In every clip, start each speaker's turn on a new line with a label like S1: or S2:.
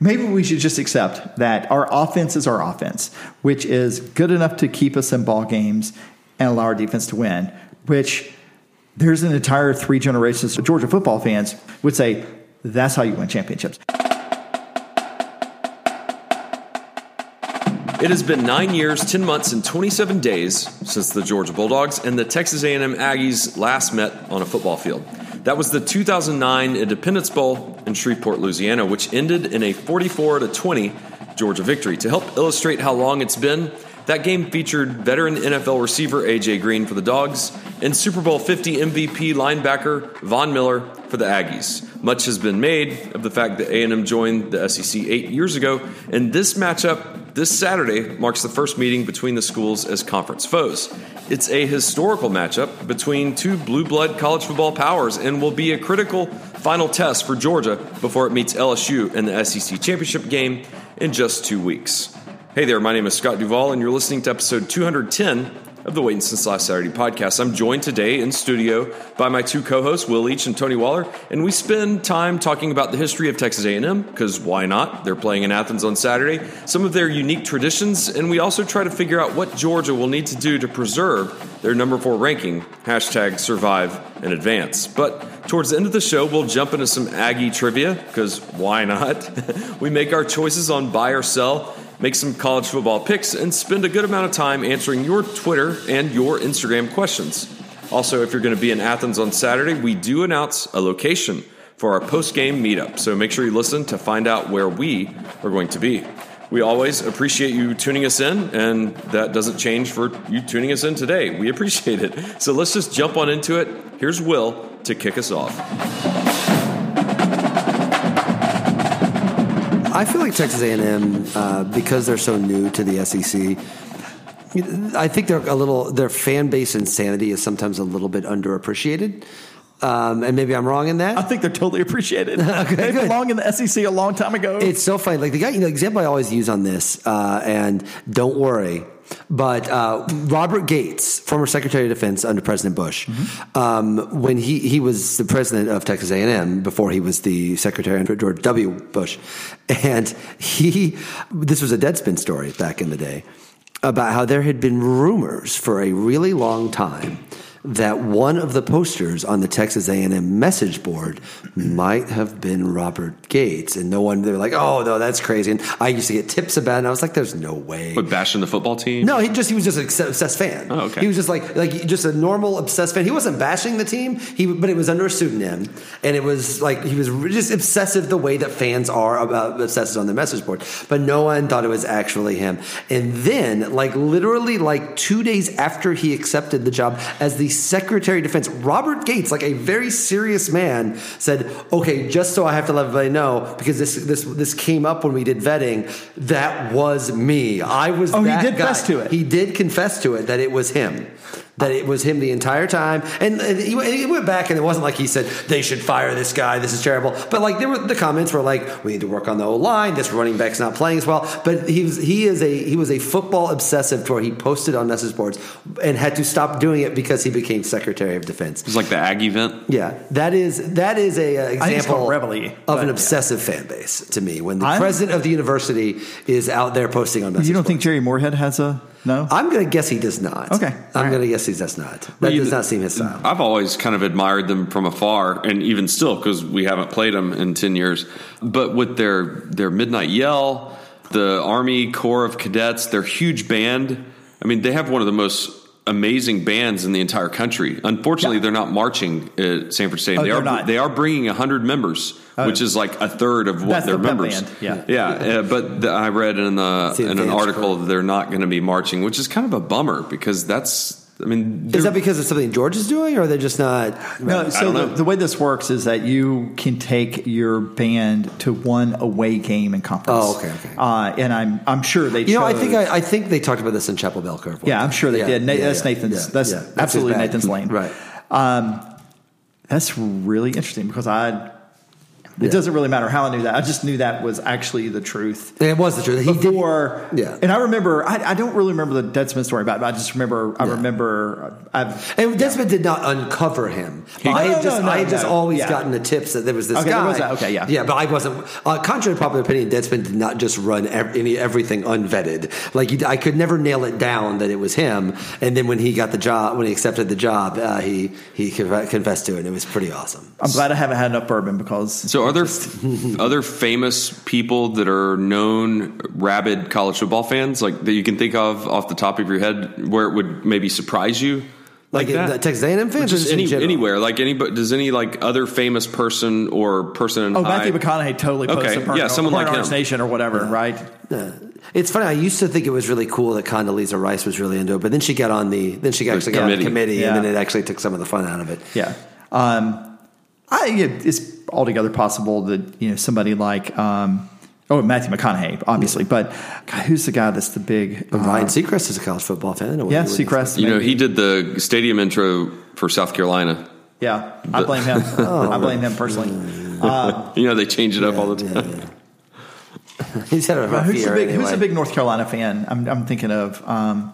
S1: maybe we should just accept that our offense is our offense, which is good enough to keep us in ball games and allow our defense to win. Which there's an entire three generations of Georgia football fans would say that's how you win championships.
S2: It has been nine years, ten months, and twenty-seven days since the Georgia Bulldogs and the Texas A&M Aggies last met on a football field. That was the 2009 Independence Bowl in Shreveport, Louisiana, which ended in a 44 to 20 Georgia victory. To help illustrate how long it's been, that game featured veteran NFL receiver AJ Green for the Dogs and Super Bowl 50 MVP linebacker Von Miller for the Aggies. Much has been made of the fact that A&M joined the SEC 8 years ago, and this matchup this Saturday marks the first meeting between the schools as conference foes. It's a historical matchup between two blue blood college football powers and will be a critical final test for Georgia before it meets LSU in the SEC championship game in just 2 weeks. Hey there, my name is Scott Duvall, and you're listening to episode 210 of the Waiting Since Last Saturday podcast. I'm joined today in studio by my two co-hosts, Will Each and Tony Waller, and we spend time talking about the history of Texas A&M because why not? They're playing in Athens on Saturday. Some of their unique traditions, and we also try to figure out what Georgia will need to do to preserve their number four ranking. Hashtag survive and advance. But Towards the end of the show, we'll jump into some Aggie trivia, because why not? we make our choices on buy or sell, make some college football picks, and spend a good amount of time answering your Twitter and your Instagram questions. Also, if you're going to be in Athens on Saturday, we do announce a location for our post game meetup, so make sure you listen to find out where we are going to be. We always appreciate you tuning us in, and that doesn't change for you tuning us in today. We appreciate it. So let's just jump on into it. Here's Will to kick us off.
S3: I feel like Texas A&M uh, because they're so new to the SEC. I think they're a little their fan base insanity is sometimes a little bit underappreciated. Um, and maybe I'm wrong in that.
S1: I think they're totally appreciated. they belong in the SEC a long time ago.
S3: It's so funny. Like the guy, you know, example I always use on this, uh, and don't worry. But uh, Robert Gates, former Secretary of Defense under President Bush, um, when he, he was the president of Texas A&M before he was the Secretary under George W. Bush, and he this was a Deadspin story back in the day about how there had been rumors for a really long time that one of the posters on the Texas A&M message board might have been Robert Gates, and no one they were like, "Oh no, that's crazy." And I used to get tips about it. And I was like, "There's no way."
S2: But bashing the football team?
S3: No, he just he was just an obs- obsessed fan.
S2: Oh, okay.
S3: He was just like like just a normal obsessed fan. He wasn't bashing the team. He but it was under a pseudonym, and it was like he was re- just obsessive the way that fans are about obsessive on their message board. But no one thought it was actually him. And then like literally like two days after he accepted the job as the Secretary of Defense, Robert Gates, like a very serious man, said, "Okay, just so I have to let everybody know because this this this came up when we did vetting. That was me. I was."
S1: Oh, he
S3: that
S1: did
S3: guy.
S1: fess to it.
S3: He did confess to it that it was him. That it was him the entire time, and, and he, and he went back, and it wasn't like he said they should fire this guy. This is terrible. But like there were the comments were like we need to work on the O line. This running back's not playing as well. But he was he is a he was a football obsessive to where he posted on message boards and had to stop doing it because he became Secretary of Defense.
S2: It's like the Aggie event.
S3: Yeah, that is that is a, uh,
S1: think it's
S3: example
S1: called Reveille,
S3: of
S1: but,
S3: an
S1: yeah.
S3: obsessive fan base to me. When the
S1: I'm-
S3: president of the university is out there posting on message
S1: You don't
S3: boards.
S1: think Jerry Moorhead has a no?
S3: I'm going to guess he does not.
S1: Okay. All
S3: I'm
S1: right.
S3: going to guess he does not. That
S2: you-
S3: does not seem his style.
S2: I've always kind of admired them from afar, and even still, because we haven't played them in ten years. But with their their midnight yell, the Army Corps of Cadets, their huge band. I mean, they have one of the most amazing bands in the entire country. Unfortunately, they're not marching at Sanford Stadium.
S1: Oh,
S2: they are
S1: they're not. Oh.
S2: they are bringing hundred members, which is like a third of what
S1: That's
S2: their
S1: the pep
S2: members.
S1: band, yeah.
S2: yeah. uh, but the, I read in the,
S3: the
S2: in an
S3: advanced
S2: article they're not going to be marching, which is kind of a bummer because that's. I mean,
S3: Is
S2: they're-
S3: that because of something George is doing, or are they just not?
S1: No, so
S2: don't
S1: the,
S2: know.
S1: the way this works is that you can take your band to one away game in conference.
S3: Oh, okay, okay.
S1: Uh, and I'm I'm sure they.
S3: You know, I think
S1: chose-
S3: I, I think they talked about this in Chapel Bell Curve. one
S1: yeah,
S3: time.
S1: I'm sure they
S3: Yeah,
S1: did. Na-
S3: yeah,
S1: that's
S3: yeah,
S1: Nathan's.
S3: yeah,
S1: that's
S3: yeah. his
S1: absolutely
S3: bag.
S1: Nathan's lane.
S3: Right.
S1: That's really interesting because I It doesn't really matter how I knew that. I just knew that was actually the truth.
S3: And it was the truth. He did.
S1: Before,
S3: Yeah.
S1: and I remember. I, I don't really remember the Deadspin story about it. But I just remember. I remember. I've
S3: And Desmond did not uncover him. But I
S1: No,
S3: had
S1: no,
S3: just,
S1: no,
S3: I had
S1: no,
S3: just
S1: no.
S3: always
S1: Yeah.
S3: gotten the tips that there was this
S1: Okay, there
S3: guy.
S1: was that. Okay, yeah.
S3: yeah. But I wasn't. Uh, contrary to popular opinion, Desmond did not just run ev- any everything unvetted. Like he, I could never nail it down that it was him. And then when he got the job, when he accepted the job, uh, he he conf- confessed to it. and It was pretty awesome.
S1: I'm glad I haven't had enough bourbon because
S2: So are there other famous people that are known rabid college football fans, like that you can think of off the top of your head, where it would maybe surprise you,
S3: Like, in the
S2: that?
S3: Texas A&M fans, or
S2: Just
S3: just in
S2: any,
S3: general?
S2: anywhere, like any, but does any like other famous person or person? In
S1: oh,
S2: high,
S1: Matthew McConaughey totally
S2: Okay,
S1: posted Burn
S2: yeah,
S1: Or-
S2: someone
S1: Burn
S2: like
S1: Orange
S2: him.
S1: Nation or whatever, right?
S3: Yeah. It's funny. I used to think it was really cool that Condoleezza Rice was really into it, but then she got on the then she actually got on the
S2: committee.
S3: committee,
S1: Yeah.
S3: and then it actually took some of the fun out of it.
S1: Yeah. Um, I yeah, it's altogether possible that you know somebody like um, oh Matthew McConaughey obviously, but God, who's the guy that's the big uh,
S3: Ryan Seacrest is a college football fan.
S1: yeah Seacrest?
S2: you know,
S1: maybe.
S2: he did the stadium intro for South Carolina.
S1: yeah, I blame him.
S3: Oh.
S1: I blame him personally.
S2: You know, they change it up all the time.
S3: He's had a rough
S1: Who's
S3: year
S1: a big
S3: anyway.
S1: Who's a big North Carolina fan? I'm, I'm thinking of um,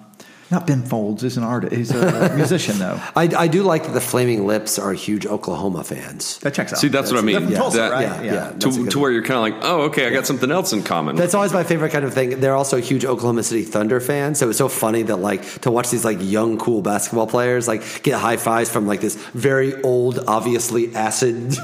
S1: not Ben Folds. He's an artist. He's a musician though.
S3: I, I do like that the Flaming Lips are huge Oklahoma fans.
S1: That checks out.
S2: See, that's what I mean.
S1: They're from Tulsa,
S2: That-
S1: right?
S3: Yeah,
S1: Yeah.
S3: yeah. That's a
S2: To,
S3: good
S2: to where you're kind of like, oh, okay, I got something else in common.
S3: That's always my favorite kind of thing. They're also huge Oklahoma City Thunder fans, so it's so funny that like to watch these like young cool basketball players like get high fives from like this very old, obviously acid,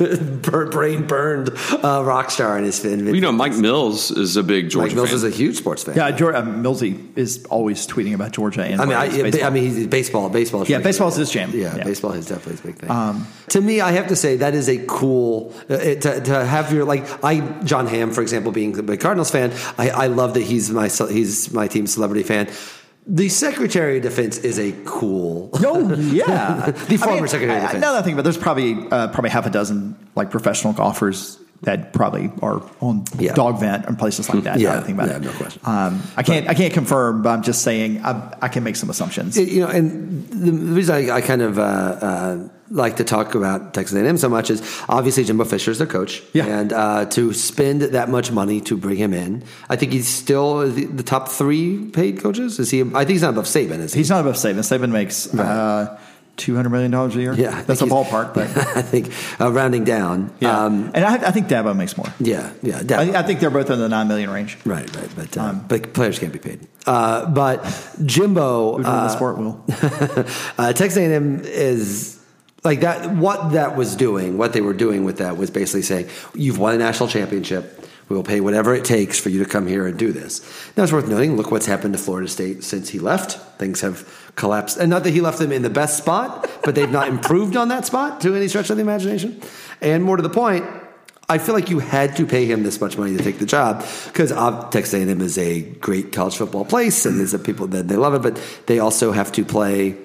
S3: bur- brain burned uh, rock star in his fin.
S2: you know, Mike Mills is a big Georgia
S3: Mike Mills
S2: fan.
S3: is a huge sports fan.
S1: Yeah, Georgia, uh, Millsy is always tweeting about Georgia. And
S3: I mean,
S1: Braves
S3: I,
S1: baseball.
S3: I mean, he's baseball, baseball.
S1: Yeah, baseball's his jam.
S3: Yeah,
S1: Yeah. Um,
S3: baseball is definitely his big thing. to me, I have to say that is a cool uh, it, to, to have your like I John Hamm, for example, being a big Cardinals fan. I, I love that he's my ce- he's my team's celebrity fan. The Secretary of Defense is a cool.
S1: Oh yeah,
S3: The former Secretary of
S1: I- I-
S3: Defense.
S1: Now that I think about, it, there's probably uh, probably half a dozen like professional golfers that probably are on
S3: Yeah.
S1: dog vent and places like that. now
S3: Yeah,
S1: that I think about
S3: yeah,
S1: it.
S3: no question.
S1: Um, I can't I can't confirm, but I'm just saying I, I can make some assumptions.
S3: you know, and the reason I, I kind of uh, uh, like to talk about Texas A&M so much is obviously Jimbo Fisher is their coach,
S1: Yeah.
S3: and uh, to spend that much money to bring him in, I think he's still the, the top three paid coaches. Is he? I think he's not above Saban. Is he?
S1: He's not above Saban. Saban makes uh, two hundred million dollars a year.
S3: Yeah, I think
S1: that's a
S3: he's-
S1: ballpark, but
S3: I think uh, rounding down.
S1: yeah.
S3: um,
S1: and I, I think Dabo makes more.
S3: yeah, yeah,
S1: I,
S3: definitely.
S1: I Um, think they're both in the nine million range.
S3: Right, right, but uh, but players can't be paid. Uh, but Jimbo,
S1: Who'd win
S3: uh,
S1: the sport will.
S3: uh, Texas A&M is like that. What that was doing, what they were doing with that was basically saying, "You've won a national championship. We will pay whatever it takes for you to come here and do this." Now it's worth noting. Look what's happened to Florida State since he left. Things have collapsed, and not that he left them in the best spot, but they've not improved on that spot to any stretch of the imagination. And more to the point. I feel like you had to pay him this much money to take the job because Texas A&M is a great college football place, and there's the people that they love it, but they also have to play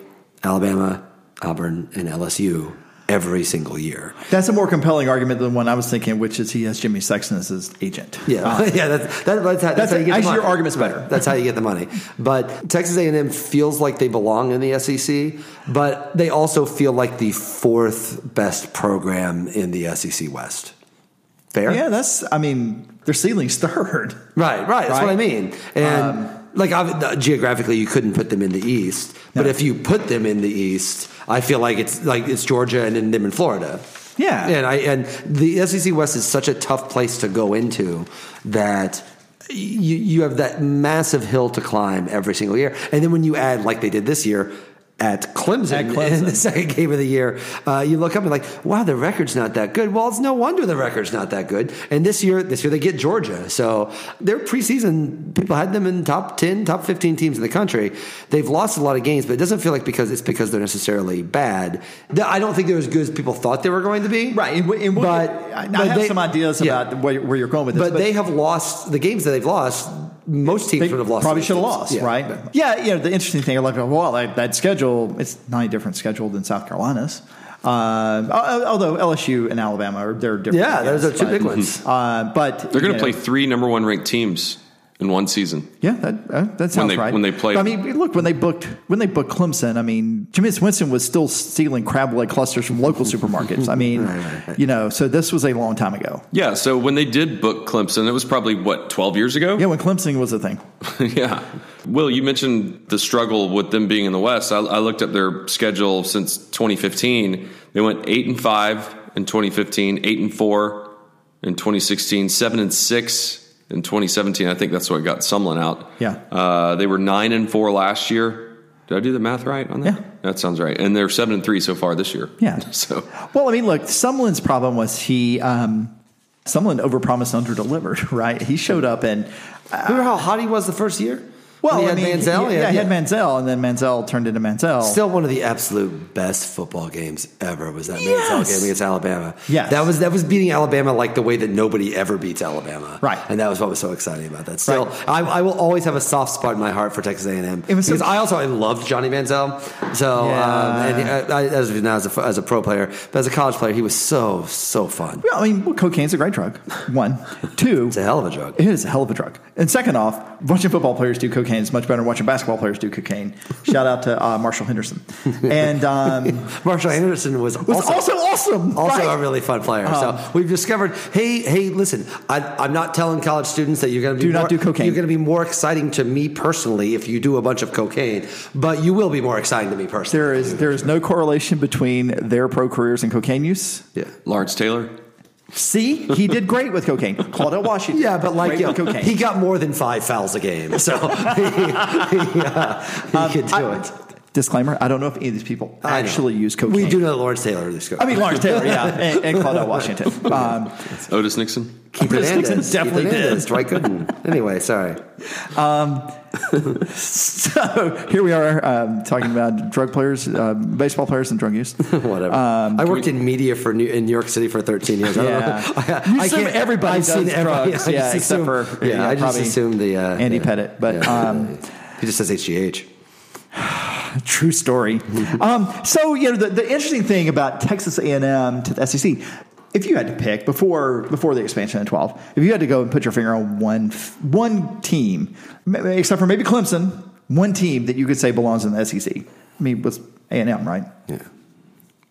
S3: Alabama, Auburn, and LSU every single year.
S1: That's a more compelling argument than one I was thinking, which is he has Jimmy Sexton as his agent.
S3: Yeah, yeah. That's, that, that's, how, that's,
S1: That's-
S3: how you get. the
S1: actually,
S3: money.
S1: your argument's better.
S3: That's how you get the money. But Texas A&M feels like they belong in the SEC, but they also feel like the fourth best program in the SEC West. Fair?
S1: Uh, Yeah, that's. I mean, their ceiling's third.
S3: Right, right. That's what I
S1: Right? Um,
S3: mean. And like ob- uh, geographically, you couldn't put them in the East, but
S1: No.
S3: if you put them in the East, I feel like it's like it's Georgia and then them in Florida.
S1: Yeah.
S3: and I and the SEC West is such a tough place to go into that. You, you have that massive hill to climb every single year, and then when you add like they did this year at Clemson,
S1: At Clemson.
S3: in the second game of the year, uh, you look up and like, wow, the record's not that good. Well, it's no wonder the record's not that good. And this year, this year they get Georgia, so their preseason people had them in top ten, top fifteen teams in the country. They've lost a lot of games, but it doesn't feel like because it's because they're necessarily bad. The- I don't think they're as good as people thought they were going to be.
S1: Right, and, we- and we'll
S3: But-
S1: get- I, I
S3: but
S1: have
S3: they-
S1: some ideas
S3: yeah.
S1: about where, where you're going with this,
S3: But, they have lost the games that they've lost. Most teams
S1: they
S3: would have lost.
S1: probably
S3: those
S1: should have
S3: games.
S1: lost,
S3: Yeah.
S1: right? Yeah. you know, the interesting thing I looked at, well, that, that schedule it's not a different schedule than South Carolina's. Uh, al- although LSU and Alabama are they're different.
S3: Yeah,
S1: I
S3: those
S1: guess,
S3: are two
S1: but-
S3: big ones.
S1: Uh, but
S2: They're going to
S1: you know,
S2: play three number one ranked teams in one season.
S1: Yeah, that uh, that sounds
S2: they-
S1: right.
S2: when they played-
S1: I mean, look when they booked when they booked Clemson. I mean, Jameis Winston was still stealing crab leg clusters from local supermarkets. I mean, you know, so this was a long time ago.
S2: Yeah, so when they did book Clemson, it was probably what twelve years ago.
S1: Yeah, when Clemson was a thing.
S2: yeah. Will, you mentioned the struggle with them being in the West. I, I looked up their schedule since 2015. They went eight and five in 2015, eight and four in 2016, seven and six in 2017. I think that's what got Sumlin out.
S1: Yeah.
S2: Uh, they were nine and four last year. Did I do the math right on that?
S1: Yeah.
S2: That sounds right. And they're seven and three so far this year.
S1: Yeah.
S2: So
S1: Well, I mean, look, Sumlin's problem was he um, Sumlin overpromised, underdelivered. Right? He showed up and
S3: Remember how hot he was the first year?
S1: well,
S3: When he
S1: I
S3: had
S1: mean,
S3: Manziel?
S1: yeah, he had Manziel, and then Manziel turned into Manziel.
S3: Still one of the absolute best football games ever was that Manziel
S1: Yes.
S3: game against Alabama.
S1: Yes.
S3: That was that was beating Alabama like the way that nobody ever beats Alabama.
S1: Right.
S3: And that was what was so exciting about that. Still,
S1: Right.
S3: I, I will always have a soft spot in my heart for Texas A&M.
S1: It was so-
S3: because I also I loved Johnny Manziel. So
S1: Yeah.
S3: um, and I, I, as of now as a, as a pro player, but as a college player, he was so so fun.
S1: Well, I mean, well, cocaine's a great drug. One, two.
S3: It's a hell of a drug.
S1: It is a hell of a drug. And second off, watching football players do cocaine is much better than watching basketball players do cocaine. Shout out to uh, Marshall Henderson. And um,
S3: Marshall Anderson was,
S1: was also, awesome.
S3: also
S1: right? Uh-huh.
S3: a really fun player. so we've discovered, hey, hey, listen, I, I'm not telling college students that you're going to be
S1: Do not
S3: more-
S1: do cocaine.
S3: You're going to be more exciting to me personally if you do a bunch of cocaine, but you will be more exciting to me personally.
S1: there is there is no correlation between their pro careers and cocaine use.
S3: yeah.
S2: Lawrence Taylor.
S1: See, he did great with cocaine. Claudette Washington.
S3: Yeah, but like
S1: great
S3: yo,
S1: with cocaine.
S3: he got more than five fouls a game, so he, uh, he could do
S1: Um, I-
S3: it.
S1: disclaimer: I don't know if any of these people
S3: I know.
S1: actually use cocaine.
S3: We do know that Lawrence Taylor is good.
S1: I mean, Lawrence Taylor, yeah, and, and Claudette Washington. Um,
S2: Otis Nixon.
S3: Keith
S1: Chris Nixon
S3: Hernandez Keith
S1: definitely did.
S3: Hernandez, Dwight Gooden. Anyway, sorry.
S1: so here we are um, talking about drug players, uh, baseball players, and drug use.
S3: Whatever. I worked in media for New, in New York City for 13 years. I don't know.
S1: Um, Yeah. You assume
S3: can't-
S1: everybody does drugs,
S3: I
S1: yeah,
S3: just
S1: except
S3: assume-
S1: for,
S3: yeah.
S1: yeah,
S3: I just
S1: probably
S3: assumed the uh,
S1: Andy
S3: yeah.
S1: Pettit, but, um,
S3: he just says HGH.
S1: True story. um, so you know the, the interesting thing about Texas A and M to the SEC, if you had to pick before before the expansion in twelve, if you had to go and put your finger on one f- one team, m- except for maybe Clemson, one team that you could say belongs in the SEC. I mean, was A and M right?
S3: Yeah.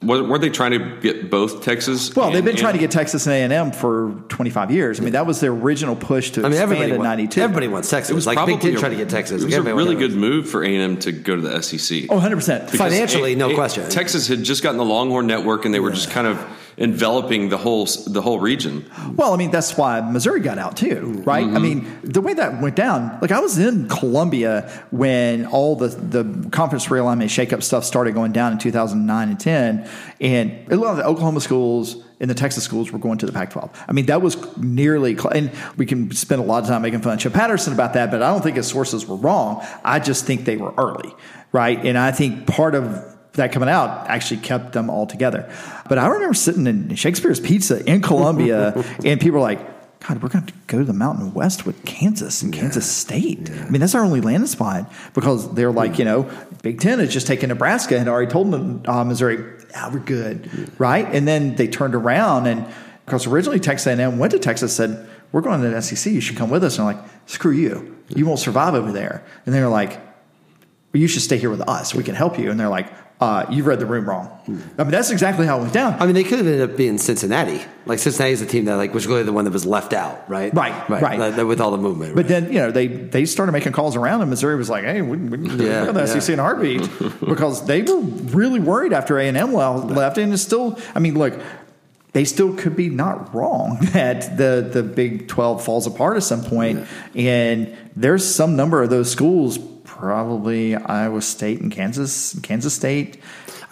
S2: Were- Weren't they trying to get both Texas?
S1: Well, they've
S2: and-
S1: been trying to get
S2: and-
S1: Texas and A and M for twenty five years. I mean, that was their original push to
S3: I mean,
S1: expand
S3: everybody,
S1: in
S3: wants,
S1: ninety two.
S3: everybody wants Texas. like Big Ten
S2: a-
S3: trying to get Texas.
S2: It was a
S3: Everybody
S2: really
S3: wanted-
S2: good move for A&M to go to the SEC.
S1: Oh, 100 percent.
S2: Because
S3: Financially,
S2: A-
S3: no
S2: A-
S3: question.
S2: Texas had just gotten the Longhorn Network, and they were just kind of enveloping the whole s- the whole region.
S1: Well, I mean, that's why Missouri got out too, right? I mean, the way that went down, like I was in Columbia when all the, the conference realignment shakeup stuff started going down in 2009 and 10. And a lot of the Oklahoma schools and the Texas schools were going to the Pac 12. I mean, that was nearly, cl- and we can spend a lot of time making fun of Chip Patterson about that, but I don't think his sources were wrong. I just think they were early, right? And I think part of that coming out actually kept them all together. But I remember sitting in Shakespeare's Pizza in Columbia, and people were like, God, we're going to go to the Mountain West with Kansas and Kansas State. I mean, that's our only landing spot because they're like, you know, Big Ten has just taken Nebraska and already told them, uh, Missouri, ah, we're good, right? And then they turned around and because originally Texas A&M went to Texas said, we're going to the SEC, you should come with us. And I'm like, screw you, you won't survive over there. And they were like, well, you should stay here with us. We can help you. And they're like, uh, you've read the room wrong. I mean, that's exactly how it went down.
S3: Hmm. I mean, they could have ended up being Cincinnati. Like Cincinnati is the team that, like, was really the one that was left out, right?
S1: Right, right.
S3: Like, that- with all the movement,
S1: But then, you know, they, they started making calls around, and Missouri was like, hey, we, we, we
S3: Yeah,
S1: got the
S3: yeah.
S1: SEC in a heartbeat because they were really worried after A&M le- left. And it's still, I mean, look, they still could be not wrong that the, the Big 12 falls apart at some point. And there's some number of those schools, probably Iowa State and Kansas, Kansas State.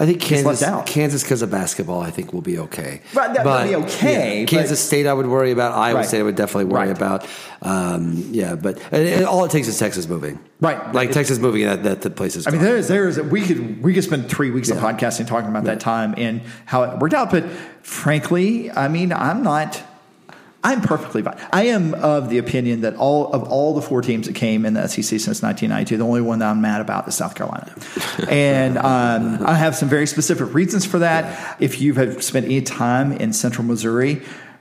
S3: I think
S1: He's
S3: Kansas,
S1: left out.
S3: Kansas because of basketball, I think will be okay.
S1: Right, that-
S3: But,
S1: they'll be okay,
S3: yeah,
S1: but-
S3: Kansas State, I would worry about. Iowa
S1: Right.
S3: State, I would definitely worry
S1: Right.
S3: about. Um, yeah, but and, and all it takes is Texas moving.
S1: Right.
S3: like
S1: It-
S3: Texas moving that that the place is.
S1: I mean,
S3: gone.
S1: there is there is we could we could spend three weeks of podcasting talking about that time and how it worked out. But frankly, I mean, I'm not. I'm perfectly fine. I am of the opinion that all of all the four teams that came in the SEC since 1992, the only one that I'm mad about is South Carolina, and um, I have some very specific reasons for that. If you have spent any time in Central Missouri,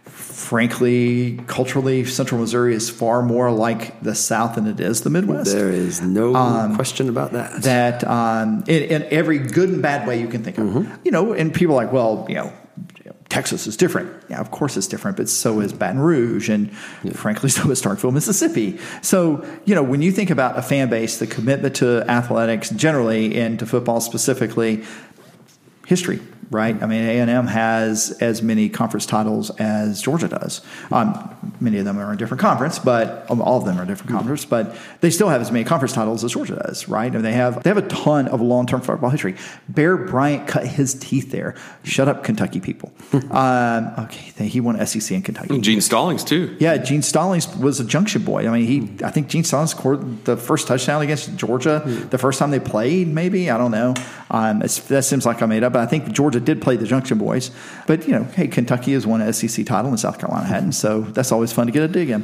S1: frankly, culturally, Central Missouri is far more like the South than it is the Um, Midwest.
S3: There is no question about that.
S1: that um, in, in every good and bad way you can think of. You know, and people are like, well, you know, Texas is different. Yeah, of course it's different, but so is Baton Rouge, and frankly, so is Starkville, Mississippi. So, you know, when you think about a fan base, the commitment to athletics generally and to football specifically, history, right? I mean, A and M has as many conference titles as Georgia does. Um, many of them are in a different conference, but um, all of them are in a different conference. But they still have as many conference titles as Georgia does, right? And they have they have a ton of long term football history. Bear Bryant cut his teeth there. Shut up, Kentucky people. um, okay, they, he won SEC in Kentucky.
S2: Gene Stallings too.
S1: Yeah, Gene Stallings was a junction boy. I mean, he I think Gene Stallings scored the first touchdown against Georgia the first time they played. Maybe I don't know. Um, it's, that seems like I made up, but I think Georgia did play the Junction Boys. But you know, hey, Kentucky has won an SEC title and South Carolina hadn't, so that's always fun to get a dig in.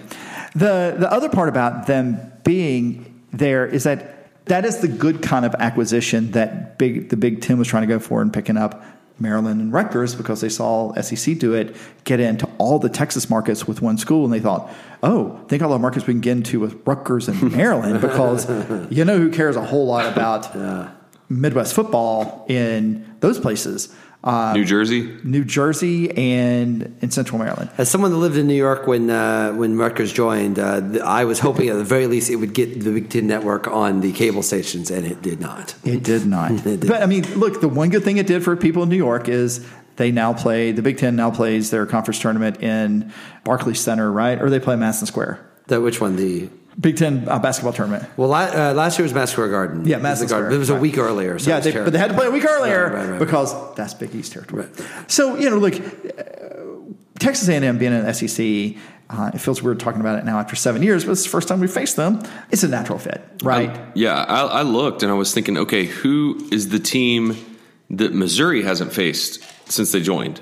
S1: The the other part about them being there is that that is the good kind of acquisition that big the Big Ten was trying to go for and picking up Maryland and Rutgers because they saw SEC do it, get into all the Texas markets with one school, and they thought, oh, think all the markets we can get into with Rutgers and Maryland because you know who cares a whole lot about Midwest football in those places. Uh,
S2: New Jersey.
S1: New Jersey and in Central Maryland.
S3: As someone that lived in New York when uh, when Rutgers joined, uh, th- I was hoping at the very least it would get the Big Ten network on the cable stations, and it did not.
S1: It did not.
S3: did.
S1: But I mean, look, the one good thing it did for people in New York is they now play the Big Ten now plays their conference tournament in Barclays Center, right? Or they play Madison Square.
S3: The, which one? The
S1: Big Ten uh, basketball tournament.
S3: well, la- uh, last year was Madison Square Garden.
S1: Yeah,
S3: It was
S1: Madison
S3: the Garden.
S1: Square,
S3: It was a
S1: right.
S3: week earlier. So
S1: yeah,
S3: it was
S1: they, but they had to play a week earlier
S3: Right, right, right.
S1: because that's Big East territory.
S3: Right.
S1: So you know, look, uh, Texas A&M being in the SEC, uh, it feels weird talking about it now after seven years, but it's the first time we faced them. It's a natural fit, right?
S2: Yeah, I, I looked and I was thinking, okay, who is the team that Missouri hasn't faced since they joined?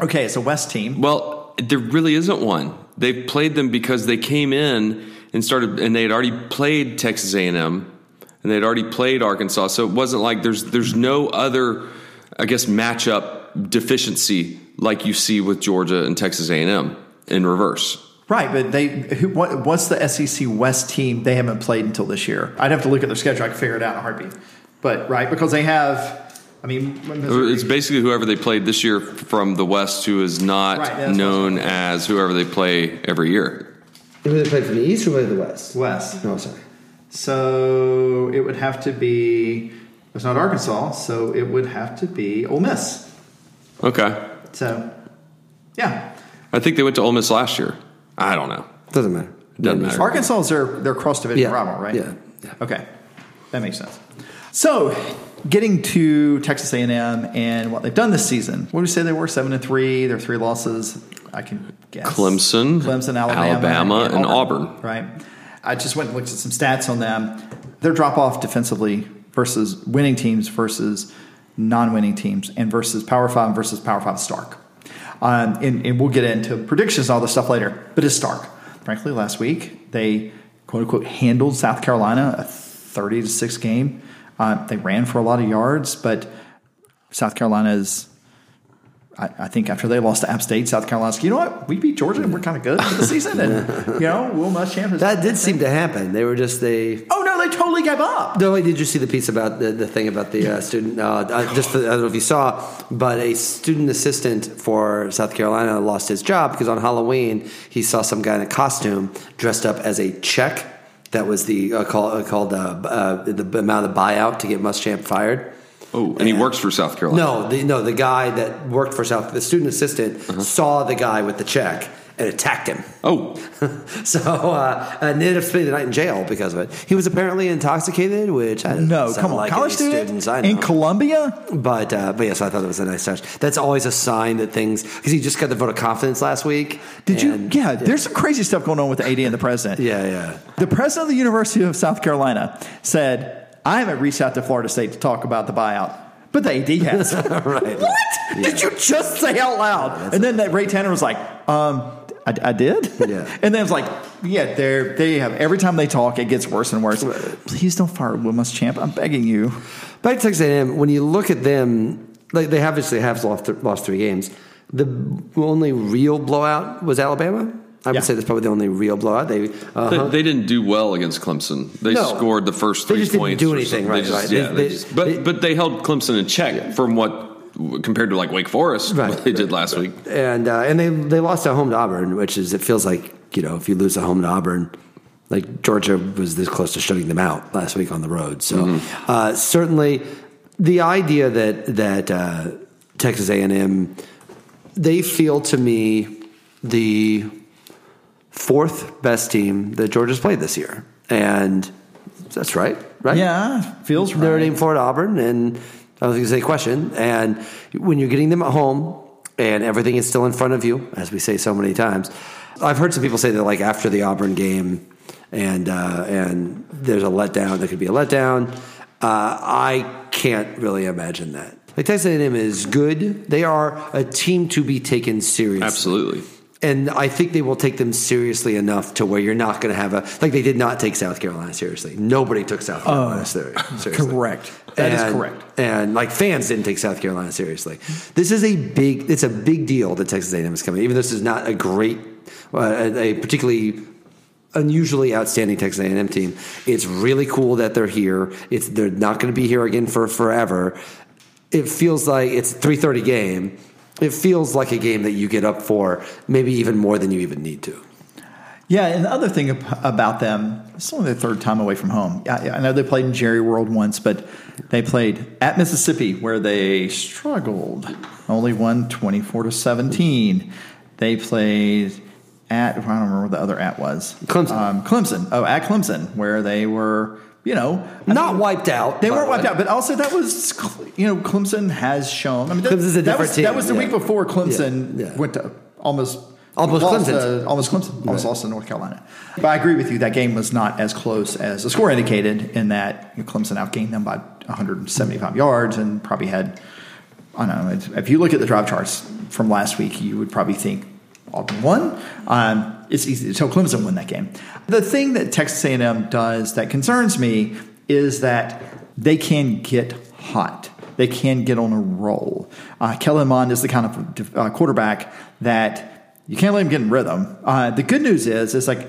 S1: okay, it's a West team.
S2: Well, there really isn't one. They played them because they came in and started, and they had already played Texas A and M, and they had already played Arkansas. So it wasn't like there's there's no other, I guess, matchup deficiency like you see with Georgia and Texas A and M in reverse.
S1: Right, but they who, what, what's the SEC West team they haven't played until this year? I'd have to look at their schedule. I could figure it out in a heartbeat. But right, because they have, I mean, when Missouri-
S2: It's basically whoever they played this year from the West, who is not
S1: Right, that's
S2: known as whoever they play every year.
S3: Who they played from the East or played the West?
S1: West.
S3: No, sorry.
S1: So it would have to be. It's not Arkansas, so it would have to be Ole Miss.
S2: Okay,
S1: So, yeah,
S2: I think they went to Ole Miss last year. I don't know.
S3: Doesn't matter.
S2: Doesn't matter.
S1: Arkansas is their their cross division
S3: Yeah.
S1: rival, right?
S3: Yeah. Yeah.
S1: Okay, that makes sense. So, getting to Texas A and M and what they've done this season. What do we say they were? Seven and three. Their three losses. I can guess.
S2: Clemson,
S1: Clemson, Alabama,
S2: Alabama, and Auburn.
S1: Right. I just went and looked at some stats on them. Their drop off defensively versus winning teams versus non winning teams and versus Power Five versus Power Five Stark. Um, and, and we'll get into predictions and all this stuff later, but it's Stark. Frankly, last week they quote unquote handled South Carolina a 30 to 6 game. Uh, they ran for a lot of yards, but South Carolina is I, I think after they lost to App State, South Carolina's, you know what? We beat Georgia and we're kind of good for the season. And, you know, Will Muschamp is.
S3: That did seem to happen. They were just they.
S1: oh, no, they totally gave up.
S3: No, wait, did you see the piece about the, the thing about the uh, student? Uh, uh, just for, I don't know if you saw, but a student assistant for South Carolina lost his job because on Halloween he saw some guy in a costume dressed up as a check that was the uh, call, uh, called uh, b- uh, the amount of the buyout to get Muschamp fired.
S2: Oh, and he works for South Carolina.
S3: No, the, no, the guy that worked for South, the student assistant,
S2: Uh-huh.
S3: saw the guy with the check and attacked him.
S2: Oh,
S3: So, uh, and ended up spending the night in jail because of it. He was apparently intoxicated, which I
S1: No,
S3: sound
S1: come on.
S3: like
S1: College
S3: any
S1: student
S3: students I know.
S1: in Columbia?
S3: but uh, but yes, I thought it was a nice touch. That's always a sign that things because he just got the vote of confidence last week.
S1: Did
S3: and-
S1: you? Yeah, there's some crazy stuff going on with the AD and the president.
S3: yeah, yeah.
S1: The president of the University of South Carolina said, I haven't reached out to Florida State to talk about the buyout. But the AD has.
S3: Right.
S1: What did you just say out loud? and then that Ray Tanner was like, um, I, I did.
S3: Yeah.
S1: and then it's like, yeah, they're, they have, every time they talk, it gets worse and worse. Please don't fire Will Muschamp. I'm begging you.
S3: Back to Texas A&M. When you look at them, like they obviously have lost th- lost three games, The only real blowout was Alabama. I would
S1: Yeah.
S3: say that's probably the only real blowout. They uh,
S2: They, they didn't do well against Clemson. They
S3: No.
S2: scored the first
S3: They
S2: three
S3: just didn't
S2: points.
S3: do
S2: or
S3: anything,
S2: something.
S3: right,
S2: They just-
S3: right.
S2: Yeah,
S3: They-
S2: they
S3: they-
S2: just- but
S3: they-
S2: but they held Clemson in check from what compared to like Wake Forest
S3: Right.
S2: what they did last week.
S3: and uh, and they they lost at home to Auburn, which is it feels like you know if you lose at home to Auburn, like Georgia was this close to shutting them out last week on the road. So uh, certainly, the idea that that uh, Texas A and M they feel to me the fourth best team that Georgia's played this year, and that's right, right?
S1: Yeah, feels right.
S3: Notre Dame, Florida, Auburn, and I was going to say question. And when you're getting them at home and everything is still in front of you, as we say so many times, I've heard some people say that like after the Auburn game, and uh, and there's a letdown. There could be a letdown. Uh, I can't really imagine that. Like Texas A&M is good. They are a team to be taken seriously.
S2: Absolutely.
S3: And I think they will take them seriously enough to where you're not going to have a like they did not take South Carolina seriously. Nobody took South Carolina seri- seriously.
S1: correct. That is
S3: And-
S1: correct.
S3: And like fans didn't take South Carolina seriously. This is a big it's a big deal that Texas A&M is coming. Even though this is not a great uh, a a particularly unusually outstanding Texas A&M team. It's really cool that they're here. It's they're not going to be here again for forever. It feels like it's a 3:30 game. It feels like a game that you get up for maybe even more than you even need to.
S1: Yeah, and the other thing ab- about them, it's only their third time away from home. I, I know they played in Jerry World once, but they played at Mississippi where they struggled, only won 24 to 17. They played at, I don't remember what the other at was
S3: Clemson.
S1: Um, Clemson. Oh, at Clemson, where they were, you know,
S3: Not wiped out.
S1: they
S3: by
S1: weren't
S3: the
S1: wiped
S3: way.
S1: out, but also that was, Cle- you know, Clemson has shown. I mean, that,
S3: Clemson's a
S1: that was,
S3: different team,
S1: That was the
S3: yeah.
S1: week before Clemson
S3: Yeah, yeah.
S1: went to almost
S3: Almost
S1: lost,
S3: Clemson.
S1: uh, almost Clemson, almost lost to North Carolina. But I agree with you. That game was not as close as the score indicated, in that you know, Clemson outgained them by 175 yards and probably had. I don't know. it's- If you look at the drive charts from last week, you would probably think Auburn won. Um, it's easy to tell Clemson won that game. The thing that Texas A&M does that concerns me is that they can get hot. They can get on a roll. Uh, Kellen Mond is the kind of uh, quarterback that you can't let him get in rhythm. Uh, the good news is, it's like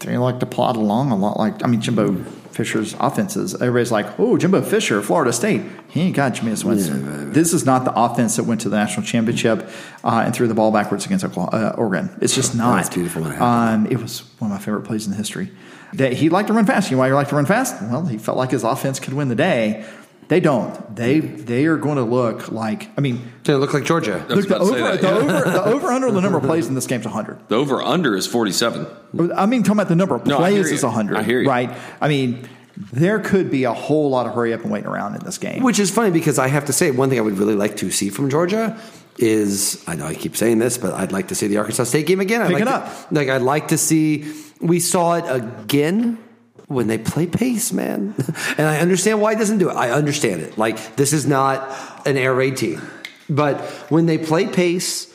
S1: they like to plod along a lot. Like I mean, Jimbo Fisher's offenses. Everybody's like, "Oh, Jimbo Fisher, Florida State. He ain't got Jameis Winston. This is not the offense that went to the national championship uh, and threw the ball backwards against Oklahoma, uh, Oregon. It's just not
S3: That's beautiful when it
S1: Um, it was one of my favorite plays in history. That he liked to run fast. You know why he liked to run fast? Well, he felt like his offense could win the day. They don't. They they are going to look like. I mean,
S3: They look like Georgia.
S2: was
S1: look, the
S2: about to
S1: over
S2: say that,
S1: the
S2: yeah.
S1: over the over under the number of plays in this game's hundred.
S2: The over under is 47.
S1: I mean, talking about the number of
S2: No, I hear
S1: plays is
S2: you.
S1: 100.
S2: I hear you.
S1: Right? I mean, there could be a whole lot of hurry up and waiting around in this game.
S3: Which is funny because I have to say, one thing I would really like to see from Georgia is I know I keep saying this, but I'd like to see the Arkansas State game again. I'd
S1: Pick it
S3: like to-
S1: up.
S3: like I'd like to see. We saw it again when they play pace, man. and I understand why it doesn't do it. I understand it. Like this is not an air raid team, but when they play pace,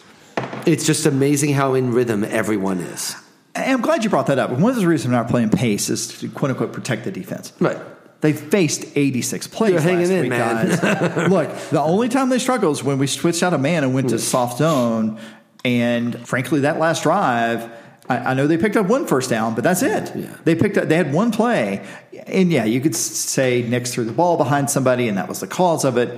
S3: it's just amazing how in rhythm everyone is.
S1: And I'm glad you brought that up. One of the reasons they're not playing pace is to quote unquote protect the defense.
S3: Right.
S1: They faced 86 plays.
S3: You're hanging
S1: last
S3: in,
S1: week,
S3: man.
S1: guys. Look, the only time they struggle is when we switched out a man and went to soft zone. And frankly, that last drive, I, I know they picked up one first down, but that's it. They picked up. They had one play, and yeah, you could s- say Nick's threw the ball behind somebody, and that was the cause of it.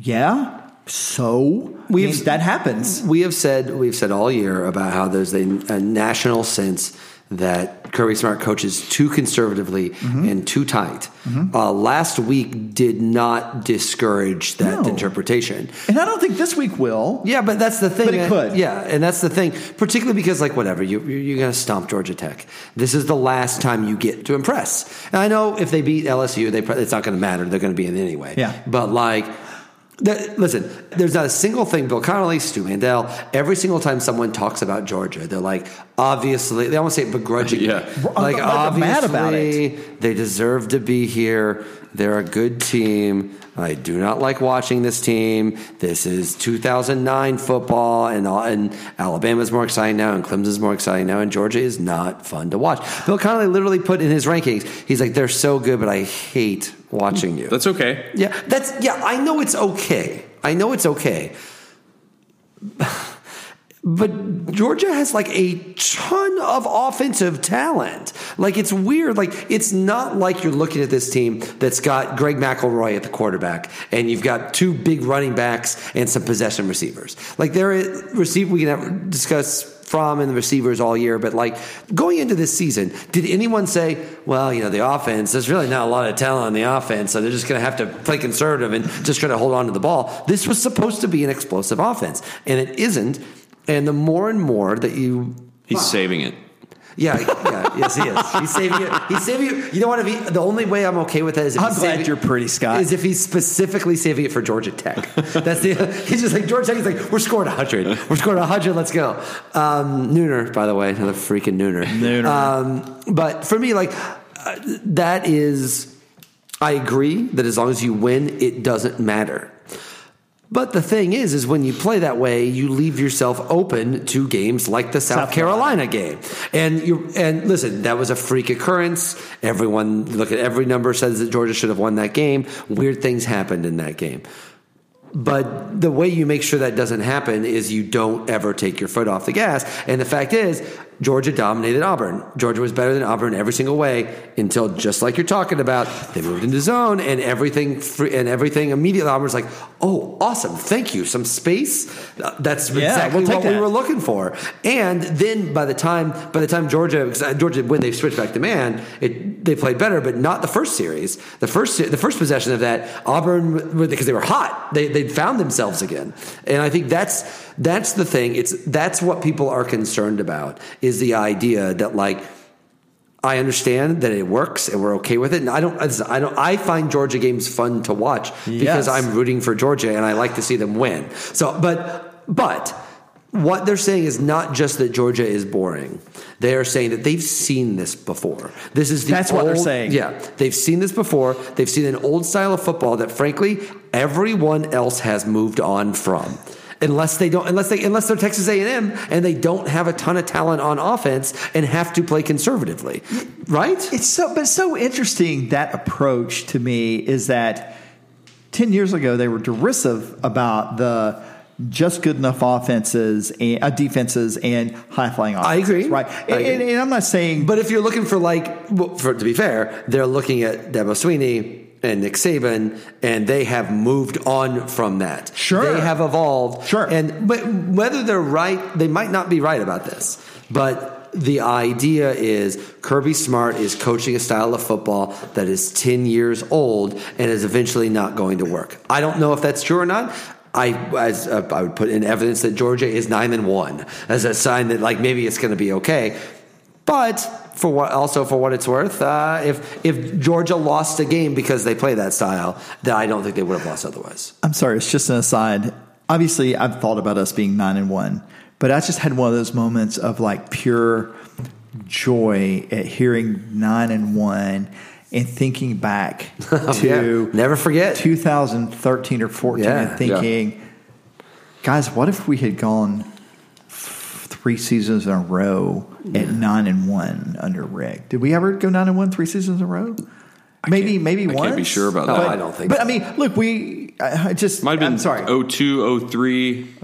S1: Yeah. So we
S3: We've-
S1: that happens.
S3: we have said we've said all year about how there's a, a national sense that Kirby Smart coaches too conservatively and too tight. Uh, last week did not discourage that
S1: No.
S3: interpretation.
S1: And I don't think this week will.
S3: Yeah, but that's the thing. uh,
S1: But it could.
S3: Yeah, and that's the thing, particularly because like whatever you you- you're going to stomp Georgia Tech. This is the last time you get to impress. And I know if they beat LSU, they pro- it's not going to matter. They're going to be in anyway.
S1: Yeah.
S3: but like. That, listen, there's not a single thing. Bill Connolly, Stu Mandel, every single time someone talks about Georgia, they're like, obviously, they almost say it begrudgingly.
S2: Yeah.
S3: Like,
S1: Like, they're
S3: obviously,
S1: mad about it.
S3: they deserve to be here. They're a good team. I do not like watching this team. This is 2009 football, and, and Alabama's more exciting now, and Clemson's more exciting now, and Georgia is not fun to watch. Bill Connolly literally put in his rankings, he's like, they're so good, but I hate watching you.
S2: That's okay.
S3: Yeah, that's yeah. I know it's okay. I know it's okay, But Georgia has like a ton of offensive talent. Like it's weird. Like it's not like you're looking at this team that's got Greg McElroy at the quarterback and you've got two big running backs and some possession receivers. Like there is receive we can have, discuss from and the receivers all year, but like going into this season, did anyone say, well, you know, the offense, there's really not a lot of talent on the offense, so they're just going to have to play conservative and just try to hold on to the ball? This was supposed to be an explosive offense, and it isn't. And the more and more that you,
S2: He's saving it.
S3: yeah, yeah, yes, he is. He's saving it. He's saving it. You know what? If he, the only way I'm okay with that is if
S1: I'm
S3: he's
S1: glad
S3: saving-
S1: you're pretty, Scott.
S3: Is if he's specifically saving it for Georgia Tech. That's the. He's just like Georgia Tech. He's like, we're scoring hundred. We're scoring hundred. Let's go. Um, Nooner, by the way, another freaking Nooner.
S1: Nooner.
S3: Um, but for me, like uh, that is, I agree that as long as you win, it doesn't matter. But the thing is, is when you play that way, you leave yourself open to games like the South,
S1: South
S3: Carolina. game. And you and listen, that was a freak occurrence. Everyone look at every number says that Georgia should have won that game. Weird things happened in that game. But the way you make sure that doesn't happen is you don't ever take your foot off the gas. And the fact is, Georgia dominated Auburn. Georgia was better than Auburn every single way until, just like you're talking about, they moved into zone and everything. fr- And everything immediately, Auburn was like, "Oh, awesome! Thank you. Some space. Uh, That's
S1: Yeah,
S3: exactly
S1: we'll take
S3: what we
S1: that.
S3: were looking for." And then by the time by the time Georgia because, uh, Georgia when they switched back to man, it, they played better, but not the first series. The first se- the first possession of that Auburn because they were hot, they they found themselves again, and I think that's that's the thing. It's that's what people are concerned about is the idea that like. I understand that it works and we're okay with it. And I don't, I don't, I find Georgia games fun to watch because
S1: Yes.
S3: I'm rooting for Georgia and I like to see them win. So, but, but what they're saying is not just that Georgia is boring. They are saying that they've seen this before. This is the
S1: That's what they're
S3: old-
S1: saying.
S3: Yeah. They've seen this before. They've seen an old style of football that frankly everyone else has moved on from. Unless they don't, unless they, unless they're Texas A and M and they don't have a ton of talent on offense and have to play conservatively, right?
S1: It's so, but it's so interesting that approach to me is that ten years ago they were derisive about the just good enough offenses and uh, defenses and high flying offenses.
S3: I agree.
S1: right?
S3: I
S1: And,
S3: agree.
S1: and- and I'm not saying,
S3: But if you're looking for like, well, for to be fair, they're looking at Dabo Sweeney and Nick Saban, and they have moved on from that.
S1: Sure.
S3: they have evolved.
S1: Sure.
S3: and but whether they're right, they might not be right about this, but. The idea is Kirby Smart is coaching a style of football that is 10 years old and is eventually not going to work. I don't know if that's true or not. I as uh, I would put in evidence that Georgia is 9 and 1 as a sign that like maybe it's going to be okay. But for what, also for what it's worth, uh, if if Georgia lost a game because they play that style, then I don't think they would have lost otherwise.
S1: I'm sorry, it's just an aside. Obviously, I've thought about us being nine and one, but I just had one of those moments of like pure joy at hearing nine and one and thinking back to
S3: Yeah. never forget.
S1: 2013 or 14
S3: Yeah.
S1: and thinking, guys, what if we had gone three seasons in a row at nine and one under Rick? Did we ever go nine and one three seasons in a row? Maybe, maybe
S2: I
S1: once.
S2: can't be sure about
S3: No,
S2: that.
S3: I don't think
S1: But
S3: so.
S1: I mean, look, we I I just
S2: Might have
S1: I'm
S2: been oh
S1: sorry.
S2: sorry. 02, 03,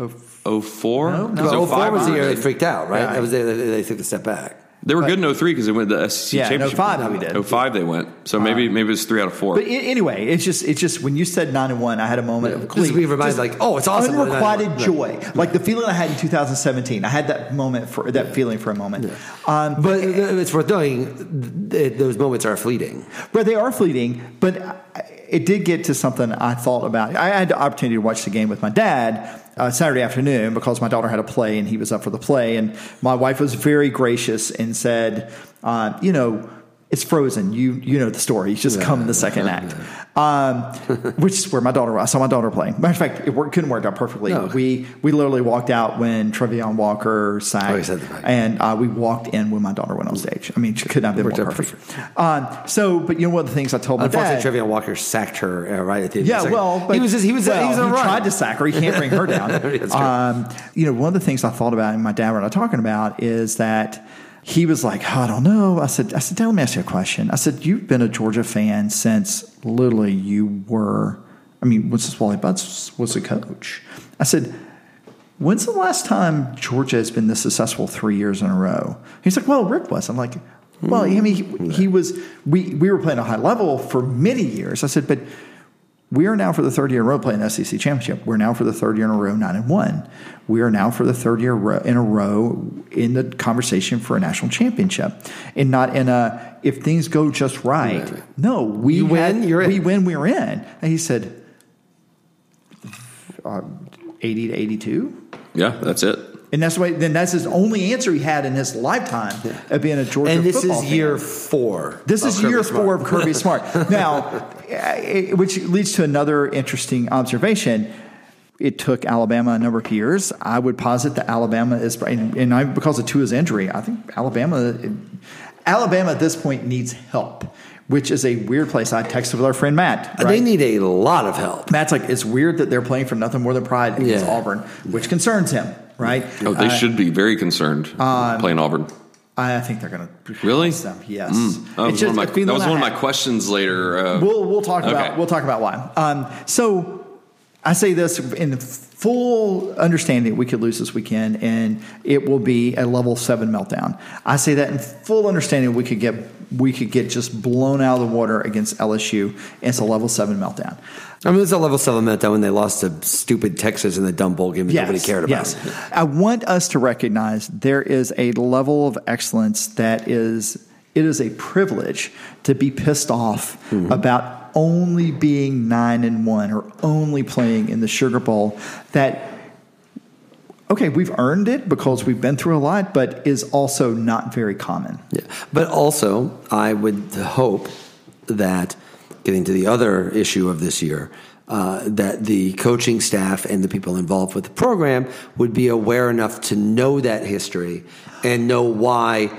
S2: 04.
S1: No, no.
S2: Because
S3: Well, 04
S2: 05
S3: was the year
S2: they,
S3: they freaked out, right?
S1: Yeah.
S3: That was the, they, they took a step back.
S2: were good in 03 because they went to the SEC
S1: Yeah, in
S3: oh
S2: championship.
S1: 05 we did.
S2: 05 they went.
S3: Uh-huh.
S2: So maybe maybe it was three out of four.
S1: But a- anyway, it's just it's just when you said nine and one, I had a moment of
S3: Just
S1: glee.
S3: we remind,
S1: Just
S3: like, oh, it's awesome, we're nine and one.
S1: unrequited
S3: Right.
S1: joy, like the feeling I had in 2017. I had that moment for that feeling for a moment. Um,
S3: But it's worth knowing th- those moments are fleeting.
S1: But they are fleeting. But I- it did get to something I thought about. I had the opportunity to watch the game with my dad uh, Saturday afternoon because my daughter had a play and he was up for the play. And my wife was very gracious and said, uh, "You know, it's Frozen. You you know the story. Just come in the second act." Um, which is where my daughter. I saw my daughter playing. Matter of fact, it worked, couldn't work out perfectly.
S3: No.
S1: We we literally walked out when Trevion Walker
S3: Oh,
S1: sang,
S3: he said the fact.
S1: and uh, we walked in when my daughter went on stage. I mean, she could not have been
S3: Worked
S1: more
S3: out
S1: perfect. Um, so, but you know, one of the things I told my
S3: Unfortunately,
S1: dad.
S3: Trevion Walker sacked her uh, right at the end.
S1: yeah,
S3: of the second-
S1: well, but
S3: he was just, he was
S1: well,
S3: he was in a
S1: he
S3: run.
S1: tried to sack her. He can't bring her down.
S3: That's true.
S1: um, you know, one of the things I thought about and my dad were not talking about is that he was like, "Oh, I don't know. I said, I said, Dad, let me ask you a question. I said, you've been a Georgia fan since literally you were. I mean, was this Wally Butts was the coach? I said, When's the last time Georgia has been this successful three years in a row? He's like, Well, Rick was. I'm like, Well, I mean, he, he was, we, we were playing a high level for many years. I said, But we are now for the third year in a row playing the SEC championship. We're now for the third year in a row nine and one. We are now for the third year ro- in a row in the conversation for a national championship, and not in a if things go just right. No, we
S3: You win,
S1: had-
S3: you're in.
S1: we win, we're in. And he said, uh, eighty to eighty-two.
S2: Yeah, that's it.
S1: And that's why. Then that's his only answer he had in his lifetime of being a Georgia.
S3: And this
S1: football
S3: is
S1: fan.
S3: year four.
S1: This
S3: of
S1: is
S3: Kirby
S1: year
S3: Smart.
S1: four of Kirby Smart. Now, it- which leads to another interesting observation. It took Alabama a number of years. I would posit that Alabama is, and and I, because of Tua's injury, I think Alabama, Alabama at this point needs help, which is a weird place. I texted with our friend Matt.
S3: Uh, They
S1: right?
S3: need a lot of help.
S1: Matt's like, it's weird that they're playing for nothing more than pride against
S3: Yeah.
S1: Auburn, which concerns him, right?
S2: Oh, they should be very concerned
S3: Um,
S2: playing Auburn.
S1: I, I think they're going to
S2: Really? Mm.
S1: Yes,
S2: That was,
S1: It's just a
S2: Oh, one, of my,
S1: feeling
S2: that was
S1: I
S2: one of my
S1: have.
S2: questions later. Uh,
S1: We'll we'll talk
S2: Okay.
S1: about we'll talk about why. Um, so I say this in the full understanding that we could lose this weekend and it will be a level seven meltdown. I say that in full understanding we could get we could get just blown out of the water against LSU and it's a level seven meltdown.
S3: I mean, it was a level seven that when they lost to stupid Texas in the dumb bowl game that nobody cared about.
S1: Yes. I want us to recognize there is a level of excellence that is it is a privilege to be pissed off
S3: Mm-hmm.
S1: about only being nine and one or only playing in the Sugar Bowl that okay, we've earned it because we've been through a lot, but is also not very common.
S3: Yeah. But also, I would hope that getting to the other issue of this year, uh, that the coaching staff and the people involved with the program would be aware enough to know that history and know why,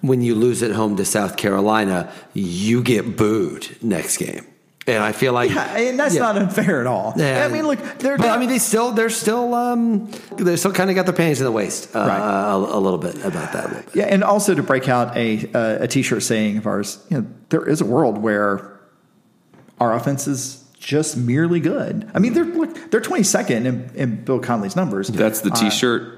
S3: when you lose at home to South Carolina, you get booed next game. And I feel like
S1: Yeah, and that's
S3: Yeah.
S1: not unfair at all.
S3: Yeah.
S1: I mean, look, they're
S3: But I mean, they still, they're still, um, they're still kind of got their panties in the waist uh,
S1: Right.
S3: a, a little bit about that. A little bit.
S1: Yeah, and also to break out a uh, a t-shirt saying of ours, you know, there is a world where our offense is just merely good. I mean, they're look, they're 22nd in, in Bill Conley's numbers.
S2: that's the T-shirt.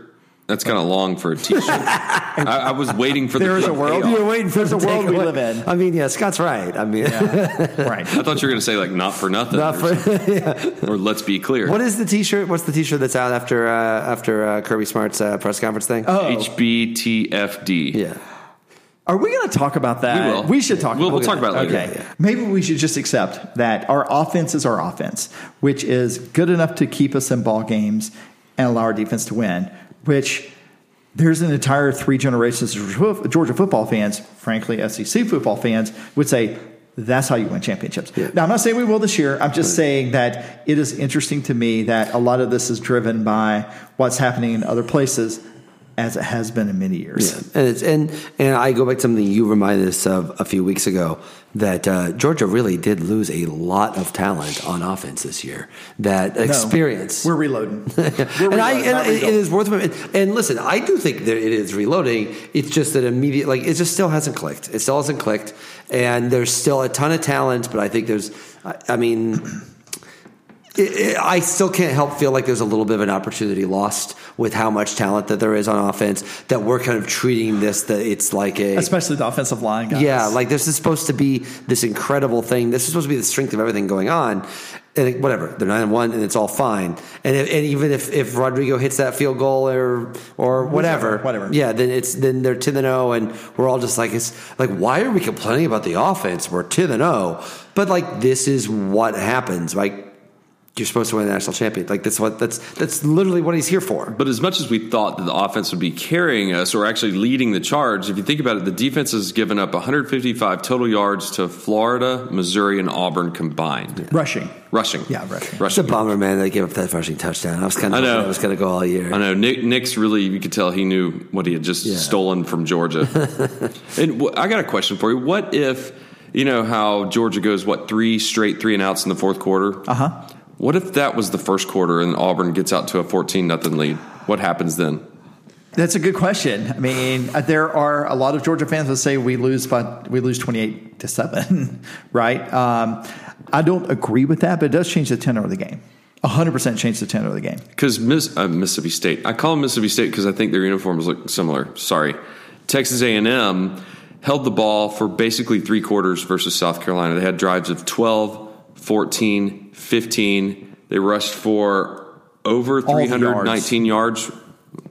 S2: That's kind of long for a T-shirt. I, I was waiting for
S1: uh, There
S2: the
S1: is a
S2: big
S1: world.
S2: payoff.
S1: You're waiting for the world we live in.
S3: I mean, yeah, Scott's right. I mean,
S2: I
S1: right.
S2: thought you were going to say like not for nothing,
S3: Not
S2: or, something. or let's be clear.
S3: what is the T-shirt? What's the T-shirt that's out after uh, after uh, Kirby Smart's uh, press conference thing? Oh,
S2: HBTFD.
S3: yeah.
S1: Are we going to talk about that?
S2: We will.
S1: should talk
S2: We'll-
S1: about
S2: we'll talk about it later.
S1: Okay. Maybe we should just accept that our offense is our offense, which is good enough to keep us in ball games and allow our defense to win, which there's an entire three generations of Georgia football fans, frankly, SEC football fans, would say that's how you win championships. Now, I'm not saying we will this year. I'm just saying that it is interesting to me that a lot of this is driven by what's happening in other places, as it has been in many years.
S3: And it's and and I go back to something you reminded us of a few weeks ago that uh, Georgia really did lose a lot of talent on offense this year. That
S1: No,
S3: experience.
S1: we're reloading. We're
S3: and I,
S1: reloading,
S3: and
S1: not
S3: it- it
S1: rebuilding.
S3: is worth. And listen, I do think that it is reloading. It's just that immediate, like it just still hasn't clicked. It still hasn't clicked, and there's still a ton of talent. But I think there's, I, I mean, it, it, I still can't help feel like there's a little bit of an opportunity lost with how much talent that there is on offense. That we're kind of treating this that it's like a
S1: especially the offensive line guys.
S3: yeah, like this is supposed to be this incredible thing. This is supposed to be the strength of everything going on. And it- whatever, they're nine and one, and it's all fine. And, if, and even if, if Rodrigo hits that field goal or or whatever,
S1: whatever.
S3: yeah, then it's then they're ten and zero, and we're all just like it's like why are we complaining about the offense? We're ten and zero, but like this is what happens. Like you're supposed to win the national champion. Like that's what that's that's literally what he's here for.
S2: But as much as we thought that the offense would be carrying us or actually leading the charge, if you think about it, the defense has given up 155 total yards to Florida, Missouri, and Auburn combined.
S1: rushing.
S2: Rushing.
S1: Yeah, rushing.
S3: It's a
S2: Rushing.
S3: bummer, man. They gave up that rushing touchdown. I was kind
S2: I
S3: of
S2: know.
S3: I, I was going to go all year.
S2: I know Nick. Nick's really. You could tell he knew what he had just
S3: Yeah.
S2: stolen from Georgia. and wh- I got a question for you. What if you know how Georgia goes? What three straight three and outs in the fourth quarter? Uh huh. What if that was the first quarter and Auburn gets out to a fourteen nothing lead? What happens then?
S1: That's a good question. I mean, uh, there are a lot of Georgia fans that say we lose, but we lose twenty-eight to seven, right? Um, I don't agree with that, but it does change the tenor of the game. 100% changed the tenor of the game.
S2: Because Miss, uh, Mississippi State, I call them Mississippi State because I think their uniforms look similar. Sorry, Texas A and M held the ball for basically three quarters versus South Carolina. They had drives of 12, 14, 15. They rushed for over
S1: the yards.
S2: 319 yards.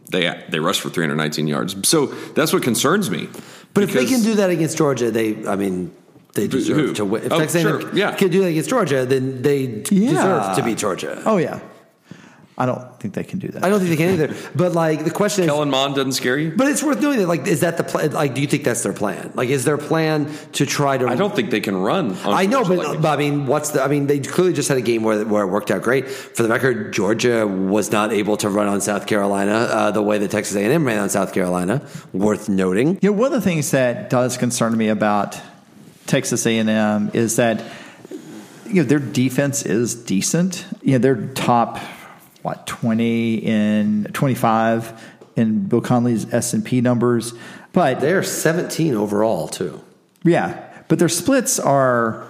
S2: They they rushed for 319 yards. So that's what concerns me.
S3: But if they
S2: Because-
S3: can do that against Georgia, they, I mean, they deserve
S2: who?
S3: to win. If
S2: Oh,
S3: Texas A&M
S2: sure, yeah.
S3: can do that against Georgia, then they d-
S1: Yeah.
S3: deserve to beat Georgia.
S1: Oh, yeah. I don't think they can do that.
S3: I don't think they can either. But like the question is,
S2: Kellen Mond doesn't scare you.
S3: but it's worth knowing that like is that the plan? Like, do you think that's their plan? Like, is their plan to try to?
S2: I don't think they can run. On
S3: I know,
S2: Georgia
S3: but,
S2: like that.
S3: but I mean, what's the? I mean, they clearly just had a game where where it worked out great. For the record, Georgia was not able to run on South Carolina uh, the way that Texas A and M ran on South Carolina. Worth noting.
S1: You know, one of the things that does concern me about Texas A&M is that you know their defense is decent. You know, they're top what 20 in 25 in Bill Conley's S&P numbers, but
S3: They are seventeen overall too.
S1: yeah, but their splits are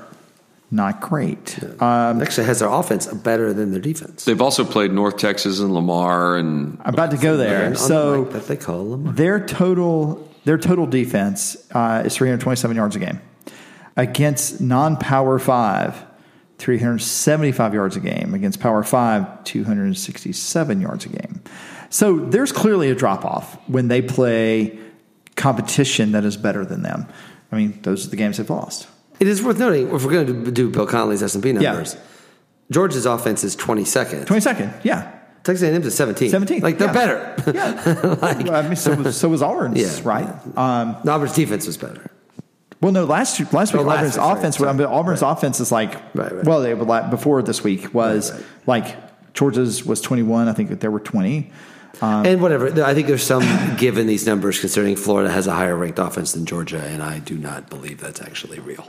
S1: not great. Um,
S3: Actually, has their offense better than their defense.
S2: They've also played North Texas and Lamar and
S1: I'm about to go there.
S3: And
S1: So
S3: unlike that they call them.
S1: Their total their total defense uh, is 327 yards a game against non Power Five. 375 yards a game against Power Five, 267 yards a game. So there's clearly a drop off when they play competition that is better than them. I mean, those are the games they've lost.
S3: It is worth noting if we're going to do Bill Connolly's S and P
S1: Yeah.
S3: numbers. Georgia's offense is twenty second.
S1: 22nd, yeah.
S3: Texas A&M's is 17.
S1: 17th,
S3: Like, they're
S1: yeah.
S3: better.
S1: Yeah. I mean, so was, so was Auburn's,
S3: Yeah.
S1: right? Um,
S3: Auburn's defense was better.
S1: Well, no, last last week
S3: Oh, last
S1: Auburn's
S3: week, sorry,
S1: offense.
S3: sorry.
S1: I mean, Auburn's offense is like
S3: Right, right.
S1: well, they were like, before this week was
S3: Right,
S1: like Georgia's was twenty one. I think that there were twenty. Um,
S3: and whatever. I think there's some given these numbers considering Florida has a higher ranked offense than Georgia, and I do not believe that's actually real.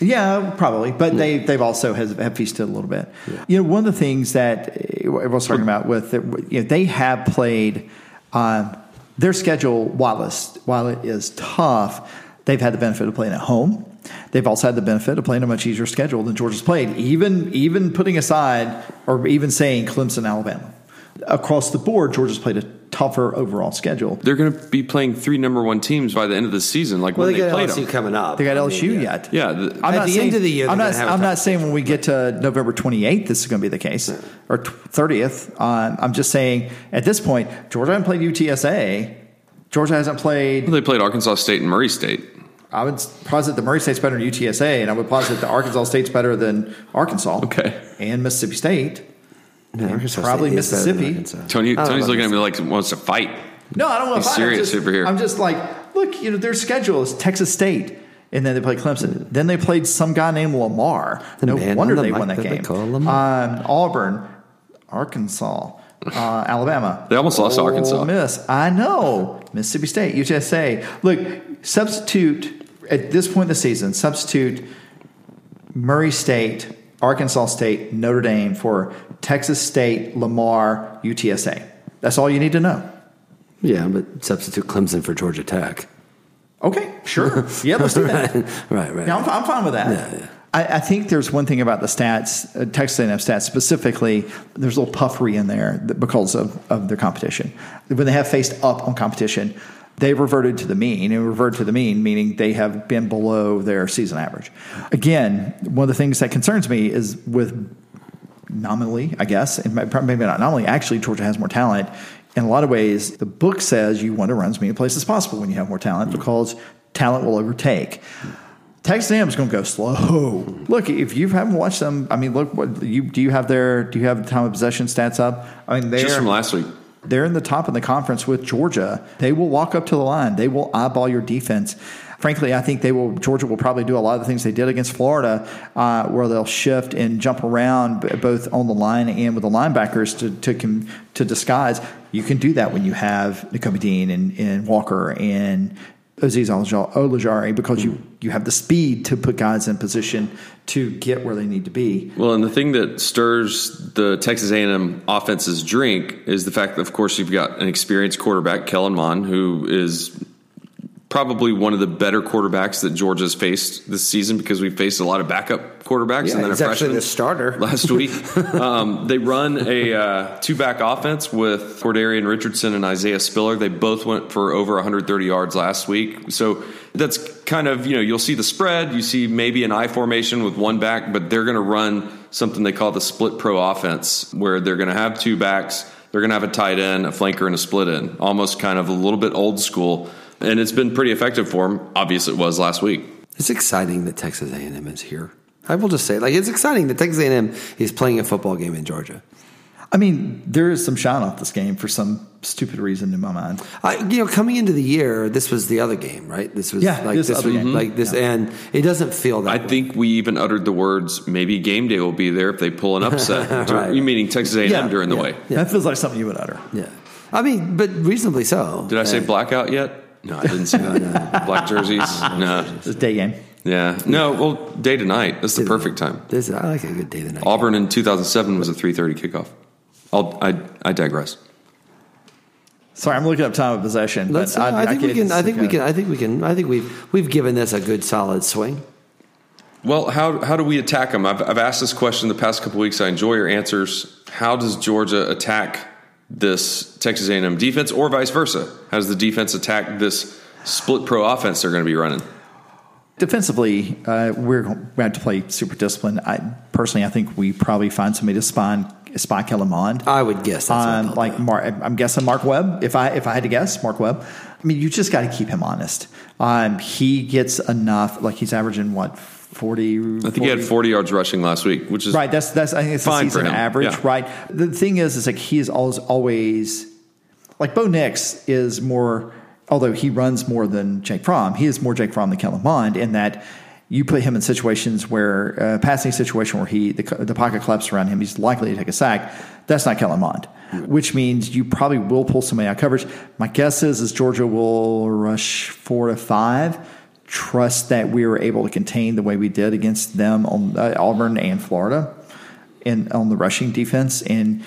S1: Yeah, probably, but they they've also has, have feasted a little bit. You know, one of the things that uh, I was talking about with eh, you know, they have played um, their schedule while it's, while it is tough. They've had the benefit of playing at home. They've also had the benefit of playing a much easier schedule than Georgia's played. Even even putting aside or even saying Clemson, Alabama, across the board, Georgia's played a tougher overall schedule.
S2: they're going to be playing three number one teams by the end of the season. Like
S3: Well,
S2: when
S3: they,
S2: they,
S3: got
S2: played
S3: LSU
S2: them.
S3: coming up.
S1: They got
S3: I mean,
S1: LSU yet.
S2: Yeah, the-
S1: I'm
S3: At
S1: not
S3: the
S1: saying,
S3: end of the year,
S1: I'm
S3: they're
S1: not.
S3: gonna have a
S1: I'm
S3: tough
S1: not saying when we get to November 28th, this is going to be the case, or 30th. Um, I'm just saying at this point, Georgia hasn't played UTSA. Georgia hasn't played.
S2: they played Arkansas State and Murray State.
S1: I would posit that Murray State's better than UTSA, and I would posit that Arkansas State's better than Arkansas.
S2: Okay.
S1: And Mississippi State.
S3: Yeah, Arkansas
S1: Probably
S3: State is better than
S1: Mississippi. Oh,
S3: Arkansas.
S2: Tony,
S3: I don't
S2: Tony's
S3: know.
S2: looking at me like he wants to fight.
S1: No, I don't want
S2: He's
S1: to fight.
S2: serious
S1: I'm just,
S2: over here.
S1: I'm just like, look, you know, their schedule is Texas State, and then they play Clemson. Then they played some guy named Lamar.
S3: The
S1: no
S3: man on
S1: wonder
S3: the
S1: they
S3: mic
S1: won that
S3: that they
S1: game.
S3: call
S1: Um,
S3: Lamar.
S1: Auburn, Arkansas, uh, Alabama.
S2: They almost
S3: Oh,
S2: lost to
S1: Ole
S2: Arkansas.
S1: Miss. I know. Mississippi State, UTSA. Look, substitute at this point in the season, substitute Murray State, Arkansas State, Notre Dame for Texas State, Lamar, UTSA. That's all you need to know.
S3: Yeah, but substitute Clemson for Georgia Tech.
S1: Okay, sure. Yeah, let's do that.
S3: right, right.
S1: Yeah, I'm, I'm fine with that.
S3: Yeah, yeah.
S1: I, I think there's one thing about the stats, uh, Texas A&M stats specifically. There's a little puffery in there that- because of, of their competition. When they have faced up on competition, they reverted to the mean and revert to the mean, meaning they have been below their season average. Again, one of the things that concerns me is with nominally, I guess, and may- maybe not nominally, actually, Georgia has more talent. In a lot of ways, the book says you want to run as many places as possible when you have more talent because talent will overtake. Texas A&M is going to go slow. Look, if you haven't watched them, I mean, look, what you do you have their do you have the time of possession stats up? I mean,
S2: Just
S1: they're
S2: from last week.
S1: they're in the top of the conference with Georgia. They will walk up to the line. They will eyeball your defense. Frankly, I think they will. Georgia will probably do a lot of the things they did against Florida, uh, where they'll shift and jump around b- both on the line and with the linebackers to to com- to disguise. You can do that when you have Nicobe Dean and, and Walker and Aziz Olaj- Olajari because you you have the speed to put guys in position to get where they need to be.
S2: Well, and the thing that stirs the Texas A&M offense's drink is the fact that, of course, you've got an experienced quarterback, Kellen Mond, who is probably one of the better quarterbacks that Georgia's faced this season because we faced a lot of backup quarterbacks
S3: Yeah,
S2: and then a
S3: he's actually
S2: freshman
S3: the starter.
S2: last week. um, they run a uh, two back offense with Cordarian Richardson and Isaiah Spiller. They both went for over 130 yards last week. So that's kind of, you know, you'll see the spread, you see maybe an I formation with one back, but they're going to run something they call the split pro offense, where they're going to have two backs, they're going to have a tight end, a flanker, and a split end, almost kind of a little bit old school. And it's been pretty effective for them. Obvious it was last week.
S3: It's exciting that Texas A&M is here. I will just say, like, it's exciting that Texas A&M is playing a football game in Georgia.
S1: I mean, there is some shine off this game for some stupid reason in my mind.
S3: I, you know, coming into the year, this was the other game, right? This was
S1: Yeah,
S3: like
S1: this
S3: this,
S1: other
S3: was,
S1: game.
S3: like this, and it doesn't feel that.
S2: I think we even uttered the words maybe game day will be there if they pull an upset.
S3: Right.
S2: You meaning Texas A&M during the
S1: yeah.
S2: way?
S1: That feels like something you would utter.
S3: yeah, I mean, but reasonably so.
S2: Did I say blackout yet? No, I didn't say that. Black jerseys? no.
S1: It's a day game.
S2: Yeah. No, well, day to night. That's the perfect time.
S3: This, I like a good day tonight.
S2: Auburn in 2007 was a 3:30 kickoff. I'll, I I digress.
S1: Sorry, I'm looking up time of possession. but
S3: Let's. uh, I, think we
S1: can't
S3: can. I think we
S1: think
S3: can.
S1: of-
S3: I think we can. I think we've we've given this a good solid swing.
S2: Well, how how do we attack them? I've I've asked this question the past couple weeks. I enjoy your answers. How does Georgia attack this Texas A&M defense, or vice versa? How does the defense attack this split pro offense they're going to be running?
S1: Defensively, uh, we're going to have to play super disciplined. I personally, I think we probably find somebody to spy spy Kellamond.
S3: I would guess. That's what I
S1: on
S3: thought.
S1: Um, like Mar- I'm guessing Mark Webb. If I if I had to guess, Mark Webb. I mean, you just got to keep him honest. Um, he gets enough. Like he's averaging what forty.
S2: I think he had 40 yards rushing last week, which is
S1: Right. That's that's. I think it's the
S2: Fine for
S1: season
S2: him.
S1: average.
S2: Yeah.
S1: Right. The thing is, is like he is always always like Bo Nix is more. Although he runs more than Jake Fromm, he is more Jake Fromm than Kellen Mond in that you put him in situations where uh, passing situation where he the, the pocket collapses around him, he's likely to take a sack. That's not Kellen Mond, which means you probably will pull somebody out of coverage. My guess is is Georgia will rush four to five trust that we were able to contain the way we did against them on uh, Auburn and Florida and on the rushing defense. And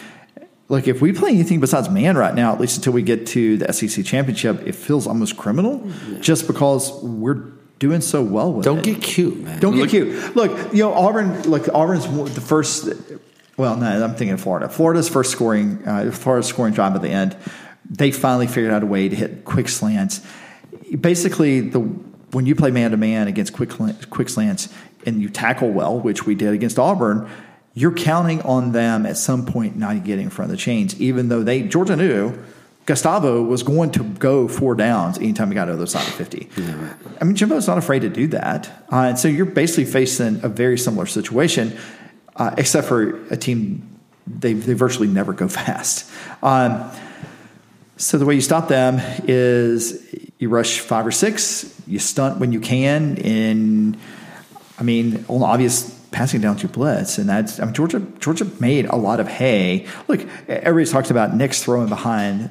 S1: look, if we play anything besides man right now, at least until we get to the SEC championship, it feels almost criminal just because we're doing so well with
S3: don't
S1: it.
S3: get cute, man.
S1: Don't get cute. Look, you know Auburn. Look, Auburn's w- the first. Well, no, I'm thinking of Florida. Florida's first scoring, uh, Florida's scoring drive at the end. They finally figured out a way to hit quick slants. Basically, the when you play man to man against quick sl- quick slants and you tackle well, which we did against Auburn, you're counting on them at some point not getting in front of the chains, even though they Georgia knew. Gustavo was going to go four downs anytime he got to the other side of 50. I mean, Jimbo's not afraid to do that. Uh, and so you're basically facing a very similar situation, uh, except for a team, they, they virtually never go fast. Um, so the way you stop them is you rush five or six, you stunt when you can, and I mean, on obvious passing down to blitz, and that's I mean Georgia Georgia made a lot of hay. Look, everybody's talked about Nick's throwing behind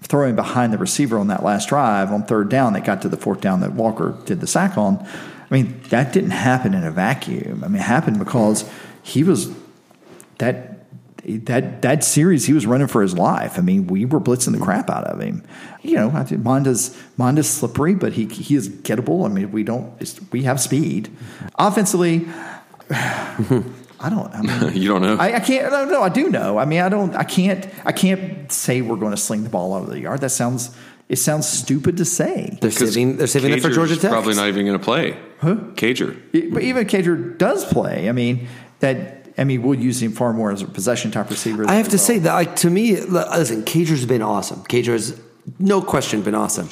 S1: throwing behind the receiver on that last drive on third down that got to the fourth down that Walker did the sack on. I mean, that didn't happen in a vacuum. I mean, it happened because he was that that that series he was running for his life. I mean, we were blitzing the crap out of him. You know, I think Monda's Monda's slippery, but he he is gettable. I mean, we don't it's, we have speed. Offensively, I don't. I mean,
S2: you don't know.
S1: I, I can't. No, no, I do know. I mean, I don't. I can't. I can't say we're going to sling the ball out of the yard. That sounds. It sounds stupid to say.
S3: They're saving. They're saving it for
S2: Cager's
S3: Georgia Tech.
S2: Probably not even going to play. Huh? Cager.
S1: It- but even if Cager does play. I mean, that. I mean, we'll use him far more as a possession type receiver.
S3: I have
S1: as
S3: to
S1: well.
S3: say that, like, to me, li- listen, Cager's been awesome. Cager has, no question, been awesome.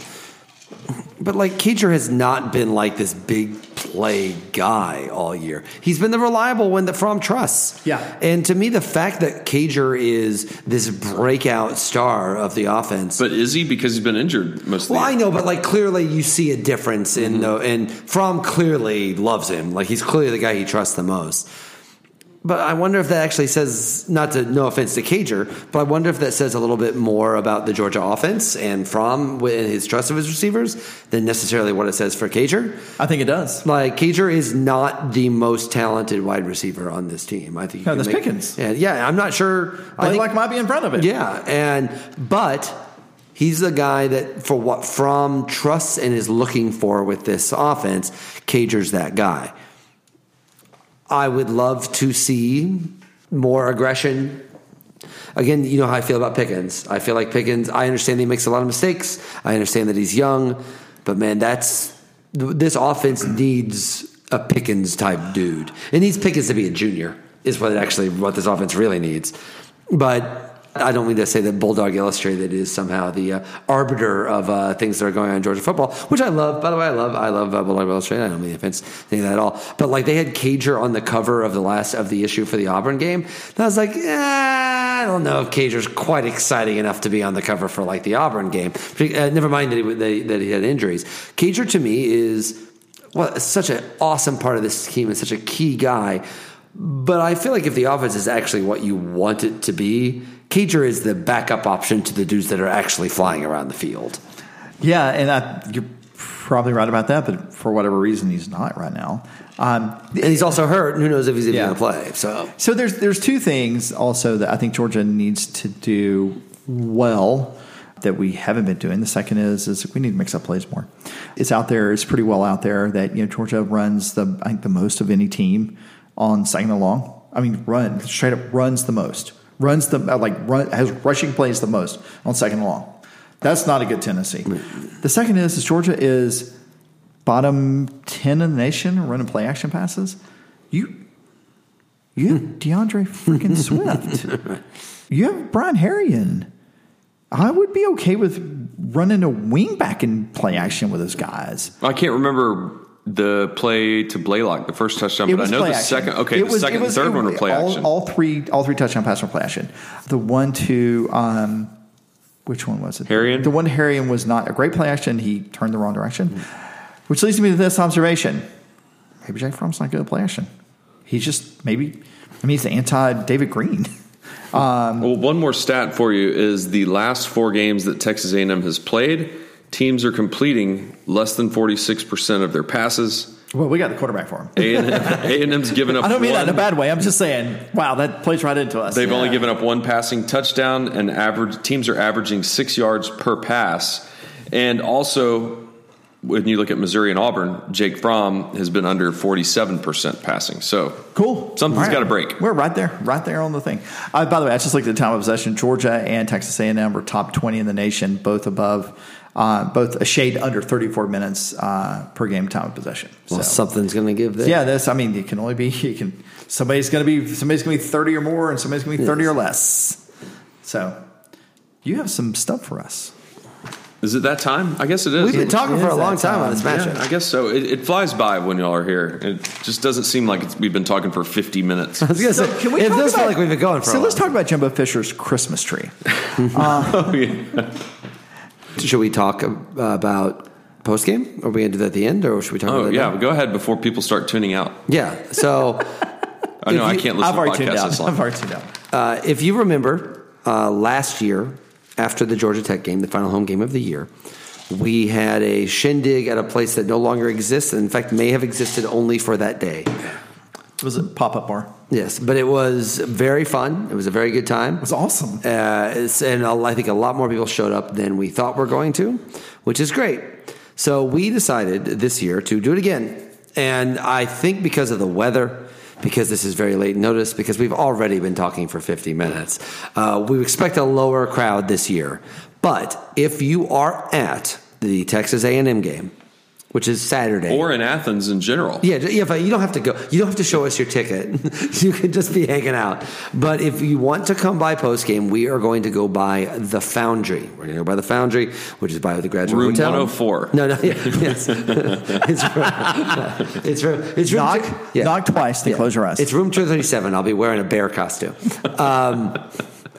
S3: But like, Cager has not been like this big play guy all year. He's been the reliable one that Fromm trusts.
S1: Yeah.
S3: And to me, the fact that Cager is this breakout star of the offense.
S2: But is he? Because he's been injured most of the
S3: well, I
S2: year.
S3: know, but like clearly you see a difference in
S1: Mm-hmm.
S3: the and Fromm clearly loves him. Like he's clearly the guy he trusts the most. But I wonder if that actually says not to no offense to Cager, but I wonder if that says a little bit more about the Georgia offense and Fromm and his trust of his receivers than necessarily what it says for Cager.
S1: I think it does.
S3: Like Cager is not the most talented wide receiver on this team. I think you
S1: No,
S3: can
S1: that's
S3: make-
S1: Pickens.
S3: Yeah, yeah, I'm not sure. I
S1: Blake
S3: think-
S1: like might be in front of it.
S3: yeah, and but He's the guy that for what From trusts and is looking for with this offense. Cager's that guy. I would love to see more aggression. Again, you know how I feel about Pickens. I feel like Pickens, I understand he makes a lot of mistakes. I understand that he's young, but man, that's this offense needs a Pickens type dude. It needs Pickens to be a junior, is what it actually what this offense really needs. But I don't mean to say that Bulldog Illustrated is somehow the uh, arbiter of uh, things that are going on in Georgia football, which I love. By the way, I love I love uh, Bulldog Illustrated. I don't mean offense to that at all. But like they had Cager on the cover of the last of the issue for the Auburn game, and I was like, eh, I don't know if Cager's quite exciting enough to be on the cover for like the Auburn game. Uh, never mind that he that he- that he had injuries. Cager to me is well, such an awesome part of this team and such a key guy. But I feel like if the offense is actually what you want it to be, Cager is the backup option to the dudes that are actually flying around the field.
S1: Yeah, and I, you're probably right about that, but for whatever reason, he's not right now. Um,
S3: And he's also hurt, and who knows if he's even
S1: Yeah.
S3: going to play. So
S1: so there's there's two things also that I think Georgia needs to do well that we haven't been doing. The second is is we need to mix up plays more. It's out there. It's pretty well out there that you know Georgia runs the I think the most of any team on second and long. I mean, run straight up runs the most. Runs the uh, like run has rushing plays the most on second and long. That's not a good Tennessee. The second is, is Georgia is bottom ten in the nation in running play action passes. You you have DeAndre freaking Swift. You have Brian Harrion. I would be okay with running a wing back and play action with those guys.
S2: I can't remember the play to Blaylock, the first touchdown,
S1: It
S2: but I
S1: was
S2: know
S1: play
S2: the
S1: action.
S2: second. Okay,
S1: It
S2: the
S1: was-
S2: second
S1: it was-
S2: and third
S1: it-
S2: one were play
S1: all,
S2: action.
S1: All three, all three touchdown pass were play action. The one to um, which one was it?
S2: Harrion?
S1: The one to Harrion was not a great play action. He turned the wrong direction, which leads me to this observation: maybe Jack Fromm's not good at play action. He's just maybe. I mean, he's the anti David Green.
S2: Well, one more stat for you is the last four games that Texas A&M has played. Teams are completing less than forty six percent of their passes.
S1: Well, we got the quarterback for him.
S2: A&M, A&M's given up.
S1: I don't mean that in a
S2: one-
S1: bad way. I'm just saying, wow, that plays right into us.
S2: They've only given up one passing touchdown, and average teams are averaging six yards per pass. And also, when you look at Missouri and Auburn, Jake Fromm has been under forty-seven percent passing. So
S1: Cool.
S2: Something's
S1: All right.
S2: gotta break.
S1: We're right there, right there on the thing. Uh, by the way, I just looked at time of possession. Georgia and Texas A&M were top 20 in the nation, both above, uh, both a shade under 34 minutes uh, per game time of possession.
S3: well,
S1: so.
S3: something's going to give there.
S1: Yeah, this. I mean, it can only be. You can. Somebody's going to be. Somebody's going to be thirty or more, and somebody's going to be thirty or less. So, you have some stuff for us.
S2: is it that time? I guess it is.
S3: We've been talking
S1: It
S3: for a
S1: is
S3: long
S1: that
S3: time
S1: time.
S3: on this matchup.
S2: Yeah, I guess so. It, it flies by when y'all are here. It just doesn't seem like it's, we've been talking for 50 minutes.
S3: I was going to say, it
S1: talk
S3: does feel
S1: about-
S3: like we've been going for
S1: So
S3: a
S1: let's
S3: while.
S1: talk about Jumbo Fisher's Christmas tree.
S2: Oh, yeah.
S3: Should we talk ab- about post game? Are we going to do that at the end, or should we talk about
S2: Oh,
S3: that
S2: yeah.
S3: now?
S2: Go ahead before people start tuning out.
S3: Yeah. So
S2: I know
S3: If
S2: I
S3: you-
S2: can't listen
S1: I've
S2: to
S1: already tuned
S2: podcasts
S1: out.
S2: this long.
S1: I've already tuned out.
S3: Uh, if you remember uh, last year, after the Georgia Tech game, the final home game of the year, we had a shindig at a place that no longer exists. and In fact, may have existed only for that day.
S1: It was a pop up bar.
S3: Yes, but it was very fun. It was a very good time.
S1: It was awesome.
S3: Uh, it's- and a- I think a lot more people showed up than we thought were going to, which is great. So we decided this year to do it again. And I think because of the weather, because this is very late notice, because we've already been talking for 50 minutes, uh, we expect a lower crowd this year. But if you are at the Texas A&M game, which is Saturday,
S2: Or in Athens in general.
S3: yeah, j- yeah, but you don't have to go. You don't have to show us your ticket. you can just be hanging out. But if you want to come by post game, we are going to go by the Foundry. We're going to go by the Foundry, which is by the Graduate
S2: Room
S3: Hotel.
S2: 104.
S3: No, no, yeah, yes, it's room, it's room, it's room
S1: Knock,
S3: two- yeah.
S1: knock twice to
S3: Yeah.
S1: close your eyes.
S3: It's room two thirty seven. I'll be wearing a bear costume. Um,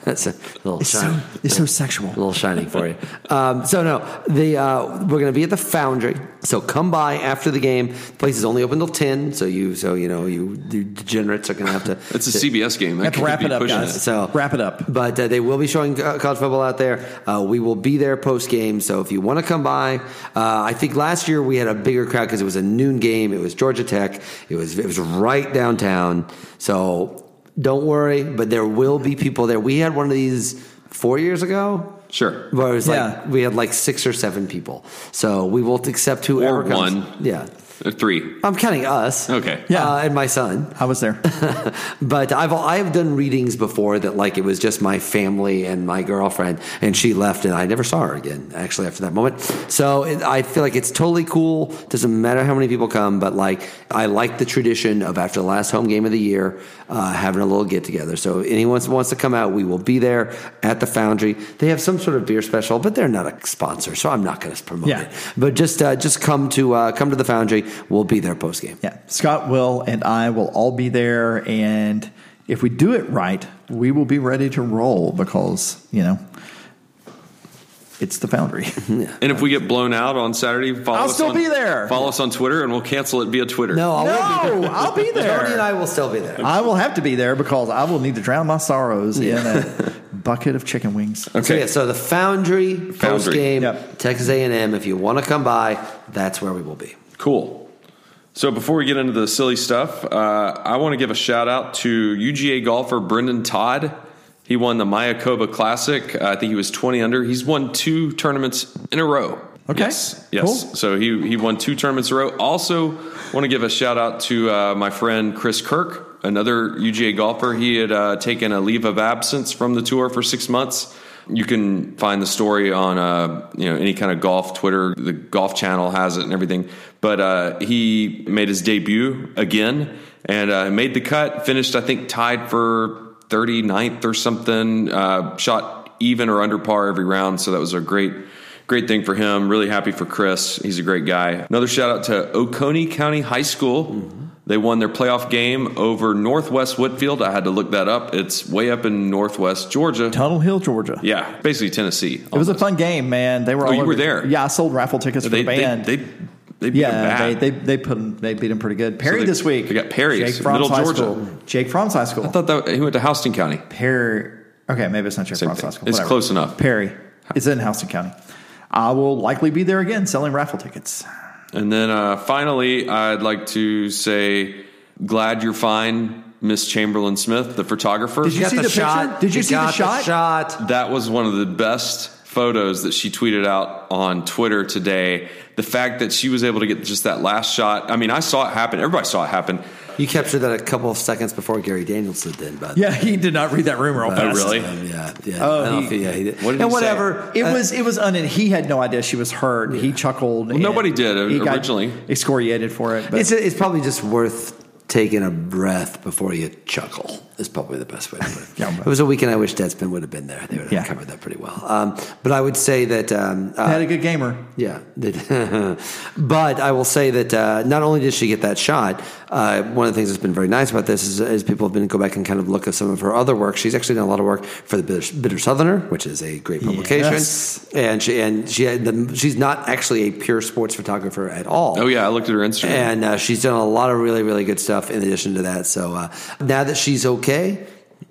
S3: that's a little
S1: It's
S3: shine-
S1: so, it's so sexual.
S3: a little shining for you. Um, so no, the uh, we're going to be at the Foundry. So come by after the game. The place is only open till ten. So you, so you know, you, you degenerates are going to have to.
S2: It's a CBS game.
S1: We have
S2: That
S1: to
S2: could
S1: wrap
S2: be
S1: it up,
S2: pushing
S1: guys.
S2: it.
S3: So
S1: Wrap it up.
S3: But uh, they will be showing uh, college football out there. Uh, we will be there post game. So if you want to come by, uh, I think last year we had a bigger crowd because it was a noon game. It was Georgia Tech. It was it was right downtown. So don't worry, but there will be people there. We had one of these four years ago.
S2: Sure.
S3: Where it was
S1: Yeah.
S3: like we had like six or seven people. So we will accept whoever
S2: Or
S3: comes.
S2: one.
S3: Yeah.
S2: Uh, Three.
S3: I'm counting us.
S2: Okay.
S1: Yeah.
S3: Uh, and my son.
S1: I was there.
S3: But I've I've done readings before that like it was just my family and my girlfriend and she left and I never saw her again actually after that moment. So it, I feel like it's totally cool. Doesn't matter how many people come, but like I like the tradition of after the last home game of the year uh, having a little get together. So if anyone wants to come out, we will be there at the Foundry. They have some sort of beer special, but they're not a sponsor, so I'm not going to promote
S1: Yeah.
S3: it. But just uh, just come to uh, come to the Foundry. We'll be there post game.
S1: Yeah, Scott, Will, and I will all be there, and if we do it right, we will be ready to roll because you know it's the Foundry.
S2: And if we get blown out on Saturday, follow
S1: I'll
S2: us
S1: still
S2: on-
S1: be there.
S2: Follow us on Twitter, and we'll cancel it via Twitter.
S3: No, I won't be
S1: no, I'll be
S3: Tony and
S1: there.
S3: I will still be there.
S1: I will have to be there because I will need to drown my sorrows in a bucket of chicken wings.
S2: Okay.
S3: So yeah, so the Foundry, post game,
S1: Yep.
S3: Texas A and M. If you want to come by, that's where we will be.
S2: Cool. So before we get into the silly stuff, uh, I want to give a shout out to UGA golfer Brendan Todd. He won the Mayakoba Classic. Uh, I think he was 20 under. He's won two tournaments in a row.
S1: Okay.
S2: Yes. yes.
S1: Cool.
S2: So he, he won two tournaments in a row. Also, want to give a shout out to uh, my friend Chris Kirk, another UGA golfer. He had uh, taken a leave of absence from the tour for six months. You can find the story on uh, you know any kind of golf Twitter. The Golf Channel has it and everything. But uh, he made his debut again and uh, made the cut. Finished, I think, tied for 39th or something. Uh, shot even or under par every round, so that was a great Great thing for him. Really happy for Chris. He's a great guy. Another shout out to Oconee County High School.
S1: Mm-hmm.
S2: They won their playoff game over Northwest Whitfield. I had to look that up. It's way up in Northwest Georgia.
S1: Tunnel Hill, Georgia.
S2: Yeah, basically Tennessee.
S1: It was a fun game, man. They were. Oh, all
S2: you
S1: over
S2: were
S1: it.
S2: there.
S1: Yeah, I sold raffle tickets for
S2: They,
S1: the band.
S2: they, they, they beat them
S1: yeah,
S2: bad.
S1: they, they they put 'em- they beat them pretty good. Perry
S2: they-
S1: this week.
S2: they got Perry's,
S1: Jake Fromm's
S2: Middle
S1: High
S2: Georgia.
S1: School. Jake Fromm's High School.
S2: I thought that he went to Houston County.
S1: Perry. Okay, maybe it's not Jake
S2: Same
S1: Fromm's
S2: thing.
S1: High School.
S2: It's close enough.
S1: Perry. It's in Houston County. I will likely be there again selling raffle tickets.
S2: And then uh, finally, I'd like to say, glad you're fine, Miss Chamberlain Smith, the photographer.
S1: Did you
S3: Got
S1: see the picture? Did you see the
S3: got
S1: shot?
S3: shot.
S2: That was one of the best photos that she tweeted out on Twitter today. The fact that she was able to get just that last shot. I mean, I saw it happen. Everybody saw it happen.
S3: You captured that a couple of seconds before Gary Daniels did, but
S1: Yeah, he did not read that room real
S2: Oh, really?
S3: Um, yeah, yeah.
S1: Oh,
S3: I don't
S1: he-
S3: think- yeah, he did.
S2: What did
S3: and
S2: he say?
S3: whatever.
S1: It
S3: Uh,
S1: was it was un. He had no idea she was hurt. He chuckled. and
S2: nobody did, uh,
S1: he got
S2: originally.
S1: excoriated for it. But
S3: It's it's probably just worth taking a breath before you chuckle. Is probably the best way to put it.
S1: Yeah, but-
S3: it was a weekend I wish Deadspin would have been there. They would have
S1: Yeah.
S3: covered that pretty well. Um, but I would say that um, uh,
S1: had a good gamer.
S3: Yeah, that- but I will say that uh, not only did she get that shot, uh, one of the things that's been very nice about this is, is people have been go back and kind of look at some of her other work. She's actually done a lot of work for the Bitter, Bitter Southerner, which is a great publication,
S1: Yes.
S3: and she and she had the, she's not actually a pure sports photographer at all.
S2: Oh, yeah. I looked at her Instagram.
S3: And uh, she's done a lot of really, really good stuff in addition to that. So uh, now that she's okay,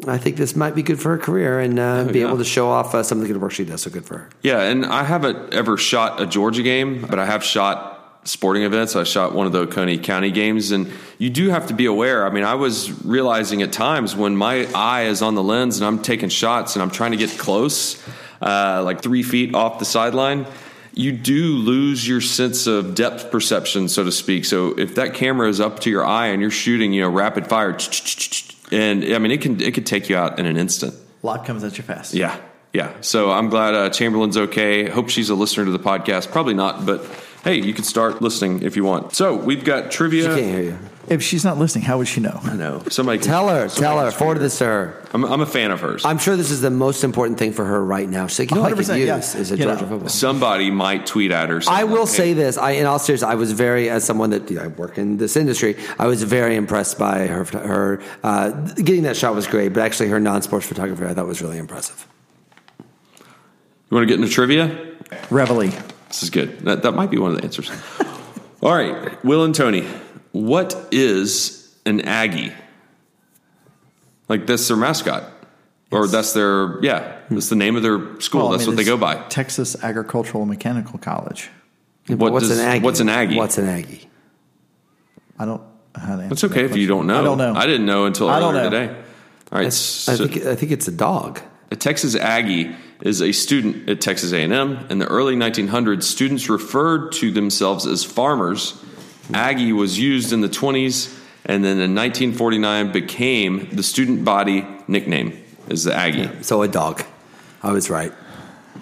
S3: I think this might be good for her career and uh, be
S2: yeah.
S3: able to show off uh, some of the good work she does. So good for her.
S2: Yeah, and I haven't ever shot a Georgia game, but I have shot sporting events. I shot one of the Oconee County games, and you do have to be aware. I mean, I was realizing at times when my eye is on the lens and I'm taking shots and I'm trying to get close, uh, like three feet off the sideline. You do lose your sense of depth perception, so to speak. So if that camera is up to your eye and you're shooting, you know, rapid fire, and I mean, it can it could take you out in an instant.
S1: Lot comes at you fast.
S2: Yeah, yeah. So I'm glad uh, Chamberlain's okay. Hope she's a listener to the podcast. Probably not, but hey, you can start listening if you want. So we've got
S3: She
S2: trivia.
S3: can't hear you.
S1: If she's not listening, how would she know?
S2: No, somebody can-
S3: Tell her, tell her,
S2: somebody
S3: forward this to her.
S2: can- I'm, I'm a fan of hers.
S3: I'm sure this is the most important thing for her right now. She's like, you know, what I could
S1: 100%,
S3: use
S1: yeah.
S3: is a
S1: You
S3: Georgia
S1: know.
S3: football.
S2: somebody might tweet at her.
S3: I
S2: something.
S3: will say this. I, in all seriousness, I was very, as someone that you know, I work in this industry, I was very impressed by her. Her uh, getting that shot was great, but actually, her non-sports photography I thought was really impressive.
S2: You want to get into trivia?
S1: Reveille.
S2: This is good. That, that might be one of the answers. All right, Will and Tony, what is an Aggie? Like that's their mascot, or that's their yeah, that's the name of their school.
S1: Well, I
S2: that's
S1: mean,
S2: what they
S1: it's
S2: go by.
S1: Texas Agricultural Mechanical College.
S2: What
S3: what's
S2: does-
S3: an Aggie?
S2: What's an Aggie?
S3: What's an Aggie?
S1: I don't. know How to answer
S2: It's okay
S1: that
S2: if you
S1: question.
S2: don't know.
S1: I don't know.
S2: I didn't know until
S1: I
S2: earlier
S1: don't know.
S2: today. All right.
S3: I
S2: so-
S3: think I think it's a dog.
S2: A Texas Aggie is a student at Texas A&M. In the early 1900s, students referred to themselves as farmers. Aggie was used in the 20s, and then in 1949 became the student body nickname is the Aggie.
S3: So a dog. I was right.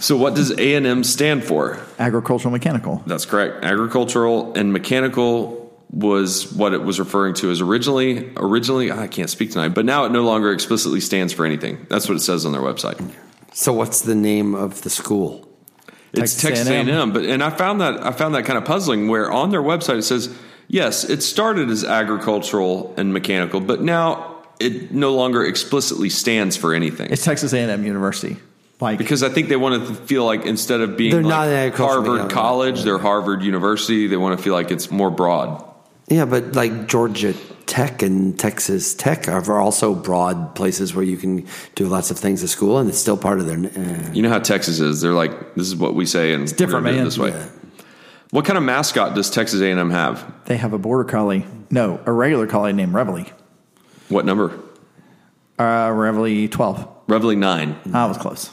S2: So what does A&M stand for?
S1: Agricultural mechanical.
S2: That's correct. Agricultural and mechanical was what it was referring to as originally. Originally, I can't speak tonight, but now it no longer explicitly stands for anything. That's what it says on their website.
S3: So what's the name of the school?
S2: It's
S1: Texas
S2: Texas
S1: A&M.
S2: A&M. but and I found that I found that kind of puzzling. Where on their website it says, yes, it started as agricultural and mechanical, but now it no longer explicitly stands for anything.
S1: It's Texas A&M University. Like
S2: because I think they want to feel like instead of being
S3: They're
S2: like
S3: not an agricultural
S2: Harvard
S3: mechanical.
S2: College, they're Harvard University. They want to feel like it's more broad.
S3: Yeah, but like Georgia Tech and Texas Tech are also broad places where you can do lots of things at school, and it's still part of their. Uh,
S2: You know how Texas is. They're like, this is what we say, and it's
S1: different, man.
S2: This way. What kind of mascot does Texas A&M have?
S1: they have a border collie. No, a regular collie named Reveille.
S2: What number?
S1: Uh, Reveille 12.
S2: Reveille nine.
S1: I was close.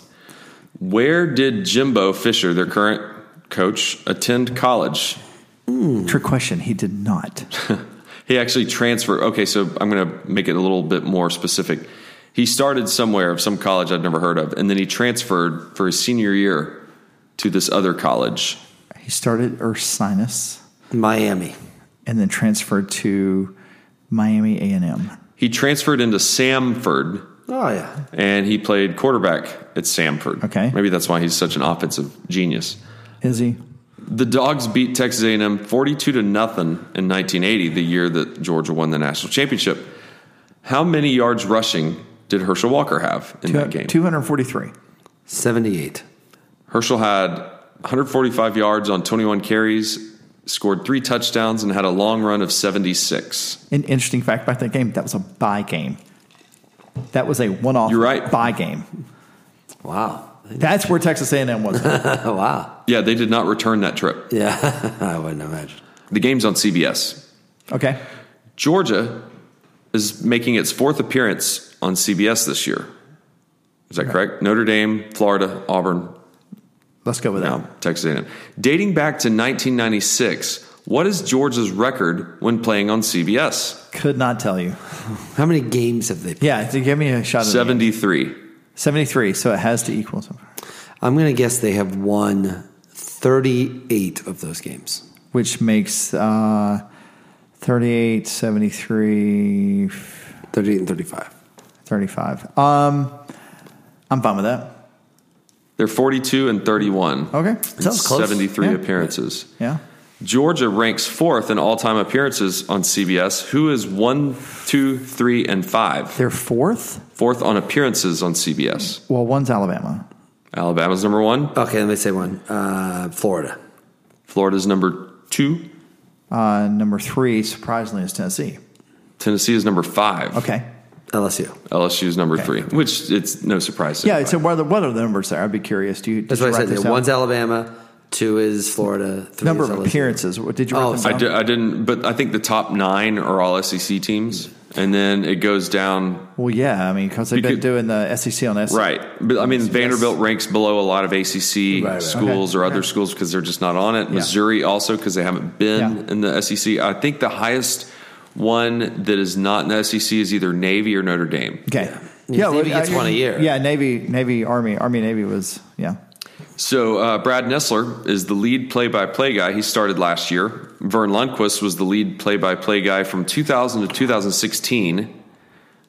S2: Where did Jimbo Fisher, their current coach, attend college? Hmm.
S1: Trick question. He did not.
S2: He actually transferred. Okay, so I'm going to make it a little bit more specific. He started somewhere of some college I'd never heard of, and then he transferred for his senior year to this other college.
S1: He started Ursinus
S3: Miami.
S1: and then transferred to Miami A&M.
S2: He transferred into Samford,
S3: Oh yeah,
S2: and he played quarterback at Samford.
S1: Okay.
S2: maybe that's why he's such an offensive genius.
S1: Is he?
S2: The Dogs beat Texas A&M 42 to nothing in 1980, the year that Georgia won the national championship. How many yards rushing did Herschel Walker have in that game?
S1: 243.
S3: seventy-eight.
S2: Herschel had 145 yards on 21 carries, scored three touchdowns, and had a long run of 76.
S1: An interesting fact about that game, that was a bye game. That was a one-off
S2: You're right.
S1: bye game.
S3: Wow,
S1: That's where Texas A&M was.
S3: wow.
S2: Yeah, they did not return that trip.
S3: Yeah, I wouldn't imagine.
S2: The game's on CBS.
S1: Okay.
S2: Georgia is making its fourth appearance on CBS this year. Is that correct? Notre Dame, Florida, Auburn,
S1: Let's go with that.
S2: now Texas A&M. Dating back to 1996, what is Georgia's record when playing on CBS?
S1: Could not tell you.
S3: How many games have they? Played?
S1: Yeah, to give me a shot at
S2: 73.
S1: 73, so it has to equal something.
S3: I'm going to guess they have won thirty-eight of those games.
S1: Which makes uh, 38, 73,
S3: Thirty-eight and thirty-five.
S1: 35. Um, I'm fine with that.
S2: They're 42 and 31.
S1: Okay.
S2: in
S1: Sounds Oh, close.
S2: 73
S1: Yeah.
S2: appearances.
S1: Yeah.
S2: Georgia ranks fourth in all-time appearances on CBS. Who is one, two, three, and five?
S1: They're fourth.
S2: Fourth on appearances on CBS.
S1: Well, one's Alabama.
S2: Alabama's number one.
S3: Okay, let me say one. Uh, Florida.
S2: Florida's number two.
S1: Uh, number three, surprisingly, is Tennessee.
S2: Tennessee is number five.
S1: Okay.
S3: LSU.
S2: LSU is number three, which it's no surprise. to
S1: Yeah.
S2: anybody.
S1: So what are the, what are the numbers there? I'd be curious. Do you? did
S3: That's
S1: you
S3: what I
S1: write
S3: said.
S1: this
S3: Yeah,
S1: down?
S3: One's Alabama, two is Florida, three
S1: number
S3: is
S1: of
S3: LSU.
S1: appearances. What- Did you? Write
S3: Oh,
S1: them
S2: I,
S1: down?
S2: di- I didn't, but I think the top nine are all SEC teams, and then it goes down
S1: Well, yeah. I mean, because they've been
S2: Because-
S1: doing the SEC on SEC.
S2: right. But I mean, Vanderbilt ranks below a lot of ACC
S3: Right, right.
S2: schools
S1: Okay,
S2: or other
S1: okay.
S2: schools because they're just not on it. Missouri also because they haven't been
S1: Yeah.
S2: in the SEC. I think the highest one that is not in the SEC is either Navy or Notre Dame.
S1: Okay.
S3: Yeah, Navy gets
S1: I-
S3: one a year.
S1: Yeah, Navy, Navy, Army, Army, Navy was yeah.
S2: So uh, Brad Nessler is the lead play-by-play guy. He started last year. Vern Lundquist was the lead play-by-play guy from 2000 to 2016.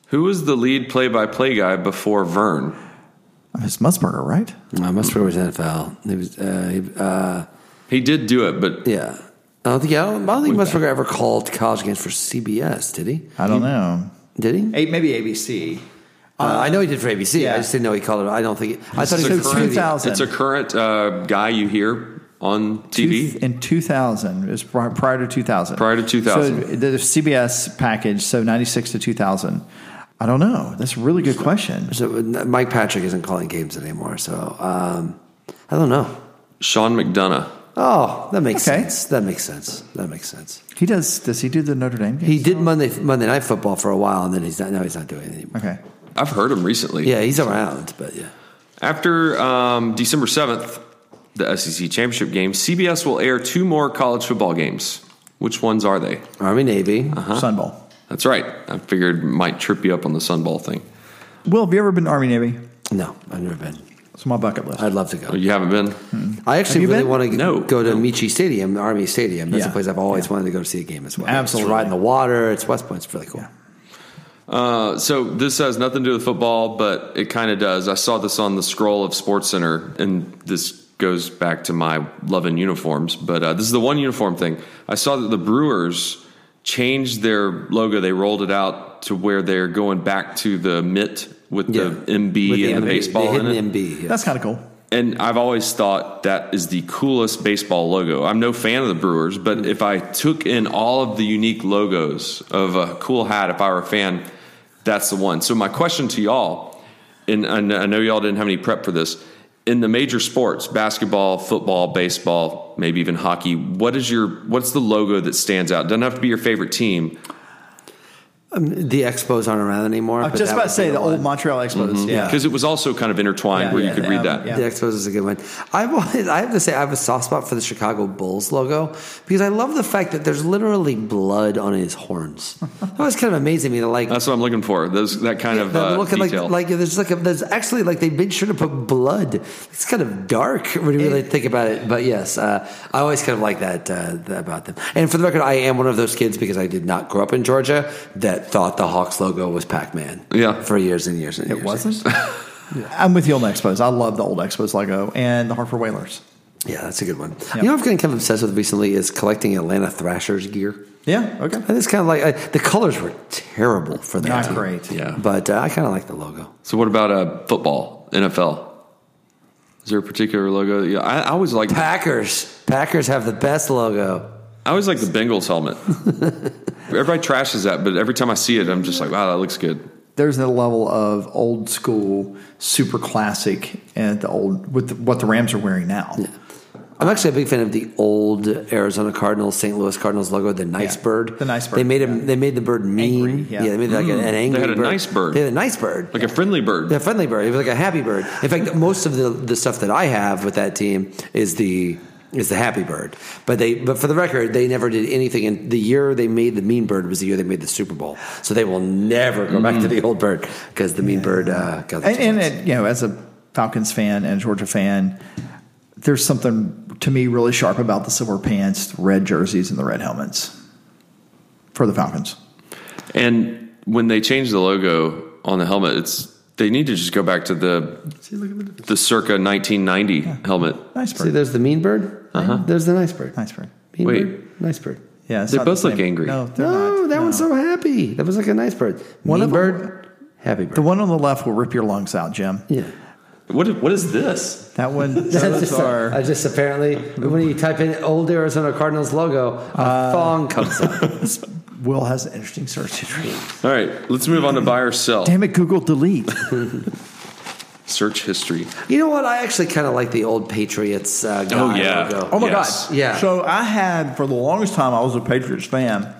S2: Who was the lead play-by-play guy before Vern?
S1: It's Musburger, right?
S3: No, Musgrove was NFL. He was, uh, he, uh,
S2: He did do it, but
S3: yeah. I don't think I don't, I don't think Musgrove ever called college games for CBS. Did he?
S1: I don't know.
S3: Did he?
S1: Eight, maybe ABC.
S3: Uh, I know he did for ABC.
S1: yeah.
S3: I just didn't know he called it. I don't think. He, I thought he
S1: So
S3: did for
S1: two
S3: CBS.
S1: thousand.
S2: it's a current uh, guy you hear on TV.
S1: in two thousand. It was pri- prior to two thousand.
S2: Prior to 2000.
S1: So the CBS package. So ninety six to two thousand. I don't know. That's a really good question.
S3: So, uh, Mike Patrick isn't calling games anymore, so um, I don't know.
S2: Sean McDonough.
S3: Oh, that makes
S1: Okay.
S3: sense. That makes sense. That makes sense.
S1: He does. Does he do the Notre Dame game?
S3: He did Monday Monday Night Football for a while, and then he's not. Now he's not doing it anymore.
S1: okay.
S2: I've heard him recently.
S3: Yeah, he's around, but yeah.
S2: After um, December 7th, the SEC championship game, CBS will air two more college football games. Which ones are they?
S3: Army Navy.
S1: Sun Bowl.
S2: That's right. I figured might trip you up on the Sun Bowl thing.
S1: Will, have you ever been to Army Navy?
S3: No, I've never been.
S1: It's my bucket list.
S3: I'd love to go.
S2: You haven't been?
S3: I actually
S1: you
S3: really
S1: been?
S3: want to
S2: No,
S3: go to
S2: no.
S3: Michi Stadium, Army Stadium. That's
S1: Yeah.
S3: a place I've always wanted to go to see a game as well.
S1: Absolutely.
S3: It's right in the water. It's West Point. It's really cool.
S2: Uh, so this has nothing to do with football, but it kind of does. I saw this on the scroll of Sports Center, and this goes back to my love in uniforms. But uh, this is the one uniform thing I saw that the Brewers changed their logo. They rolled it out to where they're going back to the mitt with
S3: Yeah.
S2: the MB
S3: With
S2: and the
S3: MB
S2: baseball
S3: the
S2: in it.
S3: hidden MB. yeah.
S1: That's kind of cool.
S2: And I've always thought that is the coolest baseball logo. I'm no fan of the Brewers,
S1: Mm.
S2: but if I took in all of the unique logos of a cool hat, if I were a fan, that's the one. So my question to y'all, and I kn- I know y'all didn't have any prep for this, in the major sports, basketball, football, baseball, maybe even hockey, what is your what's the logo that stands out? Doesn't have to be your favorite team.
S3: Um, the Expos aren't around anymore.
S1: I was just about to say the old Montreal Expos. Yeah.
S2: Because it was also kind of intertwined
S1: Yeah,
S2: where
S1: yeah,
S2: you could
S1: the,
S2: read
S1: um,
S2: that.
S1: yeah.
S3: The Expos is a good one. I've always, I have to say I have a soft spot for the Chicago Bulls logo because I love the fact that there's literally blood on his horns. that was kind of amazing to me. That like
S2: That's what I'm looking for. Those that kind of uh,
S3: look at like
S2: detail.
S3: like there's like a, there's actually like they made sure to put blood. It's kind of dark when you really think about it. But yes, uh, I always kind of like that uh, th- about them. And for the record, I am one of those kids because I did not grow up in Georgia that thought the Hawks logo was Pac Man.
S2: Yeah.
S3: for years and years and years.
S1: It wasn't. I'm with you on the Expos. I love the old Expos logo and the Harper Whalers.
S3: Yeah, that's a good one.
S1: Yeah.
S3: You know, what I've gotten kind of obsessed with recently is collecting Atlanta Thrashers gear.
S1: Yeah. Okay.
S3: And it's kind of like uh, the colors were terrible for that.
S1: Not
S3: team.
S1: great.
S2: Yeah.
S3: but uh, I kind of like the logo.
S2: So what about uh, football, NFL? Is there a particular logo? that you I, I always like I
S3: Packers, Packers have the best logo.
S2: always like the Bengals helmet. Everybody trashes that, but every time I see it, I'm just like, wow, that looks good.
S1: There's a level of old school, super classic, and the old with the, what the Rams are wearing now.
S3: I'm actually a big fan of the old Arizona Cardinals, St. Louis Cardinals logo, the nice
S1: Yeah,
S3: bird.
S1: the nice bird,
S3: They made him.
S1: yeah.
S3: They made the bird mean.
S1: Angry, yeah.
S3: they made like an, an angry.
S2: had a
S3: bird.
S2: nice bird.
S3: They had a nice bird.
S2: Like a friendly bird.
S3: The friendly bird. It was like a happy bird. In fact, most of the, the stuff that I have with that team is the is the happy bird. But they but for the record, they never did anything. And the year they made the mean bird was the year they made the Super Bowl. So they will never go back to the old bird because the mean bird uh, got the
S1: And, and
S3: chance.
S1: it, you know, as a Falcons fan and a Georgia fan, there's something to me really sharp about the silver pants, red jerseys, and the red helmets for the Falcons.
S2: And when they change the logo on the helmet, it's they need to just go back to the the circa 1990 helmet.
S1: Nice
S3: See,
S1: bird.
S3: there's the mean bird. Uh-huh. There's the nice bird.
S1: nice bird.
S3: Mean
S2: Wait.
S3: bird. Nice bird.
S1: Yeah, it's
S2: They
S1: not the
S2: both look
S1: same-
S2: angry.
S1: No, they're
S3: no,
S1: not.
S3: that
S1: No.
S3: one's so happy. That was like a nice bird.
S1: One
S3: mean
S1: of them-
S3: bird. happy bird.
S1: The one on the left will rip your lungs out, Jim.
S3: yeah.
S2: What what is this?
S1: That one.
S3: That's
S1: those
S3: just,
S1: are.
S3: I just apparently when you type in old Arizona Cardinals logo, a thong comes up.
S1: Will has an interesting search history.
S2: All right, let's move on to buy or sell.
S1: Damn it, Google delete.
S2: Search history.
S3: You know what? I actually kind of like the old Patriots. Uh, guy
S2: yeah.
S3: Logo.
S1: Oh my
S2: Yes.
S1: God.
S3: Yeah.
S1: So I had, for the longest time, I was a Patriots fan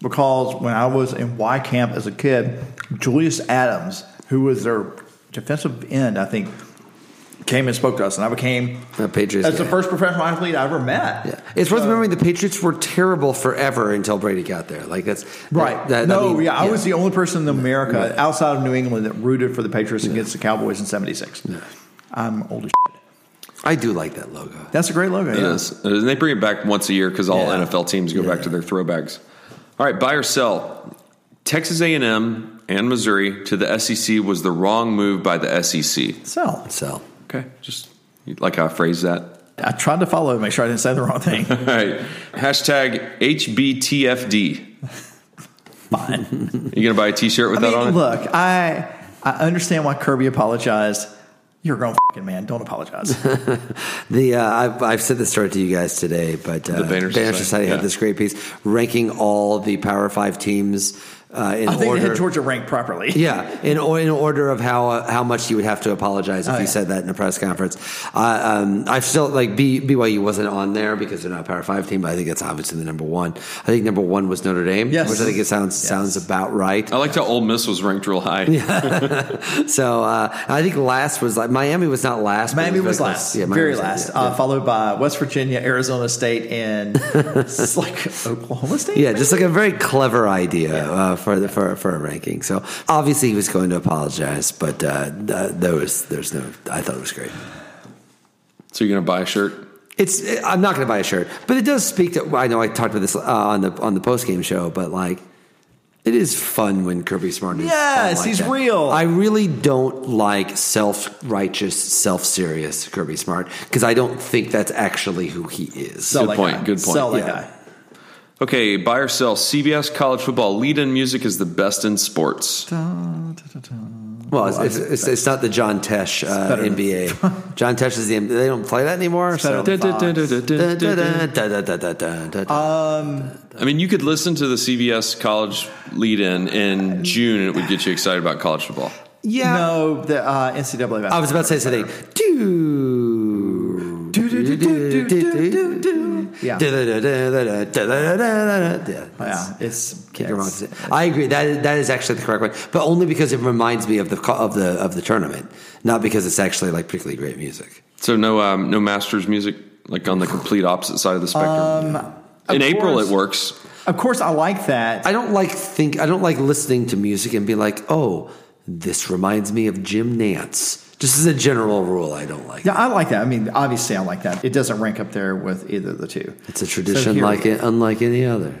S1: because when I was in Y camp as a kid, Julius Adams, who was their defensive end, I think, came and spoke to us, and I became
S3: A Patriots
S1: That's the
S3: guy.
S1: first professional athlete I ever met.
S3: Yeah. It's worth remembering the Patriots were terrible forever until Brady got there. Like that's
S1: Right.
S3: that- I
S1: no,
S3: mean,
S1: yeah, I was the only person in America outside of New England that rooted for the Patriots against the Cowboys in 76. I'm old as shit.
S3: I do like that logo.
S1: That's a great logo. yeah.
S2: Yes. And they bring it back once a year because all
S3: Yeah.
S2: NFL teams go back to their throwbacks. All right, buy or sell. Texas A&M and Missouri to the SEC was the wrong move by the SEC.
S1: So
S3: So
S2: Okay, just like how I phrased that.
S1: I tried to follow, make sure I didn't say the wrong thing.
S2: All right, hashtag HBTFD.
S1: Fine.
S2: You gonna buy a T-shirt with
S1: I
S2: that on it?
S1: mean, look, I I understand why Kirby apologized. You're a grown fucking man. Don't apologize.
S3: the uh, I've, I've said this story to you guys today, but uh,
S2: The Banner Society,
S3: Society had
S2: yeah.
S3: this great piece ranking all the Power Five teams uh, in
S1: I think they
S3: order.
S1: had Georgia ranked properly.
S3: Yeah, in, or- in order of how uh, how much you would have to apologize if
S1: Oh,
S3: you
S1: yeah.
S3: said that in a press conference. I um, I still like B, BYU wasn't on there because they're not a Power Five team, but I think it's obviously the number one. I think number one was Notre Dame,
S1: Yes.
S3: which I think it sounds
S1: Yes.
S3: sounds about right.
S2: I liked how Ole Miss was ranked real high.
S3: So uh, I think last was like Miami was not last. but it
S1: Miami was
S3: very
S1: last,
S3: close. Miami
S1: very
S3: was
S1: last,
S3: Yeah.
S1: Uh, followed by West Virginia, Arizona State, and it's like Oklahoma State.
S3: Yeah, just like a very clever idea uh, for the for, for a ranking. So obviously he was going to apologize, but uh, th- there was there's no. I thought it was great.
S2: So you're gonna buy a shirt?
S3: It's I'm not going to buy a shirt, but it does speak to. I know I talked about this uh, on the on the post game show, but like, it is fun when Kirby Smart. Is
S1: Yes,
S3: fun like
S1: he's
S3: that.
S1: real.
S3: I really don't like self righteous, self serious Kirby Smart because I don't think that's actually who he is.
S1: Sell
S2: Good
S1: that
S2: point,
S1: guy.
S2: good point.
S1: Sell that
S3: Yeah.
S1: guy.
S2: Okay, buy or sell. CBS college football lead in music is the best in sports.
S3: well, it's, it's, it's, it's not the John Tesh uh,
S1: better than-
S3: NBA. John Tesh is the M- they don't play that anymore. So.
S1: better
S3: Da, da,
S2: I
S3: da, da, da, da, da, da, da.
S1: Uh,
S2: mean, you could listen to the CBS college lead in in June, and it would get you excited about college football.
S3: yeah,
S1: No, the uh, NCAA.
S3: I was about to say something. Do. Do, do, do, do, do, do, do.
S1: Yeah.
S3: Yeah.
S1: Yeah, it's
S3: Can't go wrong
S1: it's-
S3: with it. I agree. That is, that is actually the correct one, but only because it reminds me of the co- of the of the tournament, not because it's actually like particularly great music.
S2: So no, um, no masters music like on the complete opposite side of the spectrum. in
S1: Um, of
S2: April,
S1: course.
S2: it works.
S1: Of course, I like that.
S3: I don't like think I don't like listening to music and be like, oh, this reminds me of Jim Nance. Just as a general rule, I don't like.
S1: yeah, I like that. I mean, obviously, I like that. It doesn't rank up there with either of the two.
S3: It's a tradition
S1: here-
S3: like it, unlike any other.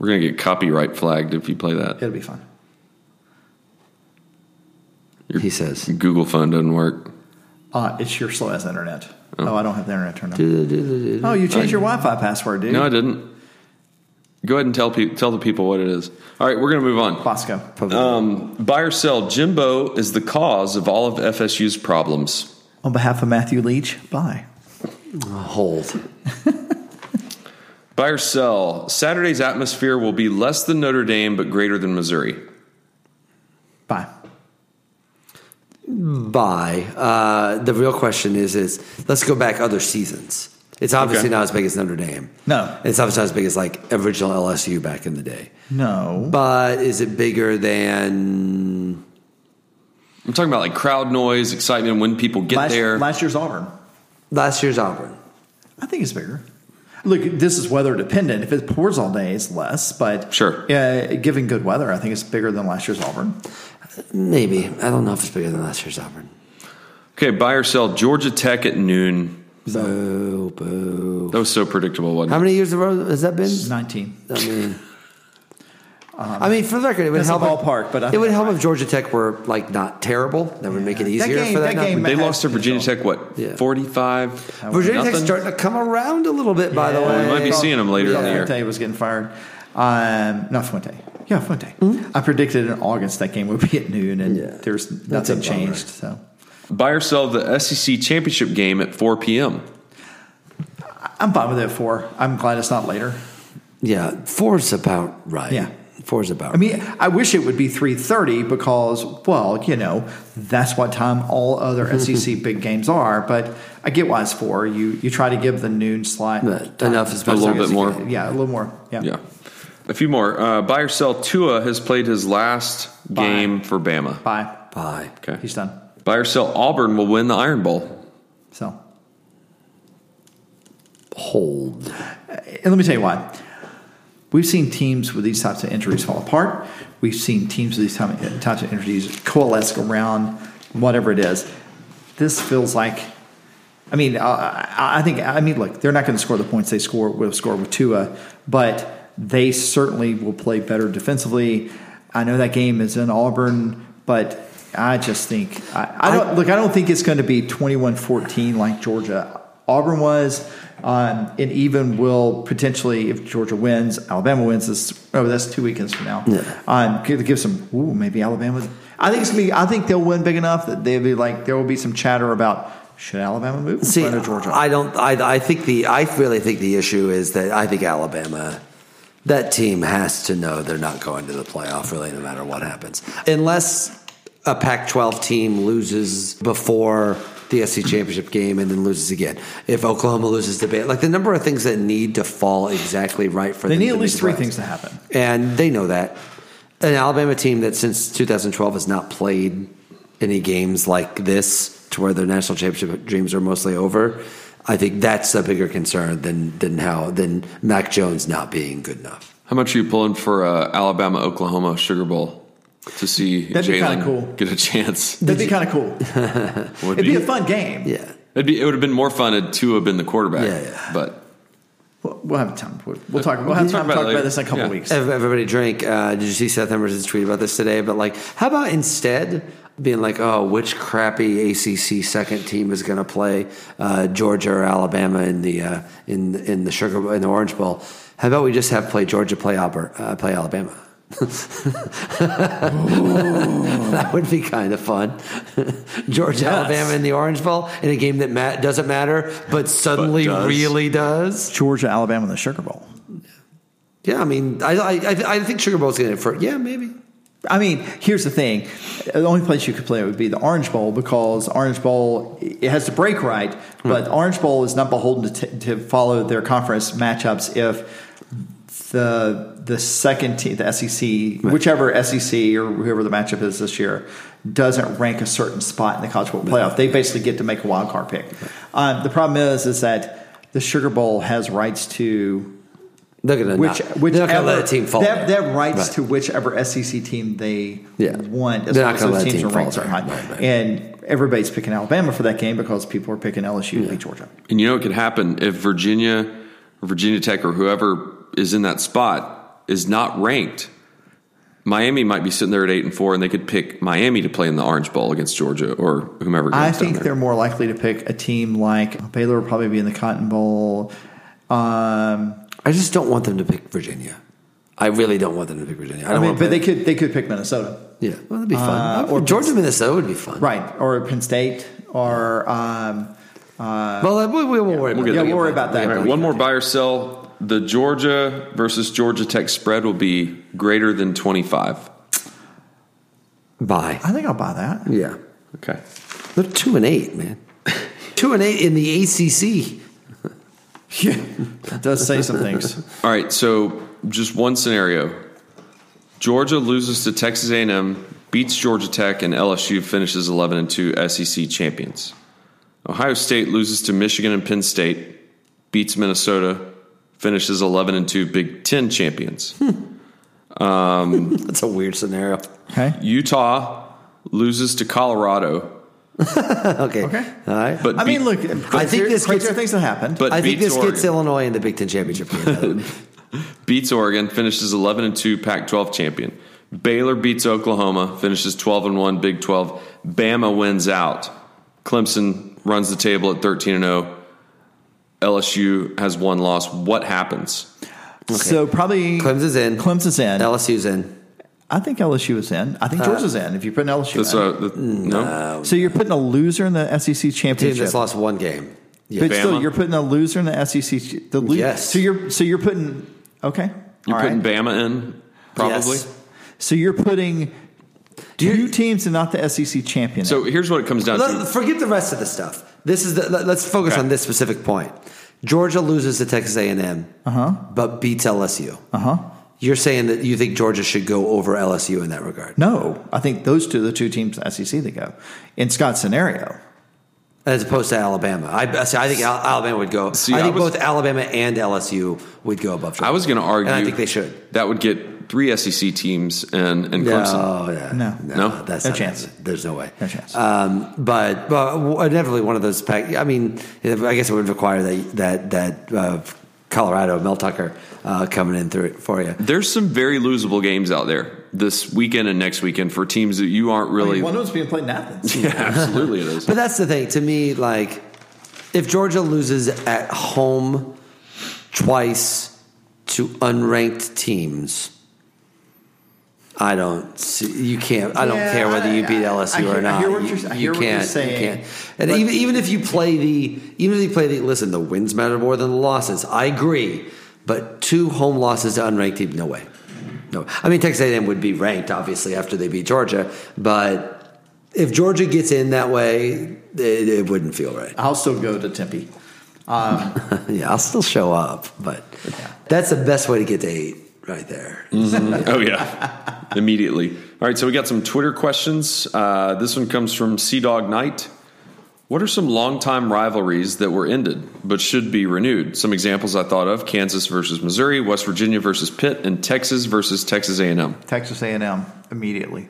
S2: We're gonna get copyright flagged if you play that.
S1: It'll be fun.
S3: He says.
S2: Google Phone doesn't work.
S1: Uh, it's your slow ass internet. Oh. I don't have the internet turned on. Oh, you changed your Wi-Fi password, dude.
S2: No, I didn't. Go ahead and tell pe- tell the people what it is. All right, we're gonna move on.
S1: Bosco.
S2: Um, buy or sell. Jimbo is the cause of all of FSU's problems.
S1: On behalf of Matthew Leach, bye.
S3: Hold.
S2: Buy or sell. Saturday's atmosphere will be less than Notre Dame, but greater than Missouri.
S1: Bye.
S3: By Uh, the real question is: is let's go back other seasons. It's obviously
S2: Okay.
S3: not as big as Notre Dame.
S1: No.
S3: it's obviously not as big as like original LSU back in the day.
S1: No.
S3: But is it bigger than?
S2: I'm talking about like crowd noise, excitement when people get
S1: last,
S2: there.
S1: last year's Auburn.
S3: Last year's Auburn.
S1: I think it's bigger. Look, this is weather dependent. If it pours all day, it's less. But
S2: Sure.
S1: uh, given good weather, I think it's bigger than last year's Auburn.
S3: Maybe I don't know if it's bigger than last year's Auburn.
S2: okay, buy or sell. Georgia Tech at noon.
S3: Boo, boo.
S2: That was so predictable, wasn't
S3: How
S2: it?
S3: many years in a row has that been?
S1: Nineteen.
S3: I mean, I mean, for the record, it would
S1: that's a
S3: help. if-
S1: ballpark, but I
S3: it
S1: think
S3: would
S1: I'm
S3: help
S1: right.
S3: if Georgia Tech were like not terrible. That would make it easier
S1: game-
S3: for that.
S1: that
S3: number.
S1: game
S2: They
S1: Has
S2: lost to
S1: been
S2: Virginia
S1: solved.
S2: Tech, what,
S3: Yeah.
S2: 45?
S3: Virginia Tech's
S2: Nothing?
S3: starting to come around a little bit, by the way.
S2: we might be
S1: Thought-
S2: seeing him later
S1: we
S2: in
S1: thought
S2: the year.
S1: Fuente was getting fired. Um, not Fuente. Yeah, Fuente. I predicted in August that game would be at noon, and
S3: Mm-hmm. Yeah.
S1: there's
S3: That's a
S1: nothing
S3: bummer.
S1: changed. So
S2: Buy or sell the SEC championship game at 4 p.m.
S1: I'm fine with it. at Four. I'm glad it's not later.
S3: Yeah, four's about right.
S1: Yeah.
S3: four's about.
S1: I mean, I wish it would be 3:30 because, well, you know, that's what time all other SEC big games are. But I get why it's four. You you try to give the noon slot
S3: But enough is better.
S2: A little bit more.
S1: Yeah, a little more. Yeah.
S2: Yeah. A few more. Uh, buy or sell. Tua has played his last
S1: Buy.
S2: game for Bama.
S1: Bye.
S3: Bye.
S2: Okay.
S1: He's done.
S2: Buy or sell. Auburn will win the Iron Bowl.
S1: So,
S3: Hold.
S1: and let me tell you why. We've seen teams with these types of injuries fall apart. We've seen teams with these type- types of injuries coalesce around whatever it is. This feels like, I mean, uh, I I think, I mean, look, they're not going to score the points they score would have scored with Tua, but they certainly will play better defensively. I know that game is in Auburn, but I just think I, I don't look. I don't think it's going to be 21-14 like Georgia. Auburn was, um, and even will potentially if Georgia wins, Alabama wins this. Oh, that's two weekends from now. Um, give, give some. Ooh, maybe Alabama. I think it's gonna be. I think they'll win big enough that they'll be like there will be some chatter about should Alabama move in
S3: See,
S1: front of Georgia.
S3: I don't. I, I think the. I really think the issue is that I think Alabama that team has to know they're not going to the playoff really, no matter what happens. Unless a Pac 12 team loses before the SC championship game and then loses again. If Oklahoma loses the Baylor, like the number of things that need to fall exactly right for
S1: They
S3: them
S1: need
S3: to
S1: at
S3: make
S1: least
S3: the
S1: three
S3: playoffs.
S1: things to happen.
S3: And they know that. An Alabama team that since 2012 has not played any games like this to where their national championship dreams are mostly over. I think that's a bigger concern than than how than Mac Jones not being good enough.
S2: How much are you pulling for uh, Alabama Oklahoma Sugar Bowl to see
S1: That'd be
S2: Jalen
S1: kinda cool.
S2: get a chance?
S1: That'd be kind of cool.
S2: Would
S1: It'd
S2: be,
S1: be a fun game.
S3: Yeah.
S2: it'd be it would have been more fun had Tua been the quarterback.
S3: Yeah, yeah.
S2: But
S1: We'll, we'll have time. We'll, we'll talk. We'll have
S2: We'll
S1: time to talk
S2: talk about it
S1: about
S2: later.
S1: this in a couple
S2: Yeah.
S1: weeks.
S3: Ev- Everybody drank. Uh, did you see Seth Emerson's tweet about this today? But like, how about instead being like, oh, which crappy ACC second team is going to play uh, Georgia or Alabama in the uh, in in the Sugar Bowl- in the Orange Bowl? How about we just have play Georgia, play Albert, uh, play Alabama. that would be kind of fun. Georgia, Alabama in the Orange Bowl in a game that ma- doesn't matter, but suddenly
S2: does.
S3: really does.
S1: Georgia, Alabama, in the Sugar Bowl.
S3: Yeah, I mean, I I, I I think Sugar Bowl's going to for yeah maybe.
S1: I mean, here's the thing: the only place you could play it would be the Orange Bowl because Orange Bowl it has to break right, but Orange Bowl is not beholden to, t- to follow their conference matchups if the the second team, the SEC, whichever SEC or whoever the matchup is this year, doesn't rank a certain spot in the college football playoff. They basically get to make a wild card pick. Um, the problem is, is that the Sugar Bowl has rights to
S3: They're gonna
S1: which
S3: not,
S1: whichever
S3: they're not gonna let a team fall.
S1: They have, they have rights
S3: Right.
S1: to whichever SEC team they
S3: Yeah.
S1: want.
S3: They're not
S1: long as
S3: gonna
S1: those
S3: let a
S1: teams
S3: team
S1: are ranked
S3: fall
S1: certain
S3: there.
S1: height.
S3: Right, right.
S1: And everybody's picking Alabama for that game because people are picking LSU to beat Georgia.
S2: and you know what could happen if Virginia, or Virginia Tech, or whoever is in that spot is not ranked. Miami might be sitting there at eight and four, and they could pick Miami to play in the Orange Bowl against Georgia or whomever.
S1: I
S2: goes down
S1: think
S2: there.
S1: they're more likely to pick a team like Baylor will probably be in the Cotton Bowl. Um,
S3: I just don't want them to pick Virginia. I really don't want them to pick Virginia. I
S1: I
S3: don't
S1: mean,
S3: want.
S1: but they could they could pick Minnesota,
S3: yeah, well, that'd be fun. or Georgia, Minnesota would be fun.
S1: right? Or Penn State, or um,
S3: Well, we, we, we'll worry.
S2: We'll get
S3: about it.
S2: there. Yeah,
S1: we'll worry about that.
S2: All right, one more buy or sell. The Georgia versus Georgia Tech spread will be greater than 25.
S3: Bye.
S1: I think I'll buy that.
S3: Yeah,
S2: Okay.
S3: they're two and eight, man. two and eight in the ACC.
S1: Yeah, that does say some things.
S2: All right, so just one scenario. Georgia loses to Texas A&M, beats Georgia Tech and LSU finishes 11 and 2 SEC champions. Ohio State loses to Michigan and Penn State, beats Minnesota, finishes 11 and 2 Big 10 champions.
S1: Hmm.
S3: That's a weird scenario.
S1: Okay,
S2: Utah loses to Colorado,
S3: okay.
S1: Okay.
S3: All right.
S2: but
S1: I mean,
S2: beat-
S1: look, I
S3: think this
S1: crazier
S3: gets-
S1: things that happened.
S2: but
S3: I think
S2: beats
S3: this gets
S2: Oregon.
S3: Illinois in the Big Ten championship game.
S2: beats Oregon, finishes 11 and 2 Pac 12 champion. Baylor beats Oklahoma, finishes 12 and 1 Big 12. Bama wins out. Clemson runs the table at 13 and oh. 0. LSU has one loss. What happens?
S1: So probably
S3: Clemson's in.
S1: Clemson's in.
S3: LSU's in.
S1: I think LSU is in. I think
S3: Uh,
S1: Georgia's in. If you put an LSU,
S2: That's
S1: in.
S2: uh,
S3: Mm,
S2: th- no.
S1: so you're putting a loser in the SEC
S3: Team
S1: championship.
S3: that's lost one game. Yeah.
S1: but still,
S2: Bama.
S1: you're putting a loser in the SEC. ch- The lo-
S3: Yes.
S1: So you're so you're putting okay.
S2: You're
S1: all
S2: putting
S1: right.
S2: Bama in, probably.
S3: Yes.
S1: so you're putting two teams and not the SEC champion.
S2: So here's what it comes down
S3: Let-
S2: to.
S3: forget the rest of the stuff. This is the, let, us focus
S2: Okay.
S3: on this specific point. Georgia loses to Texas A and M,
S2: Uh-huh.
S3: but beats LSU.
S1: Uh-huh.
S3: You're saying that you think Georgia should go over LSU in that regard?
S1: no, I think those two are the two teams in the SEC that go in Scott's scenario.
S3: as opposed to Alabama. I, I see, I think Al- Alabama would go.
S2: See,
S3: I think
S2: I was-
S3: both Alabama and LSU would go above. Georgia.
S2: I was going to argue
S3: and I think they should.
S2: That would get three SEC teams and, and Clemson.
S3: No, Oh, yeah.
S1: No.
S2: No?
S3: that's
S1: No
S3: not
S1: chance.
S3: happening. There's no way.
S1: No chance.
S3: Um, but, but inevitably, one of those. Pack, I mean, I guess it would require that that that uh, Colorado Mel Tucker uh, coming in through it for you.
S2: There's some very losable games out there this weekend and next weekend for teams that you aren't really.
S1: One of them's being played in Athens.
S2: Yeah, absolutely it is.
S3: But that's the thing to me. Like, if Georgia loses at home twice to unranked teams, I don't. See, you can't. I don't
S1: Yeah,
S3: care whether you
S1: I-
S3: beat
S1: I-
S3: LSU
S1: I hear-
S3: or
S1: I
S3: not.
S1: hear what
S3: you,
S1: you're- I
S3: you
S1: hear what you're
S3: can't.
S1: saying,
S3: You can't. And
S1: but-
S3: even even if you play the even if you play the listen, the wins matter more than the losses. I agree. But two home losses to unranked team. No way. No. I mean, Texas A&M would be ranked obviously after they beat Georgia, but if Georgia gets in that way, it, it wouldn't feel right.
S1: I'll still go to Tempe.
S3: yeah, I'll still show up, but that's the best way to get to eight right there.
S2: Oh yeah, immediately. All right, so we got some Twitter questions. Uh, this one comes from Sea Dog Knight. What are some longtime rivalries that were ended but should be renewed? Some examples I thought of: Kansas versus Missouri, West Virginia versus Pitt, and Texas versus Texas A&M.
S1: Texas A&M immediately.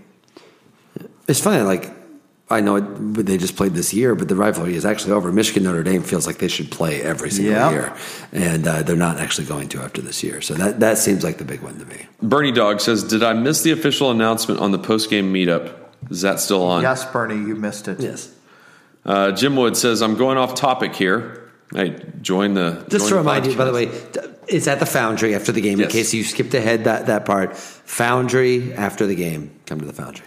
S3: It's funny, like I know it, but they just played this year, but the rivalry is actually over. Michigan Notre Dame feels like they should play every single
S1: Yeah.
S3: year, and uh, they're not actually going to after this year. So that that seems like the big one to me.
S2: Bernie Dog says, "Did I miss the official announcement on the post-game meetup? Is that still on?"
S1: Yes, Bernie, you missed it.
S3: Yes.
S2: Uh, Jim Wood says, "I'm going off topic here. Hey, join the
S3: Just
S2: join
S3: to
S2: the
S3: remind you, by the
S2: podcast.
S3: way, t- it's at the Foundry after the game.
S2: Yes.
S3: In case you skipped ahead that that part, Foundry after the game, come to the Foundry.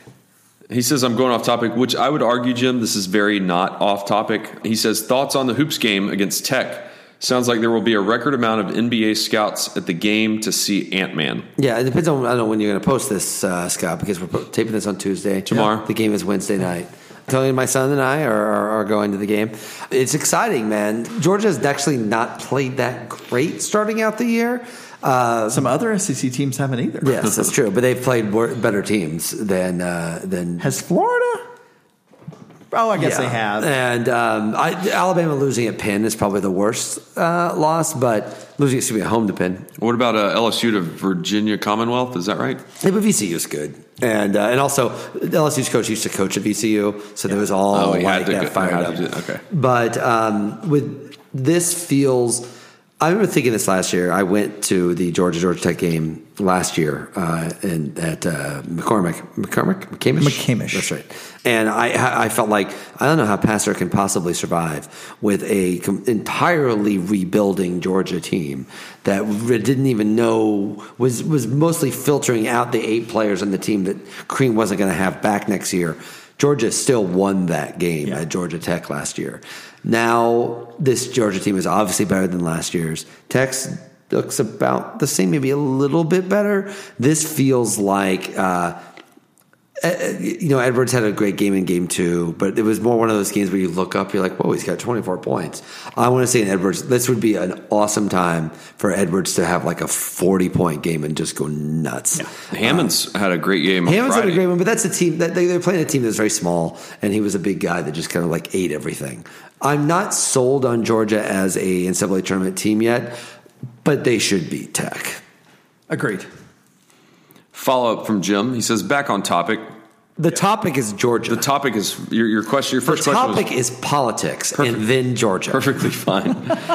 S2: He says, I'm going off topic, which I would argue, Jim, this is very not off topic. He says, thoughts on the hoops game against Tech. Sounds like there will be a record amount of NBA scouts at the game to see Ant Man.
S3: Yeah, it depends on I don't know when you're going to post this, uh, Scott, because we're po- taping this on Tuesday.
S2: Tomorrow.
S3: the game is Wednesday night. Tony, my son, and I are, are, are going to the game. It's exciting, man. Georgia's actually not played that great starting out the year. Uh,
S1: Some other SEC teams haven't either.
S3: yes, that's true, but they've played wor- better teams than uh, than
S1: Has Florida? Oh, I guess they have.
S3: And um, I, Alabama losing at Penn is probably the worst uh, loss, but losing excuse me at home to Penn.
S2: What about uh, LSU to Virginia Commonwealth? Is that right?
S3: Yeah, but VCU is good, and uh, and also LSU's coach used to coach at VCU, so there was all
S2: Oh, he had
S3: like
S2: to
S3: that
S2: go-
S3: fired
S2: had
S3: up.
S2: to do- okay.
S3: but um, with this feels. I remember thinking this last year. I went to the Georgia Georgia Tech game last year, uh, and at uh, McCormick, McCormick, McCamish,
S1: McCamish.
S3: That's right. And I, I felt like I don't know how Passer can possibly survive with a com- entirely rebuilding Georgia team that re- didn't even know was was mostly filtering out the eight players on the team that Cream wasn't going to have back next year. Georgia still won that game
S1: Yeah.
S3: at Georgia Tech last year. Now this Georgia team is obviously better than last year's. Tech's looks about the same, maybe a little bit better. This feels like. Uh, you know, Edwards had a great game in game two, but it was more one of those games where you look up, you're like, whoa, he's got 24 points. I want to say in Edwards, this would be an awesome time for Edwards to have like a 40 point game and just go nuts.
S2: Hammonds had a great game. on
S3: Uh, Hammonds had a
S2: Friday.
S3: great one, but that's a team that they, they're playing a team that's very small, and he was a big guy that just kind of like ate everything. I'm not sold on Georgia as a NCAA tournament team yet, but they should beat Tech.
S1: Agreed.
S2: Follow up from Jim. He says, back on topic.
S3: The topic is Georgia.
S2: The topic is your, your question. Your first
S3: the
S2: question was
S3: topic is politics, and then Georgia.
S2: perfectly fine.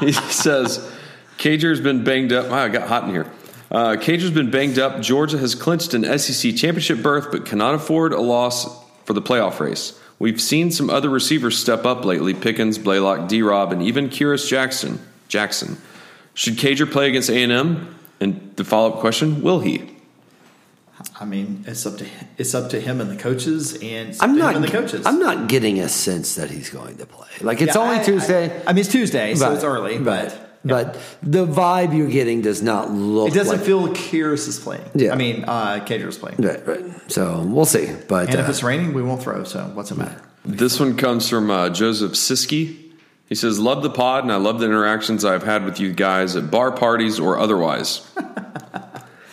S2: he says, Cager's been banged up. Wow, it got hot in here. Uh, Cager's been banged up. Georgia has clinched an SEC championship berth, but cannot afford a loss for the playoff race. We've seen some other receivers step up lately Pickens, Blaylock, D Rob, and even Kyrus Jackson. Jackson. Should Cager play against A&M? And the follow up question will he?
S1: I mean, it's up to it's up to him and the coaches, and it's
S3: I'm
S1: him
S3: not.
S1: and the coaches.
S3: I'm not getting a sense that he's going to play. Like it's
S1: Yeah,
S3: only
S1: I-
S3: Tuesday,
S1: I, I mean, it's Tuesday, so
S3: Right.
S1: it's early, but
S3: but the vibe you're getting does not look.
S1: it doesn't
S3: like,
S1: feel Kyrus is playing.
S3: Yeah.
S1: I mean, uh, Cager is playing.
S3: Right, right. So we'll see. But
S1: And if
S3: uh,
S1: it's raining, we won't throw. So what's it matter?
S2: This one comes from uh, Joseph Siski. He says, Love the pod, and I love the interactions I've had with you guys at bar parties or otherwise.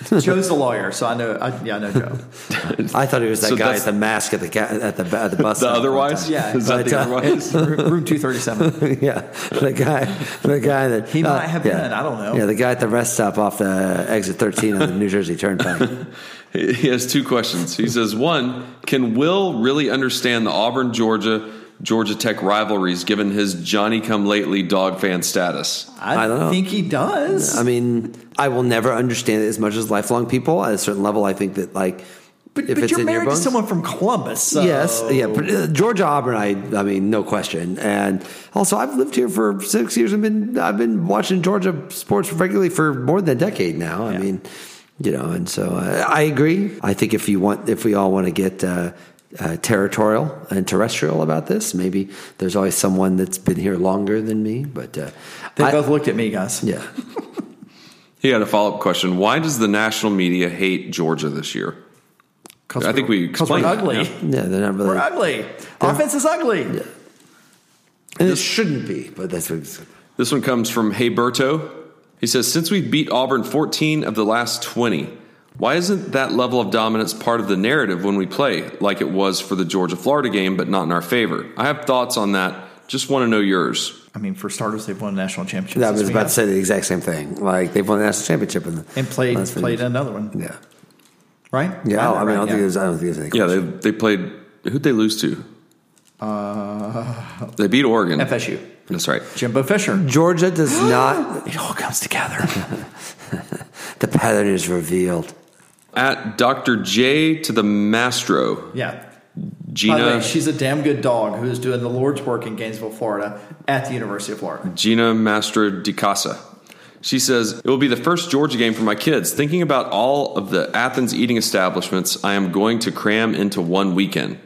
S1: Joe's a lawyer, so I know. I, yeah, I know Joe.
S3: I thought it was that
S2: So
S3: guy
S2: that's-
S3: at the mask at the ca- at the at the bus.
S2: The
S3: stop one
S2: otherwise?
S3: time.
S1: Yeah.
S2: Is that
S3: But,
S2: the
S3: uh,
S2: otherwise?
S1: Room two thirty seven.
S3: yeah, the guy, the guy that uh,
S1: He might have been, I don't know.
S3: Yeah, the guy at the rest stop off the exit 13 on the New Jersey Turnpike.
S2: He has two questions. He says, One, can Will really understand the Auburn, Georgia, Georgia Tech rivalries given his Johnny come lately dog fan status?
S1: I,
S3: I don't know.
S1: think he does.
S3: I mean, I will never understand it as much as lifelong people. At a certain level, I think that like
S1: but but you're
S3: in your
S1: married to
S3: bones-
S1: someone from Columbus. So.
S3: Yes, yeah, but uh, Georgia Auburn, I, I mean, no question. And also, I've lived here for six years. I've been, I've been watching Georgia sports regularly for more than a decade now. I
S1: Yeah.
S3: mean, you know, and so uh, I agree. I think if you want, if we all want to get uh, uh, territorial and terrestrial about this, maybe there's always someone that's been here longer than me. But uh,
S1: They
S3: I-
S1: both looked at me, guys.
S3: yeah.
S2: He had a follow up question. Why does the national media hate Georgia this year? I think we
S1: Because we're
S2: explained. that,
S1: ugly.
S2: yeah.
S3: Yeah, they're not really.
S1: We're ugly. Offense is ugly.
S3: And it shouldn't be, but that's what. It's,
S2: This one comes from Heyberto. He says, Since we beat Auburn 14 of the last 20, why isn't that level of dominance part of the narrative when we play, like it was for the Georgia Florida game, but not in our favor? I have thoughts on that. Just want to know yours.
S1: I mean, for starters, they've won national championships.
S3: that
S1: this
S3: was about to
S1: weekend
S3: say the exact same thing. Like they've won the national championship in the,
S1: and played
S3: last few
S1: played
S3: years.
S1: another one,
S3: Yeah,
S1: right? Right,
S3: yeah. I, mean, I
S1: right,
S3: don't
S1: yeah.
S3: think there's. I don't think there's any.
S2: Yeah, they they played. Who'd they lose to? Uh, they beat Oregon.
S1: FSU.
S2: That's right.
S1: Jimbo Fisher.
S3: Georgia does not.
S1: It all comes together.
S3: The pattern is revealed.
S2: At Dr. J to the Mastro,
S1: yeah. By the
S2: Gina
S1: way, she's a damn good dog who's doing the Lord's work in Gainesville, Florida, at the University of Florida.
S2: Gina Mastro de Casa. She says it will be the first Georgia game for my kids. Thinking about all of the Athens eating establishments, I am going to cram into one weekend.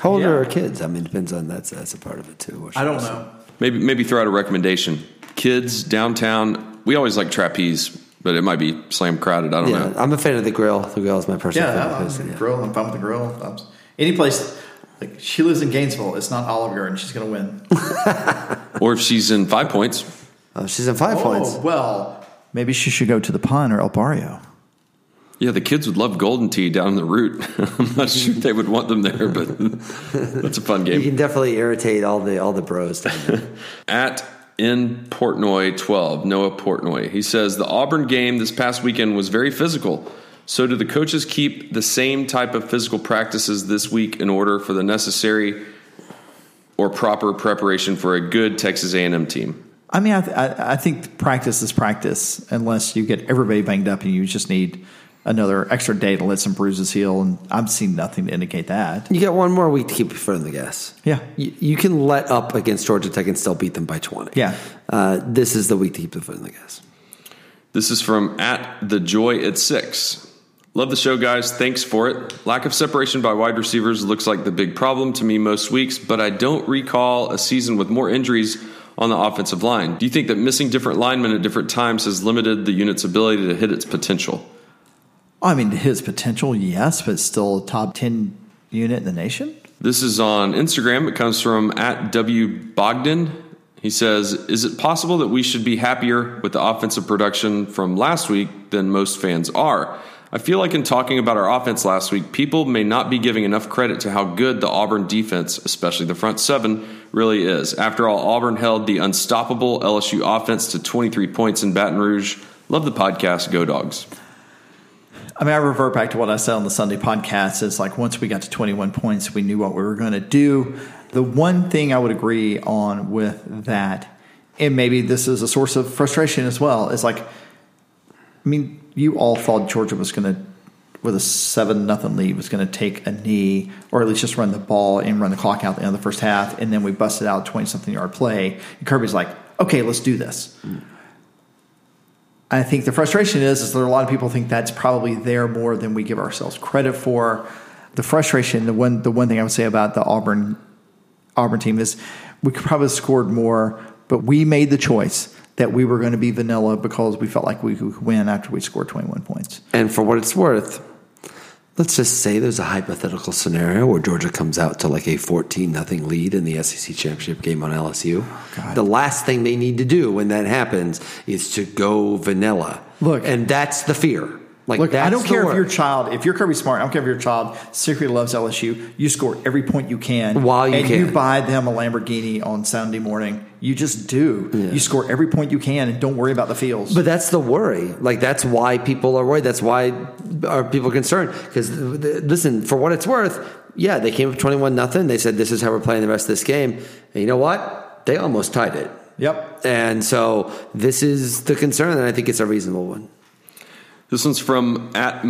S3: How old
S1: Yeah.
S3: are our kids? I mean, it depends on that's that's a part of it too. what
S1: I don't
S3: she said.
S1: know.
S2: Maybe maybe throw out a recommendation. Kids downtown. We always like trapeze, but it might be slam crowded. I don't
S3: Yeah,
S2: know.
S3: I'm a fan of the grill. The grill is my personal
S1: Yeah, I'm
S3: favorite. place,
S1: with the
S3: yeah.
S1: grill. I'm fine with the grill. I'm- Any place. Like she lives in Gainesville. It's not Olive Garden. She's going to win.
S2: Or if she's in five points,
S3: Oh, she's in five points.
S1: Oh well, maybe she should go to the Pun or El Barrio.
S2: Yeah, the kids would love Golden Tea down the route. I'm not sure they would want them there, but that's a fun
S3: You
S2: game.
S3: can definitely irritate all the all the bros. down there.
S2: At in Portnoy 12, Noah Portnoy. He says the Auburn game this past weekend was very physical. So do the coaches keep the same type of physical practices this week in order for the necessary or proper preparation for a good Texas A&M team?
S1: I mean, I, th- I, I think practice is practice unless you get everybody banged up and you just need another extra day to let some bruises heal. And I've seen nothing to indicate that.
S3: You got one more week to keep your foot on the gas.
S1: Yeah.
S3: You, you can let up against Georgia Tech and still beat them by 20.
S1: Yeah.
S3: Uh, this is the week to keep the foot on the gas.
S2: This is from at the joy at six. Love the show, guys. Thanks for it. Lack of separation by wide receivers looks like the big problem to me most weeks, but I don't recall a season with more injuries on the offensive line. Do you think that missing different linemen at different times has limited the unit's ability to hit its potential?
S1: I mean, his potential, yes, but still top 10 unit in the nation.
S2: This is on Instagram. It comes from at W Bogdan. He says, Is it possible that we should be happier with the offensive production from last week than most fans are? I feel like in talking about our offense last week, people may not be giving enough credit to how good the Auburn defense, especially the front seven, really is. After all, Auburn held the unstoppable LSU offense to 23 points in Baton Rouge. Love the podcast. Go dogs.
S1: I mean, I revert back to what I said on the Sunday podcast. It's like once we got to 21 points, we knew what we were going to do. The one thing I would agree on with that, and maybe this is a source of frustration as well, is like, I mean, you all thought Georgia was going to, with a 7 nothing lead, was going to take a knee or at least just run the ball and run the clock out at the end of the first half. And then we busted out 20 something yard play. And Kirby's like, okay, let's do this. I think the frustration is, is that a lot of people think that's probably there more than we give ourselves credit for. The frustration, the one, the one thing I would say about the Auburn Auburn team is, we could probably have scored more, but we made the choice that we were going to be vanilla because we felt like we could win after we scored twenty one points.
S3: And for what it's worth, let's just say there's a hypothetical scenario where Georgia comes out to like a 14 nothing lead in the SEC championship game on LSU.
S1: Oh, God.
S3: the last thing they need to do when that happens is to go vanilla.
S1: Look-
S3: and that's the fear. Like
S1: Look,
S3: that's
S1: I don't
S3: the
S1: care if
S3: worry.
S1: your child, if you're Kirby Smart, I don't care if your child secretly loves LSU. You score every point you can
S3: While you
S1: and
S3: can.
S1: you buy them a Lamborghini on Sunday morning. You just do. You score every point you can, and don't worry about the fields.
S3: But that's the worry. Like that's why people are worried. That's why are people concerned? Because listen, for what it's worth, yeah, they came up twenty-one nothing. They said this is how we're playing the rest of this game, and you know what? They almost tied it.
S1: yep.
S3: And so this is the concern, and I think it's a reasonable one.
S2: This one's from at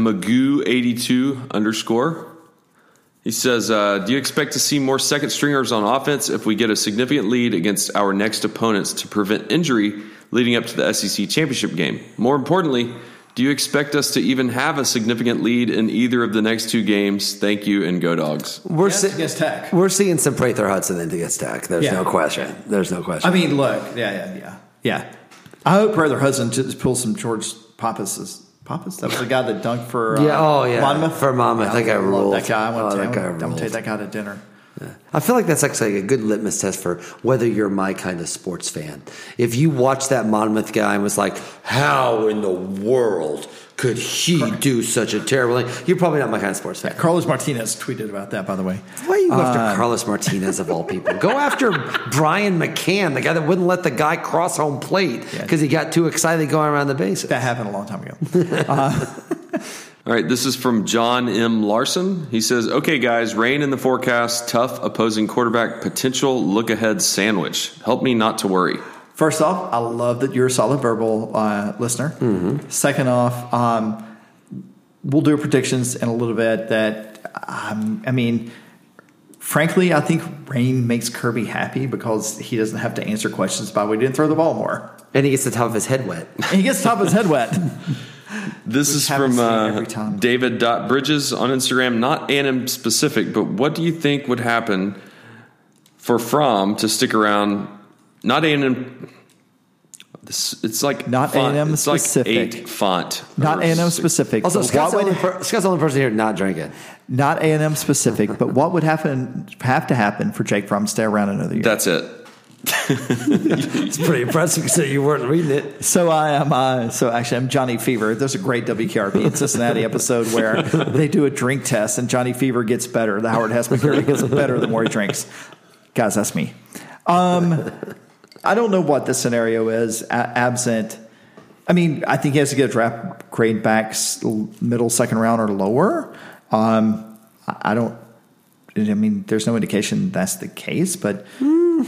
S2: Magoo82 underscore. He says, uh, Do you expect to see more second stringers on offense if we get a significant lead against our next opponents to prevent injury leading up to the SEC championship game? More importantly, do you expect us to even have a significant lead in either of the next two games? Thank you and go dogs.
S3: We're
S1: Yes,
S3: see-
S1: against Tech.
S3: We're seeing some Prather Hudson into against Tech. There's
S1: Yeah.
S3: no question. There's no question.
S1: I mean, look, yeah, yeah, yeah, yeah. I hope Brother Hudson just pulls some George Pappas is. Pappas? That was the guy that dunked for uh,
S3: Yeah, oh, yeah.
S1: Monmouth.
S3: For Monmouth. That guy
S1: I love
S3: ruled.
S1: That guy. I want
S3: Oh,
S1: to
S3: that guy
S1: I'm gonna
S3: ruled.
S1: take that guy to dinner.
S3: I feel like that's actually a good litmus test for whether you're my kind of sports fan. If you watch that Monmouth guy and was like, "How in the world could he do such a terrible thing?" You're probably not my kind of sports fan.
S1: Carlos Martinez tweeted about that, by the way.
S3: Why you go
S1: Uh,
S3: after Carlos Martinez of all people? Go after Brian McCann, the guy that wouldn't let the guy cross home plate
S1: Yeah.
S3: because he got too excited going around the bases.
S1: That happened a long time ago.
S2: All right, this is from John M. Larson. He says, Okay, guys, rain in the forecast, tough opposing quarterback, potential look ahead sandwich. Help me not to worry.
S1: First off, I love that you're a solid verbal uh, listener. Second off, um, we'll do predictions in a little bit. That um, I mean, frankly, I think rain makes Kirby happy because he doesn't have to answer questions about we didn't throw the ball more.
S3: And he gets the top of his head wet.
S1: And he gets top of his head wet.
S2: This is
S1: haven't
S2: from
S1: seen it
S2: uh,
S1: every time.
S2: David Bridges on Instagram. Not Anim specific, but what do you think would happen for Fromm to stick around? Not Anim. This, it's like
S1: Not
S2: font-
S1: A&M
S2: it's
S1: specific.
S2: Like eight font.
S1: Not
S2: or
S1: A and M
S2: six-
S1: specific.
S3: Also,
S1: but
S3: Scott's,
S1: what
S3: the
S1: would-
S3: only per- Scott's the only person here not drinking.
S1: not A and M specific, but what would happen have to happen for Jake Fromm to stay around another year?
S2: That's it.
S3: It's pretty impressive because you weren't reading it.
S1: So I am. Uh, so actually, I'm Johnny Fever. There's a great WKRP in Cincinnati episode where they do a drink test, and Johnny Fever gets better. The Howard Hess McCurdy gets better the more he drinks. Guys, that's me. Um, I don't know what the scenario is. A- absent, I mean, I think he has to get a draft grade back, s- middle second round or lower. Um, I I don't. I mean, there's no indication that's the case, but. I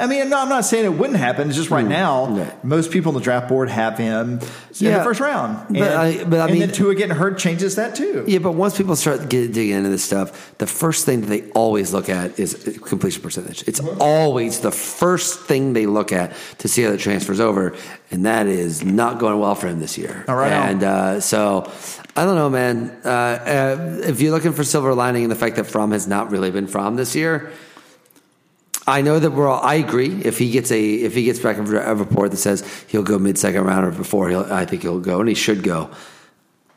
S1: I mean, no, I'm not saying it wouldn't happen. It's just right now,
S3: yeah.
S1: most people on the draft board have him in
S3: Yeah.
S1: the first round.
S3: But I- but I
S1: and
S3: mean-
S1: then Tua getting hurt changes that too.
S3: Yeah, but once people start get, digging into this stuff, the first thing that they always look at is completion percentage. It's always the first thing they look at to see how the transfer's over, and that is not going well for him this year.
S1: All right.
S3: And uh, so, I don't know, man. Uh, uh, if you're looking for silver lining in the fact that Fromm has not really been Fromm this year, I know that we're all. I agree. If he gets a if he gets back a report that says he'll go mid second round or before, he'll, I think he'll go, and he should go.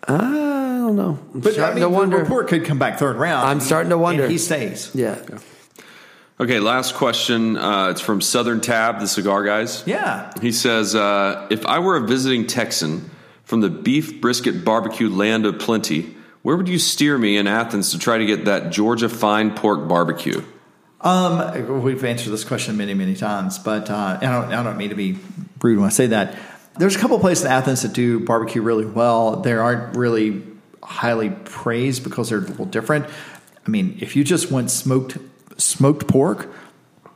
S3: I don't know. I'm
S1: But I
S3: starting
S1: mean,
S3: to wonder.
S1: the report could come back third round.
S3: I'm starting to wonder.
S1: And he stays.
S3: yeah.
S2: Okay, last question. Uh, it's from Southern Tab, the cigar guys.
S1: Yeah.
S2: He says, uh, if I were a visiting Texan from the beef brisket barbecue land of plenty, where would you steer me in Athens to try to get that Georgia fine pork barbecue?
S1: Um, we've answered this question many, many times, but uh, I don't. I don't mean to be rude when I say that. There's a couple places in Athens that do barbecue really well. They aren't really highly praised because they're a little different. I mean, if you just want smoked smoked pork,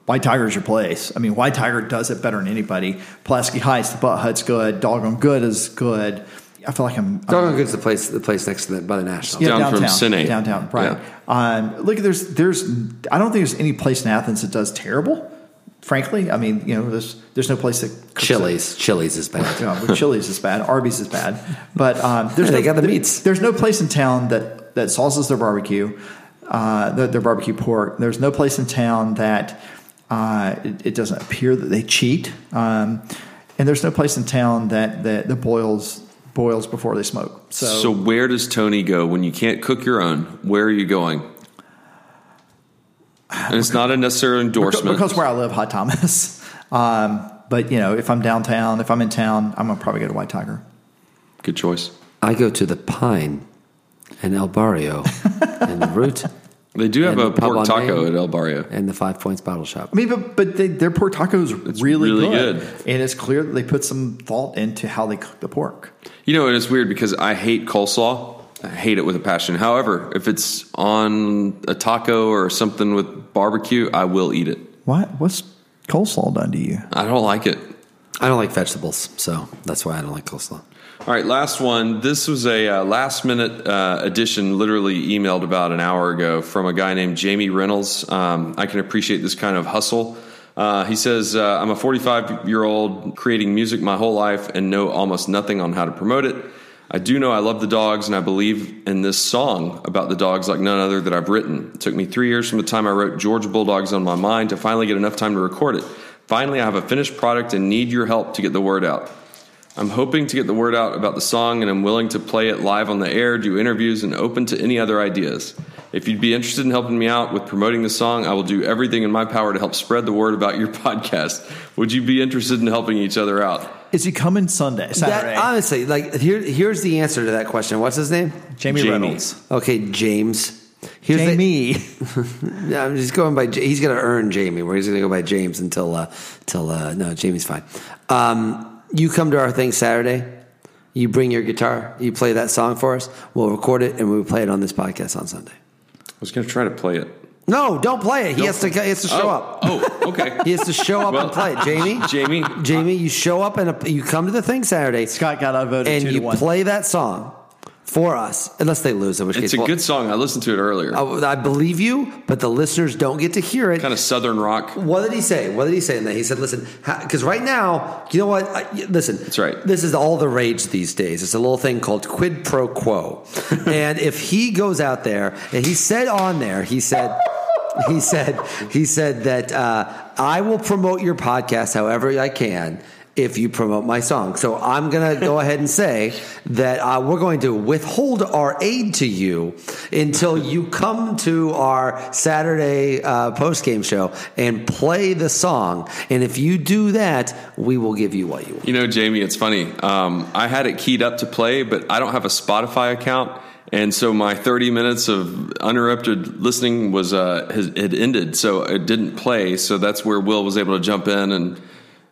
S1: White Tiger's your place. I mean, White Tiger does it better than anybody. Pulaski Heights, the Butt Hut's good. Doggone Good is good. I feel like I'm. I'm
S3: Doggone Good's the place the place next to the by the National.
S2: down from Cine.
S1: Downtown, right?
S2: Yeah.
S1: Um, look, there's there's I don't think there's any place in Athens that does terrible. Frankly, I mean, you know, there's there's no place that cooks it.
S3: Chili's. Chili's is bad.
S1: You know, Chili's is bad. Arby's is bad. But um, there's
S3: They
S1: no,
S3: got the
S1: there-
S3: meats.
S1: There's no place in town that that sauces their barbecue, uh, their, their barbecue pork. There's no place in town that uh, it, it doesn't appear that they cheat. Um, and there's no place in town that that, that boils boils before they smoke.
S2: So, where does Tony go when you can't cook your own? Where are you going? And it's not a necessary endorsement.
S1: Because where I live, Hot Thomas. Um, but you know, if I'm downtown, if I'm in town, I'm gonna probably go to White Tiger.
S2: Good choice.
S3: I go to the Pine and El Barrio and the Root
S2: They do have
S3: And
S2: a pork
S3: Pablo
S2: taco
S3: Name.
S2: at El Barrio.
S3: and the Five Points Bottle Shop.
S1: I mean, but but they, their pork tacos really,
S2: really
S1: good.
S2: good.
S1: and it's clear that they put some thought into how they cook the pork.
S2: You know, and it's weird because I hate coleslaw. I hate it with a passion. However, if it's on a taco or something with barbecue, I will eat it.
S1: What what's coleslaw done to you?
S2: I don't like it.
S3: I don't like vegetables, so that's why I don't like coleslaw.
S2: All right, last one. This was a uh, last minute uh, addition, literally emailed about an hour ago from a guy named Jamie Reynolds. Um, I can appreciate this kind of hustle. Uh, he says, uh, I'm a 45 year old creating music my whole life and know almost nothing on how to promote it. I do know I love the dogs and I believe in this song about the dogs like none other that I've written. It took me three years from the time I wrote Georgia Bulldogs on my mind to finally get enough time to record it. Finally, I have a finished product and need your help to get the word out. I'm hoping to get the word out about the song and I'm willing to play it live on the air, do interviews, and open to any other ideas. If you'd be interested in helping me out with promoting the song, I will do everything in my power to help spread the word about your podcast. Would you be interested in helping each other out?
S1: Is he coming Sunday, Saturday?
S3: That, honestly, like here, here's the answer to that question. What's his name?
S1: Jamie,
S2: Jamie.
S1: Reynolds.
S3: Okay, James. Here's the-
S1: Jamie.
S3: Yeah, I'm just going by. He's going to earn Jamie, where he's going to go by James until uh, till uh, no, Jamie's fine. Um, you come to our thing Saturday. You bring your guitar. You play that song for us. We'll record it and we'll play it on this podcast on Sunday.
S2: I was going to try to play it.
S3: No, don't play it. He has to. He has to show
S2: oh,
S3: up.
S2: Oh, okay.
S3: He has to show up
S2: Well,
S3: and play it, Jamie.
S2: Jamie,
S3: Jamie, you show up and uh, you come to the thing Saturday,
S1: Scott got outvoted
S3: and
S1: two to
S3: you
S1: one.
S3: play that song for us. Unless they lose, in which
S2: it's
S3: case
S2: a
S3: we'll-
S2: good song. I listened to it earlier.
S3: I, I believe you, but the listeners don't get to hear it.
S2: Kind of Southern rock.
S3: What did he say? What did he say in that? He said, "Listen, because right now, you know what? I, y- listen, that's
S2: right.
S3: This is all the rage these days. It's a little thing called quid pro quo, and if he goes out there and he said on there, he said." He said, he said that uh, I will promote your podcast however I can if you promote my song. So I'm going to go ahead and say that uh, we're going to withhold our aid to you until you come to our Saturday uh, post game show and play the song. And if you do that, we will give you what you want.
S2: You know, Jamie, it's funny. Um, I had it keyed up to play, but I don't have a Spotify account. And so my 30 minutes of uninterrupted listening was uh, has, had ended, so it didn't play. So that's where Will was able to jump in, and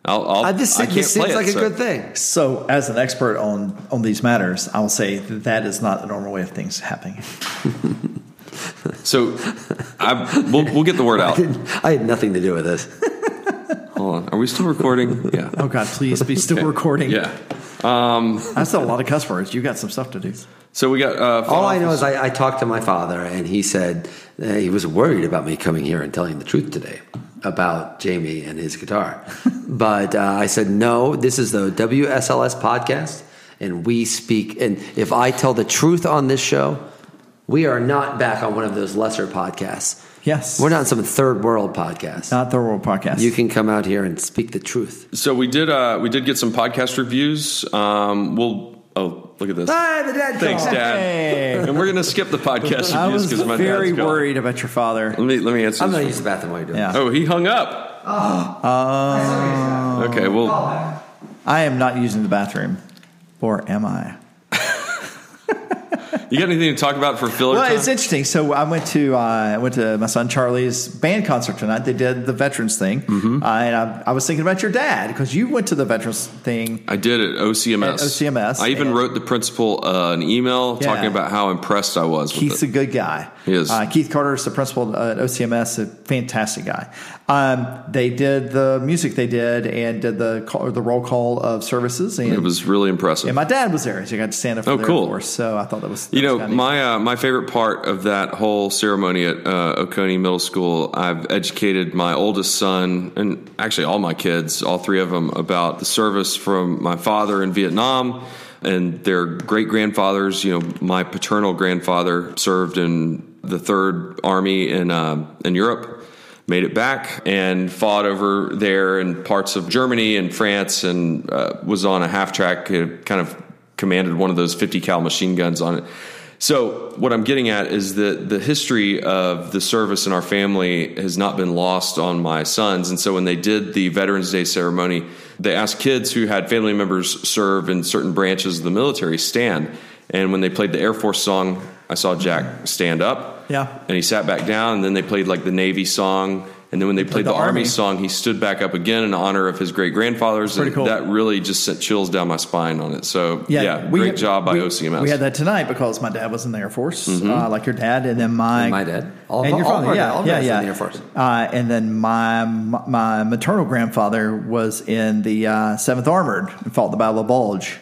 S2: I'll, I'll
S3: Uh, this
S2: I
S3: se-
S2: can't
S3: this
S2: play
S3: seems
S2: it,
S3: like a
S2: so-
S3: good thing.
S1: So, as an expert on on these matters, I will say that, that is not the normal way of things happening.
S2: So I, we'll, we'll get the word out.
S3: I had nothing to do with this.
S2: Hold on, are we still recording? Yeah,
S1: Oh God, please be still recording.
S2: yeah.
S1: I said a lot of cuss words. You got some stuff to do.
S2: So we got uh,
S3: All I know is I, I talked to my father, and he said uh, he was worried about me coming here and telling the truth today about Jamie and his guitar. but uh, I said, no, this is the WSLS podcast, and we speak. And if I tell the truth on this show, we are not back on one of those lesser podcasts.
S1: Yes,
S3: We're not some third world podcast.
S1: not the world podcast.
S3: you can come out here and speak the truth.
S2: so we did uh, we did get some podcast reviews. Um, we'll oh look at this.
S3: Ah, the dad
S2: Thanks,
S3: call.
S2: Dad.
S1: Hey.
S2: And we're gonna skip the podcast
S1: I
S2: reviews
S1: was
S2: because my
S1: very
S2: dad's gone.
S1: worried about your father.
S2: Let me let me answer.
S3: I'm
S2: This.
S3: going to use the bathroom while you're doing
S1: Yeah.
S3: this.
S2: oh, he hung up. Oh. okay, well,
S1: I am not using the bathroom, or am I?
S2: you got anything to talk about for filler
S1: Well,
S2: time?
S1: it's interesting. So I went to uh, I went to my son Charlie's band concert tonight. They did the veterans thing,
S2: Mm-hmm.
S1: uh, and I, I was thinking about your dad because you went to the veterans thing.
S2: I did it OCMS.
S1: At OCMS,
S2: I even
S1: and-
S2: wrote the principal uh, an email
S1: Yeah.
S2: talking about how impressed I was.
S1: Keith's
S2: with it.
S1: a good guy.
S2: He is.
S1: Uh, Keith Carter is the principal at OCMS, a fantastic guy. Um, they did the music they did and did the call, the roll call of services, and,
S2: It was really
S1: and
S2: impressive.
S1: my dad was there, so I got to stand up. For
S2: Oh,
S1: the Air
S2: cool.
S1: Force, so I thought that was that
S2: You
S1: was
S2: know,
S1: kinda neat.
S2: my uh, my favorite part of that whole ceremony at uh, Oconee Middle School, I've educated my oldest son and actually all my kids, all three of them, about the service from my father in Vietnam and their great grandfathers. You know, my paternal grandfather served in the Third Army in uh, in Europe. Made it back and fought over there in parts of Germany and France, and uh, was on a half track, uh, kind of commanded one of those 50 cal machine guns on it. So what I'm getting at is that the history of the service in our family has not been lost on my sons. And so when they did the Veterans Day ceremony, they asked kids who had family members serve in certain branches of the military stand. And when they played the Air Force song, I saw Jack stand up.
S1: Yeah.
S2: And he sat back down and then they played like the Navy song. And then when they played,
S1: the
S2: the, Army.
S1: Army.
S2: song, he stood back up again in honor of his great grandfathers.
S1: Pretty
S2: And
S1: cool.
S2: That really just sent chills down my spine on it. So yeah, great job by
S1: we,
S2: OCMS.
S1: We had that tonight because my dad was in the Air Force, uh, like your dad, and then my
S3: Mm-hmm. And my dad. All of-
S1: and your
S3: all
S1: father,
S3: of our
S1: yeah,
S3: dad- all of
S1: yeah,
S3: us in
S1: yeah.
S3: the Air Force.
S1: Uh, and then my my maternal grandfather was in the uh, Seventh Armored and fought the Battle of Bulge,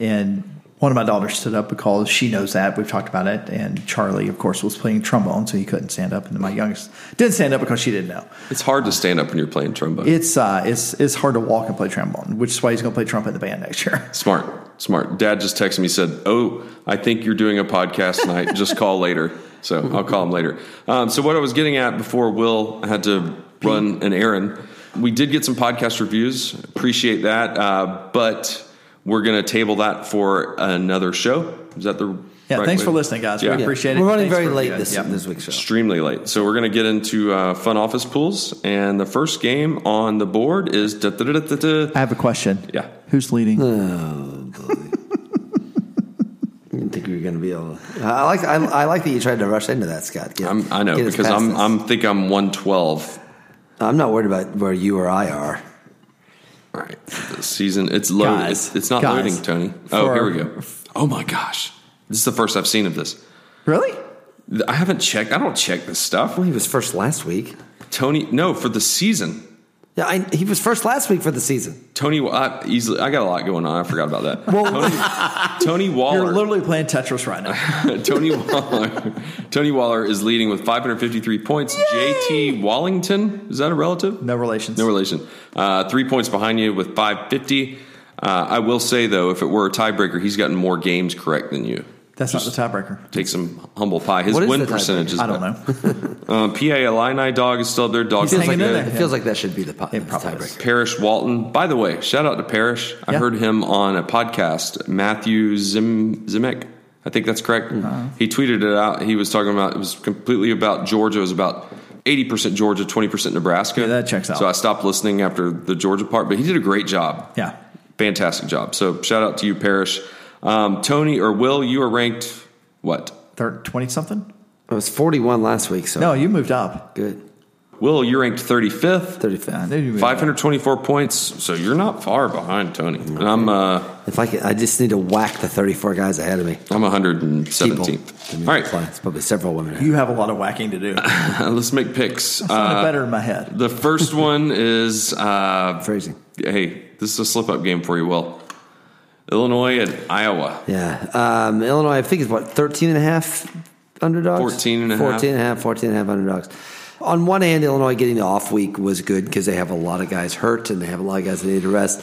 S1: and one of my daughters stood up because she knows that we've talked about it, and Charlie, of course, was playing trombone, so he couldn't stand up, and then my youngest didn't stand up because she didn't know.
S2: It's hard to stand up when you're playing trombone.
S1: It's uh, it's it's hard to walk and play trombone, which is why he's going to play trumpet in the band next year.
S2: smart, smart. Dad just texted me said, "Oh, I think you're doing a podcast tonight. just call later." So I'll call him later. Um, so what I was getting at before Will had to run an errand, we did get some podcast reviews. Appreciate that, uh, but We're going to table that for another show. Is that the
S1: Yeah,
S2: right
S1: thanks
S2: way?
S1: for listening, guys.
S2: Yeah.
S1: We appreciate it.
S3: We're running
S1: Thanks
S3: very
S1: for-
S3: late
S1: yeah,
S3: this
S1: yeah.
S3: this week's show.
S2: Extremely late. So we're going to get into uh, fun office pools, and the first game on the board is da- da- da- da- da- da.
S1: I have a question.
S2: yeah.
S1: Who's leading?
S3: I didn't think we were going to be able. To. I like I, I like that you tried to rush into that, Scott. Get-
S2: I'm, I know
S3: get us
S2: because
S3: past
S2: I'm
S3: this.
S2: I'm think I'm 112.
S3: I'm not worried about where you or I are.
S2: All right, the season it's loading.
S1: Guys,
S2: it's, it's not
S1: guys.
S2: loading, Tony. Oh,
S1: For-
S2: here we go. Oh my gosh, this is the first I've seen of this.
S1: really?
S2: Th- I haven't checked. I don't check this stuff.
S3: Well, Oh, he was first last week.
S2: Tony, no, for the season.
S3: Yeah, I, he was first last week for the season.
S2: Tony, I easily. I got a lot going on. I forgot about that. Tony, Tony Waller.
S1: You're literally playing Tetris right now.
S2: Tony Waller. Tony Waller is leading with 553 points. JT Wallington is that a relative?
S1: No relations.
S2: No relation. Uh, three points behind you with 550. Uh, I will say though, if it were a tiebreaker, he's gotten more games correct than you.
S1: That's not the tiebreaker.
S2: Take some humble pie. His
S3: What is
S2: win
S3: the tiebreaker?
S2: percentage is
S1: I don't
S2: better.
S1: know.
S2: Uh, PA Illini dog is still up there. Dog
S1: He's
S2: is
S1: hanging
S2: like
S1: in
S2: a-
S1: there.
S3: It feels like that should be the, po-
S1: It probably
S3: tiebreaker.
S1: is.
S2: Parrish Walton. By the way, shout out to Parrish. I
S1: Yeah.
S2: heard him on a podcast, Matthew Zim, Zimek. I think that's correct.
S1: Uh-huh.
S2: He tweeted it out. He was talking about it was completely about Georgia. It was about eighty percent Georgia, twenty percent Nebraska.
S1: Yeah, that checks out.
S2: So I stopped listening after the Georgia part, but he did a great job.
S1: Yeah.
S2: fantastic job. So shout out to you, Parrish. Um, Tony or Will, you are ranked what?
S1: Third, 20 something?
S3: It was 41 last week, so
S1: No, you moved up.
S3: good.
S2: Will, you're ranked thirty fifth.
S3: 35.
S1: I knew you moved up.
S2: 524 points, so you're not far behind Tony. And I'm uh,
S3: If I could, I just need to whack the 34 guys ahead of me.
S2: I'm
S3: People.
S2: 117th. All right,
S3: It's probably several women.
S1: You have a lot of whacking to do. It's
S2: let's make picks.
S1: sounded
S2: Uh,
S1: better in my head.
S2: the first one is uh,
S3: Phrasing.
S2: hey, this is a slip up game for you, Will. Illinois and Iowa.
S3: Yeah. Um, Illinois, I think, is what, 13 and a half underdogs?
S2: 14 and a half.
S3: 14 and a half, 14 and a half underdogs. On one hand, Illinois getting the off week was good because they have a lot of guys hurt and they have a lot of guys that need to rest.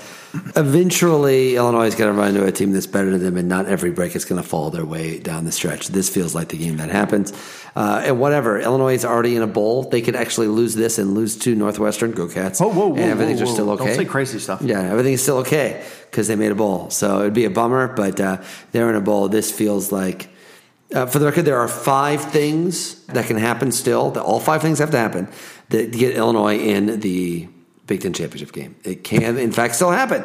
S3: Eventually, Illinois is going to run into a team that's better than them, and not every break is going to fall their way down the stretch. This feels like the game that happens. Uh, and whatever, Illinois is already in a bowl. They could actually lose this and lose to Northwestern. Go Cats.
S1: Whoa, Oh, whoa, whoa,
S3: And everything's
S1: whoa,
S3: just still
S1: whoa.
S3: okay.
S1: Don't say crazy stuff.
S3: Yeah, everything's still okay because they made a bowl. So it'd be a bummer, but uh, they're in a bowl. This feels like, uh, for the record, there are five things that can happen still. That all five things have to happen that get Illinois in the Big Ten championship game. It can, in fact, still happen.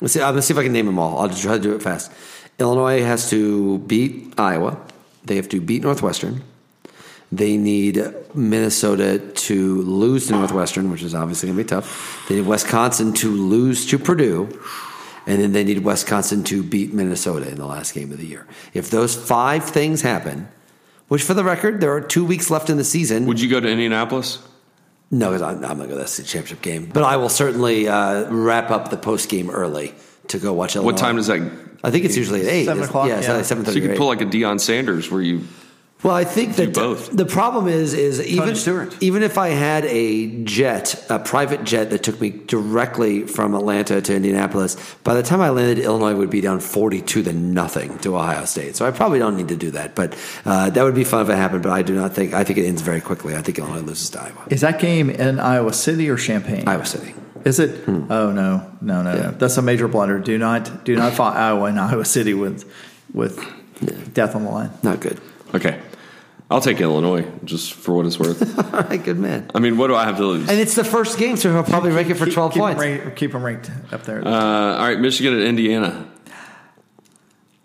S3: Let's see. I'm gonna see if I can name them all. I'll just try to do it fast. Illinois has to beat Iowa. They have to beat Northwestern. They need Minnesota to lose to Northwestern, which is obviously going to be tough. They need Wisconsin to lose to Purdue. And then they need Wisconsin to beat Minnesota in the last game of the year. If those five things happen, which for the record, there are two weeks left in the season.
S2: Would you go to Indianapolis?
S3: No, because I'm, I'm going to go. That's the championship game. But I will certainly uh, wrap up the post game early to go watch Illinois.
S2: What time does that?
S3: I think it's usually at 8.
S1: Seven
S3: isn't it?
S1: o'clock,
S3: Yeah,
S1: yeah.
S3: seven
S2: So
S3: thirty.
S2: you could pull like a Deion Sanders, where you
S3: Well, I think that
S2: both.
S3: the problem is is even
S1: Stewart.
S3: even if I had a jet, a private jet that took me directly from Atlanta to Indianapolis, by the time I landed, Illinois would be down forty two to nothing to Ohio State. So I probably don't need to do that, but uh, that would be fun if it happened. But I do not think I think it ends very quickly. I think Illinois loses to Iowa.
S1: Is that game in Iowa City or Champaign?
S3: Iowa City.
S1: Is it? Oh no, no, no,
S3: Hmm. Yeah.
S1: no. That's a major blunder. Do not, do not fight Iowa and Iowa City with, with death on the line.
S3: Not good.
S2: okay? I'll take Illinois just for what it's worth.
S3: All right, good man.
S2: I mean, what do I have to lose?
S3: And it's the first game, so he'll probably rank it for
S1: Keep-
S3: twelve
S1: keep
S3: points.
S1: Them ranked, keep them ranked up there.
S2: Uh, all right, Michigan and Indiana.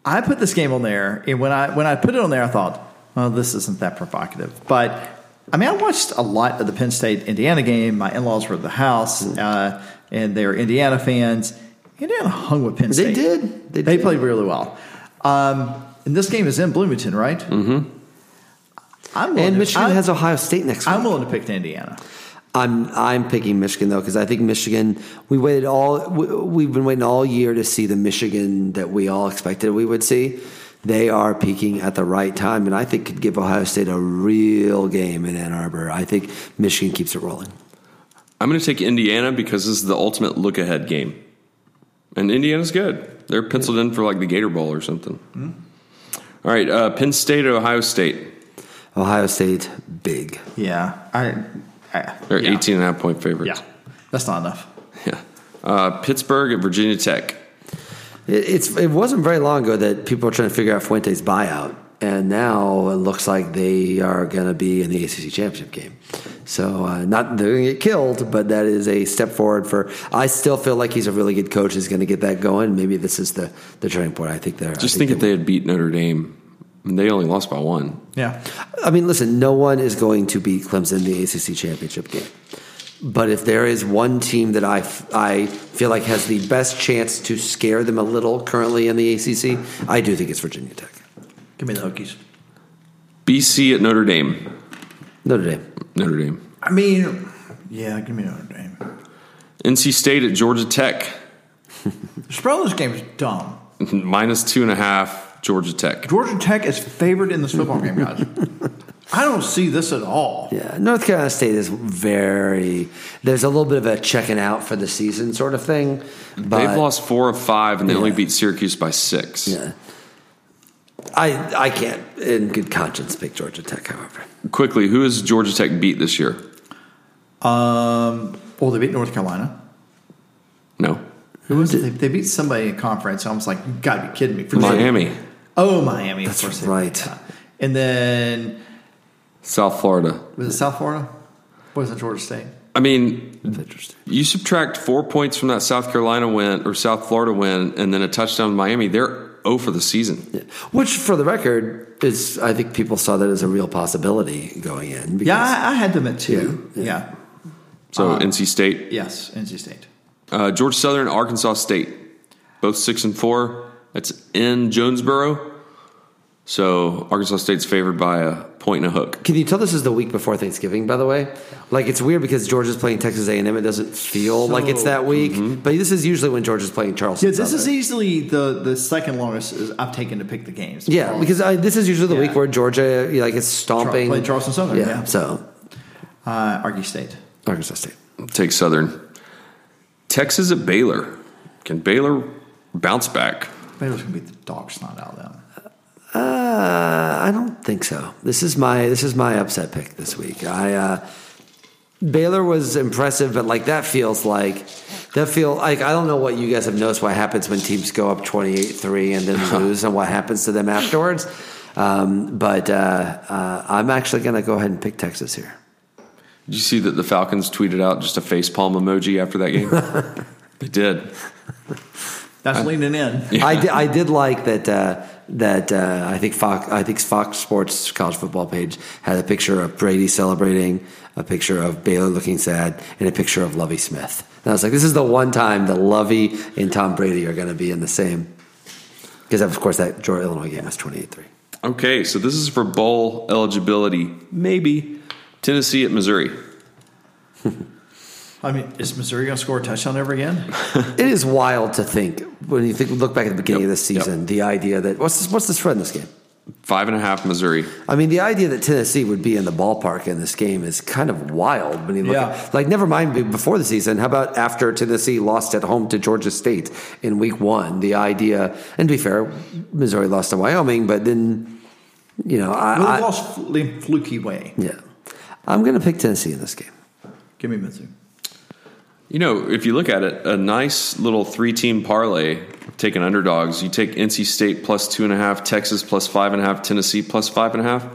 S1: I put this game on there, and when I when I put it on there, I thought, well, this isn't that provocative. But I mean, I watched a lot of the Penn State Indiana game. My in laws were at the house, uh, and they're Indiana fans. Indiana hung with Penn
S3: They
S1: State.
S3: did. They
S1: They,
S3: did.
S1: played really well. Um, and this game is in Bloomington, right? Mm-hmm. I'm willing
S3: And
S1: to-
S3: Michigan
S1: I'm-
S3: has Ohio State next week.
S1: I'm willing to pick Indiana.
S3: I'm I'm picking Michigan though because I think Michigan. We waited all we, we've been waiting all year to see the Michigan that we all expected we would see. They are peaking at the right time, and I think could give Ohio State a real game in Ann Arbor. I think Michigan keeps it rolling.
S2: I'm going to take Indiana because this is the ultimate look ahead game. And Indiana's good. They're penciled in for like the Gator Bowl or something. All right, uh, Penn State, Ohio State.
S3: Ohio State big.
S1: Yeah, I. I
S2: They're
S1: yeah.
S2: 18 and a half point favorites.
S1: Yeah, that's not enough.
S2: Yeah. Uh, Pittsburgh at Virginia Tech.
S3: It, it's it wasn't very long ago that people were trying to figure out Fuente's buyout, and now it looks like they are going to be in the ACC championship game. So uh, not they're going to get killed, but that is a step forward for. I still feel like he's a really good coach. Is going to get that going. Maybe this is the the turning point. I think they're I
S2: Just think
S3: they
S2: if they had beat Notre Dame, and they only lost by one.
S1: Yeah.
S3: I mean, listen, no one is going to beat Clemson in the ACC championship game. But if there is one team that I, f- I feel like has the best chance to scare them a little currently in the ACC, I do think it's Virginia Tech.
S4: Give me the Hokies.
S2: BC at Notre Dame.
S3: Notre Dame.
S2: Notre Dame.
S4: I mean, yeah, give me Notre Dame.
S2: NC State at Georgia Tech.
S4: The spread of this game is dumb.
S2: Minus two and a half. Georgia Tech.
S4: Georgia Tech is favored in this football game, guys. I don't see this at all.
S3: Yeah, North Carolina State is very. There's a little bit of a checking out for the season sort of thing. But
S2: They've lost four of five, and they only
S3: Yeah.
S2: beat Syracuse by six.
S3: Yeah. I I can't in good conscience pick Georgia Tech. However,
S2: Quickly, who has Georgia Tech beat this year?
S4: Um, well, they beat North Carolina.
S2: No.
S4: Who was it? They, they beat somebody in conference. I was like, you got to be kidding me. For
S2: Miami.
S4: Oh, Miami.
S3: That's
S4: of course. they-
S3: right.
S4: And then
S2: South Florida.
S4: was it South Florida? Was it Georgia State?
S2: I mean,
S3: that's interesting.
S2: you subtract four points from that South Carolina win or South Florida win, and then a touchdown in Miami. They're 0 for the season.
S3: Which, for the record, is I think people saw that as a real possibility going in. Because
S4: Yeah, I, I had them at two. Yeah.
S2: So
S3: Uh-huh.
S2: NC State,
S4: Yes, NC State.
S2: uh, Georgia Southern, Arkansas State, both six and four. That's in Jonesboro. So Arkansas State's favored by a point and a hook.
S3: Can you tell this is the week before Thanksgiving? By the way, like it's weird because Georgia's playing Texas A and M. It doesn't feel like it's that week, but this is usually when Georgia's playing Charleston.
S4: mm-hmm. Yeah, this is
S3: Southern.
S4: easily the, the second longest is I've taken to pick the games.
S3: yeah because I, this is usually the
S4: Yeah.
S3: week where Georgia you know, like is stomping
S4: playing Charleston Southern, yeah.
S3: so
S4: Uh, Argy State.
S3: Arkansas State.
S2: Take Southern. Texas at Baylor. Can Baylor bounce back?
S4: Baylor's going to beat the dog snot out of them.
S3: Uh, I don't think so. This is my this is my upset pick this week. I uh, Baylor was impressive, but like that feels like that feel like I don't know what you guys have noticed. What happens when teams go up twenty eight three and then lose, and what happens to them afterwards? Um, but uh, uh, I'm actually going to go ahead and pick Texas here.
S2: Did you see that the Falcons tweeted out just a face palm emoji after that game? they did.
S4: That's leaning in.
S3: I, did, I did like that. Uh, that uh, I think Fox, I think Fox Sports college football page had a picture of Brady celebrating, a picture of Baylor looking sad, and a picture of Lovey Smith. And I was like, this is the one time that Lovey and Tom Brady are going to be in the same. Because of course that Georgia Illinois game was twenty eight three.
S2: Okay, so this is for bowl eligibility. Maybe Tennessee at Missouri.
S4: I mean, is Missouri going to score a touchdown ever again?
S3: It is wild to think when you think look back at the beginning
S2: Yep,
S3: of the season, the idea that what's this, what's the spread in this game?
S2: Five and a half Missouri.
S3: I mean, the idea that Tennessee would be in the ballpark in this game is kind of wild. When you look
S4: Yeah.
S3: at, like, never mind be- before the season. How about after Tennessee lost at home to Georgia State in Week One? The idea, and to be fair, Missouri lost to Wyoming, but then, you know, I,
S4: Well,
S3: I
S4: they lost fl- in fluky way.
S3: yeah, I'm going to pick Tennessee in this game.
S4: Give me Mizzou.
S2: You know, if you look at it, a nice little three team parlay taking underdogs. You take NC State plus two and a half, Texas plus five and a half, Tennessee plus five and a half.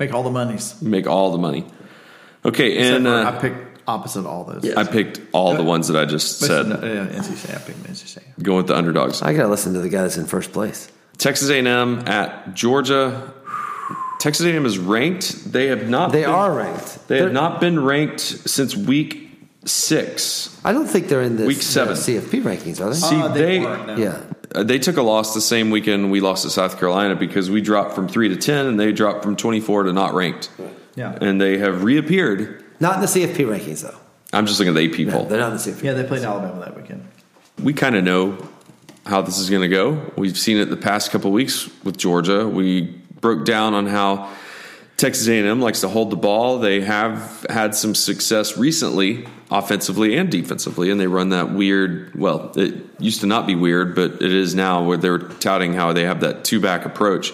S4: Make all the monies.
S2: You make all the money. Okay,
S4: Except
S2: and
S4: for
S2: uh,
S4: I picked opposite all those.
S2: I picked all the ones that I just
S4: But
S2: said.
S4: no, yeah, NC State. I picked NC State.
S2: Going with the underdogs.
S3: I got to listen to the guy that's in first place.
S2: Texas A&M at Georgia. Texas A&M is ranked. They have not.
S3: They
S2: been-
S3: are ranked.
S2: They
S3: They're-
S2: have not been ranked since week six.
S3: I don't think they're in the
S2: Week
S3: the
S2: seven.
S3: CFP rankings, are Ah, they?
S2: See,
S4: Uh,
S2: they
S4: weren't, no.
S3: yeah,
S2: uh, they took a loss the same weekend we lost to South Carolina because we dropped from three to ten and they dropped from twenty four to not ranked.
S4: Yeah.
S2: and they have reappeared.
S3: not in the CFP rankings though.
S2: I'm just looking at the AP
S3: No,
S2: poll.
S3: they're not in the CFP.
S4: Yeah, they played Alabama that weekend.
S2: we kind of know how this is going to go. We've seen it the past couple weeks with Georgia. We broke down on how Texas A&M likes to hold the ball. They have had some success recently, offensively and defensively, and they run that weird. Well, it used to not be weird, but it is now where they're touting how they have that two-back approach.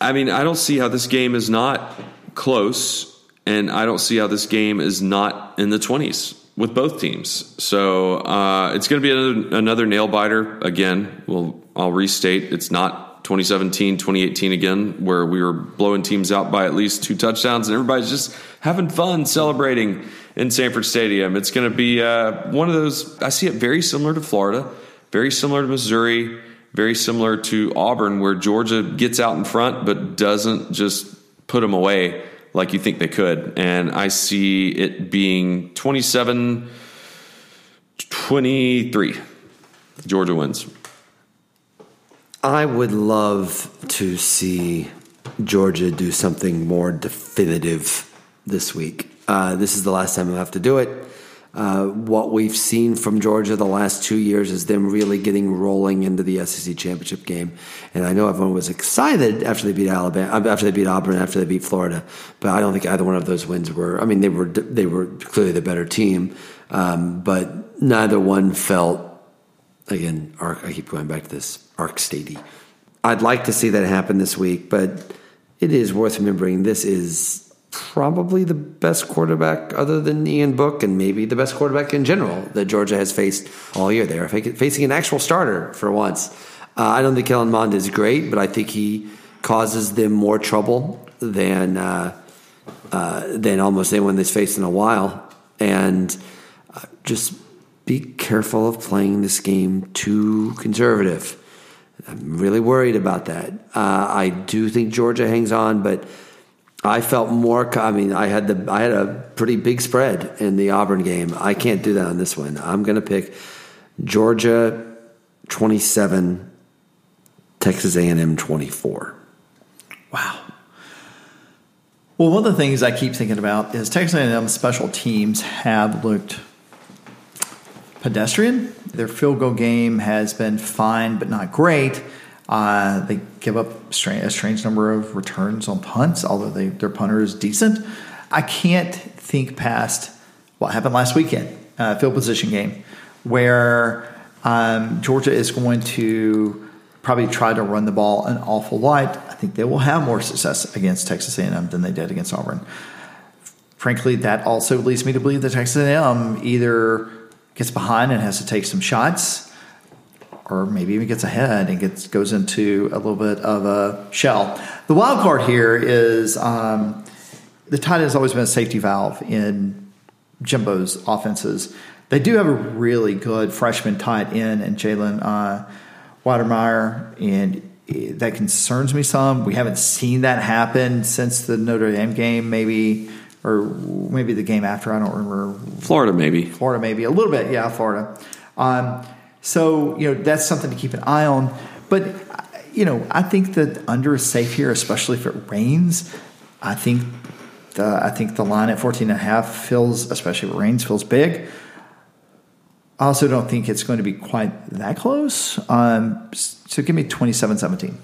S2: I mean, I don't see how this game is not close, and I don't see how this game is not in the 20s. with both teams. So uh, it's going to be another, another nail biter again. We'll I'll restate it's not 2017, 2018 again, where we were blowing teams out by at least two touchdowns, and everybody's just having fun celebrating in Sanford Stadium. It's going to be uh, one of those. I see it very similar to Florida, very similar to Missouri, very similar to Auburn, where Georgia gets out in front but doesn't just put them away like you think they could. And I see it being 27 23. Georgia wins.
S3: I would love to see Georgia do something more definitive this week. Uh, this is the last time I'll have to do it. Uh, what we've seen from Georgia the last two years is them really getting rolling into the SEC championship game, and I know everyone was excited after they beat Alabama, uh, after they beat Auburn, after they beat Florida, but I don't think either one of those wins were. I mean, they were they were clearly the better team, um, but neither one felt again, arc, I keep going back to this arc statey. I'd like to see that happen this week, but it is worth remembering this is probably the best quarterback other than Ian Book and maybe the best quarterback in general that Georgia has faced all year. They're facing an actual starter for once. Uh, I don't think Kellen Mond is great, but I think he causes them more trouble than uh, uh, than almost anyone they've faced in a while. And uh, just be careful of playing this game too conservative. I'm really worried about that. Uh, I do think Georgia hangs on, but I felt more. co- I mean, I had the I had a pretty big spread in the Auburn game. I can't do that on this one. I'm going to pick Georgia 27, Texas A&M 24.
S1: Wow. Well, one of the things I keep thinking about is Texas A&M special teams have looked pedestrian. Their field goal game has been fine but not great. Uh, they give up stra- a strange number of returns on punts, although they, their punter is decent. I can't think past what happened last weekend, uh, field position game, where um, Georgia is going to probably try to run the ball an awful lot. I think they will have more success against Texas A&M than they did against Auburn frankly, that also leads me to believe that Texas A&M either gets behind and has to take some shots, or maybe even gets ahead and gets goes into a little bit of a shell. The wild card here is um, the tight end has always been a safety valve in Jimbo's offenses. They do have a really good freshman tight end in Jalen uh, Watermeyer, and that concerns me some. We haven't seen that happen since the Notre Dame game, maybe, or maybe the game after. I don't remember
S2: Florida, maybe.
S1: Florida, maybe a little bit. Yeah, Florida. Um, so you know that's something to keep an eye on. But you know, I think that under is safe here, especially if it rains. I think the I think the line at 14 and a half feels, especially if it rains, feels big. I also don't think it's going to be quite that close. Um, so give me 27-17.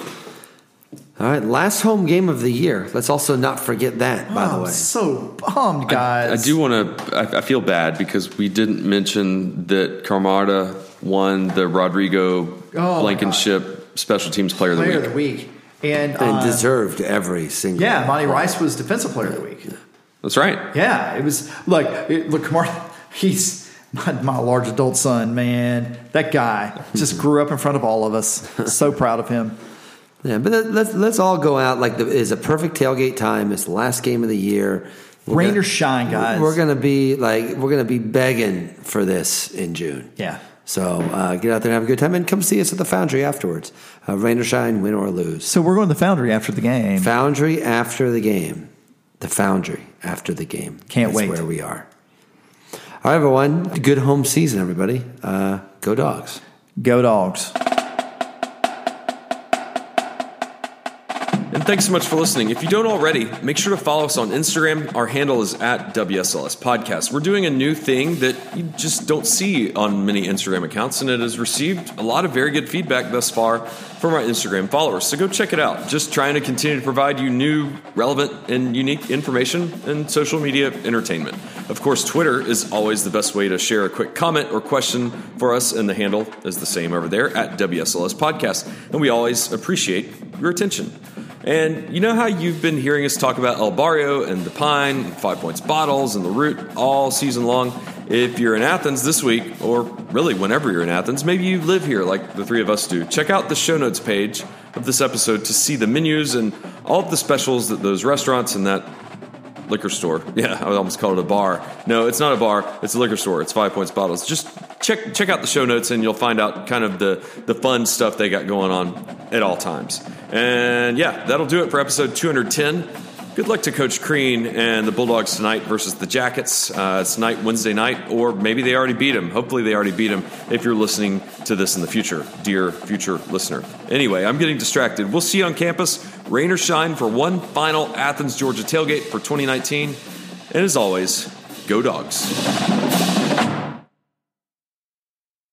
S3: All right, last home game of the year. Let's also not forget that, by the
S1: I'm
S3: way.
S1: so bummed,
S2: I,
S1: guys.
S2: I do want to. I, I feel bad because we didn't mention that Carmada won the Rodrigo
S1: Oh, God.
S2: Blankenship Special Teams Player of the
S1: player
S2: Week.
S1: of the week, and,
S3: And
S1: uh,
S3: deserved every single
S1: yeah, Monty Rice was defensive player of the week.
S2: That's right.
S1: Yeah, it was look, it, look, Kamar, he's my, my large adult son, man. That guy just grew up in front of all of us. So proud of him.
S3: Yeah, but let- let's let's all go out like the, it's a perfect tailgate time. It's the last game of the year. We're
S1: Rain
S3: gonna-
S1: or shine, guys.
S3: We're gonna be like we're gonna be begging for this in June.
S1: Yeah.
S3: So uh, get out there and have a good time, and come see us at the Foundry afterwards. Uh, rain or shine, win or lose.
S1: So we're going to the Foundry after the game.
S3: Foundry after the game. The Foundry after the game.
S1: Can't
S3: That's
S1: wait.
S3: Where we are. All right, everyone. Good home season, everybody. Uh, go dogs.
S1: Go dogs.
S2: And thanks so much for listening. If you don't already, make sure to follow us on Instagram. Our handle is at WSLS Podcast. We're doing a new thing that you just don't see on many Instagram accounts, and it has received a lot of very good feedback thus far from our Instagram followers. So go check it out. Just trying to continue to provide you new, relevant, and unique information and social media entertainment. Of course, Twitter is always the best way to share a quick comment or question for us, and the handle is the same over there at WSLS Podcast. And we always appreciate your attention. And you know how you've been hearing us talk about El Barrio and the Pine, and Five Points Bottles, and the Root all season long? If you're in Athens this week, or really whenever you're in Athens, maybe you live here like the three of us do, check out the show notes page of this episode to see the menus and all of the specials that those restaurants and that liquor store. Yeah, I would almost call it a bar. No, it's not a bar. It's a liquor store. It's Five Points Bottles. Just check check out the show notes and you'll find out kind of the the fun stuff they got going on at all times. And yeah, that'll do it for episode 210. Good luck to Coach Crean and the Bulldogs tonight versus the Jackets. Uh, it's night Wednesday night, or maybe they already beat them. Hopefully, they already beat them. If you're listening to this in the future, dear future listener. Anyway, I'm getting distracted. We'll see you on campus, rain or shine, for one final Athens, Georgia tailgate for 2019. And as always, go dogs.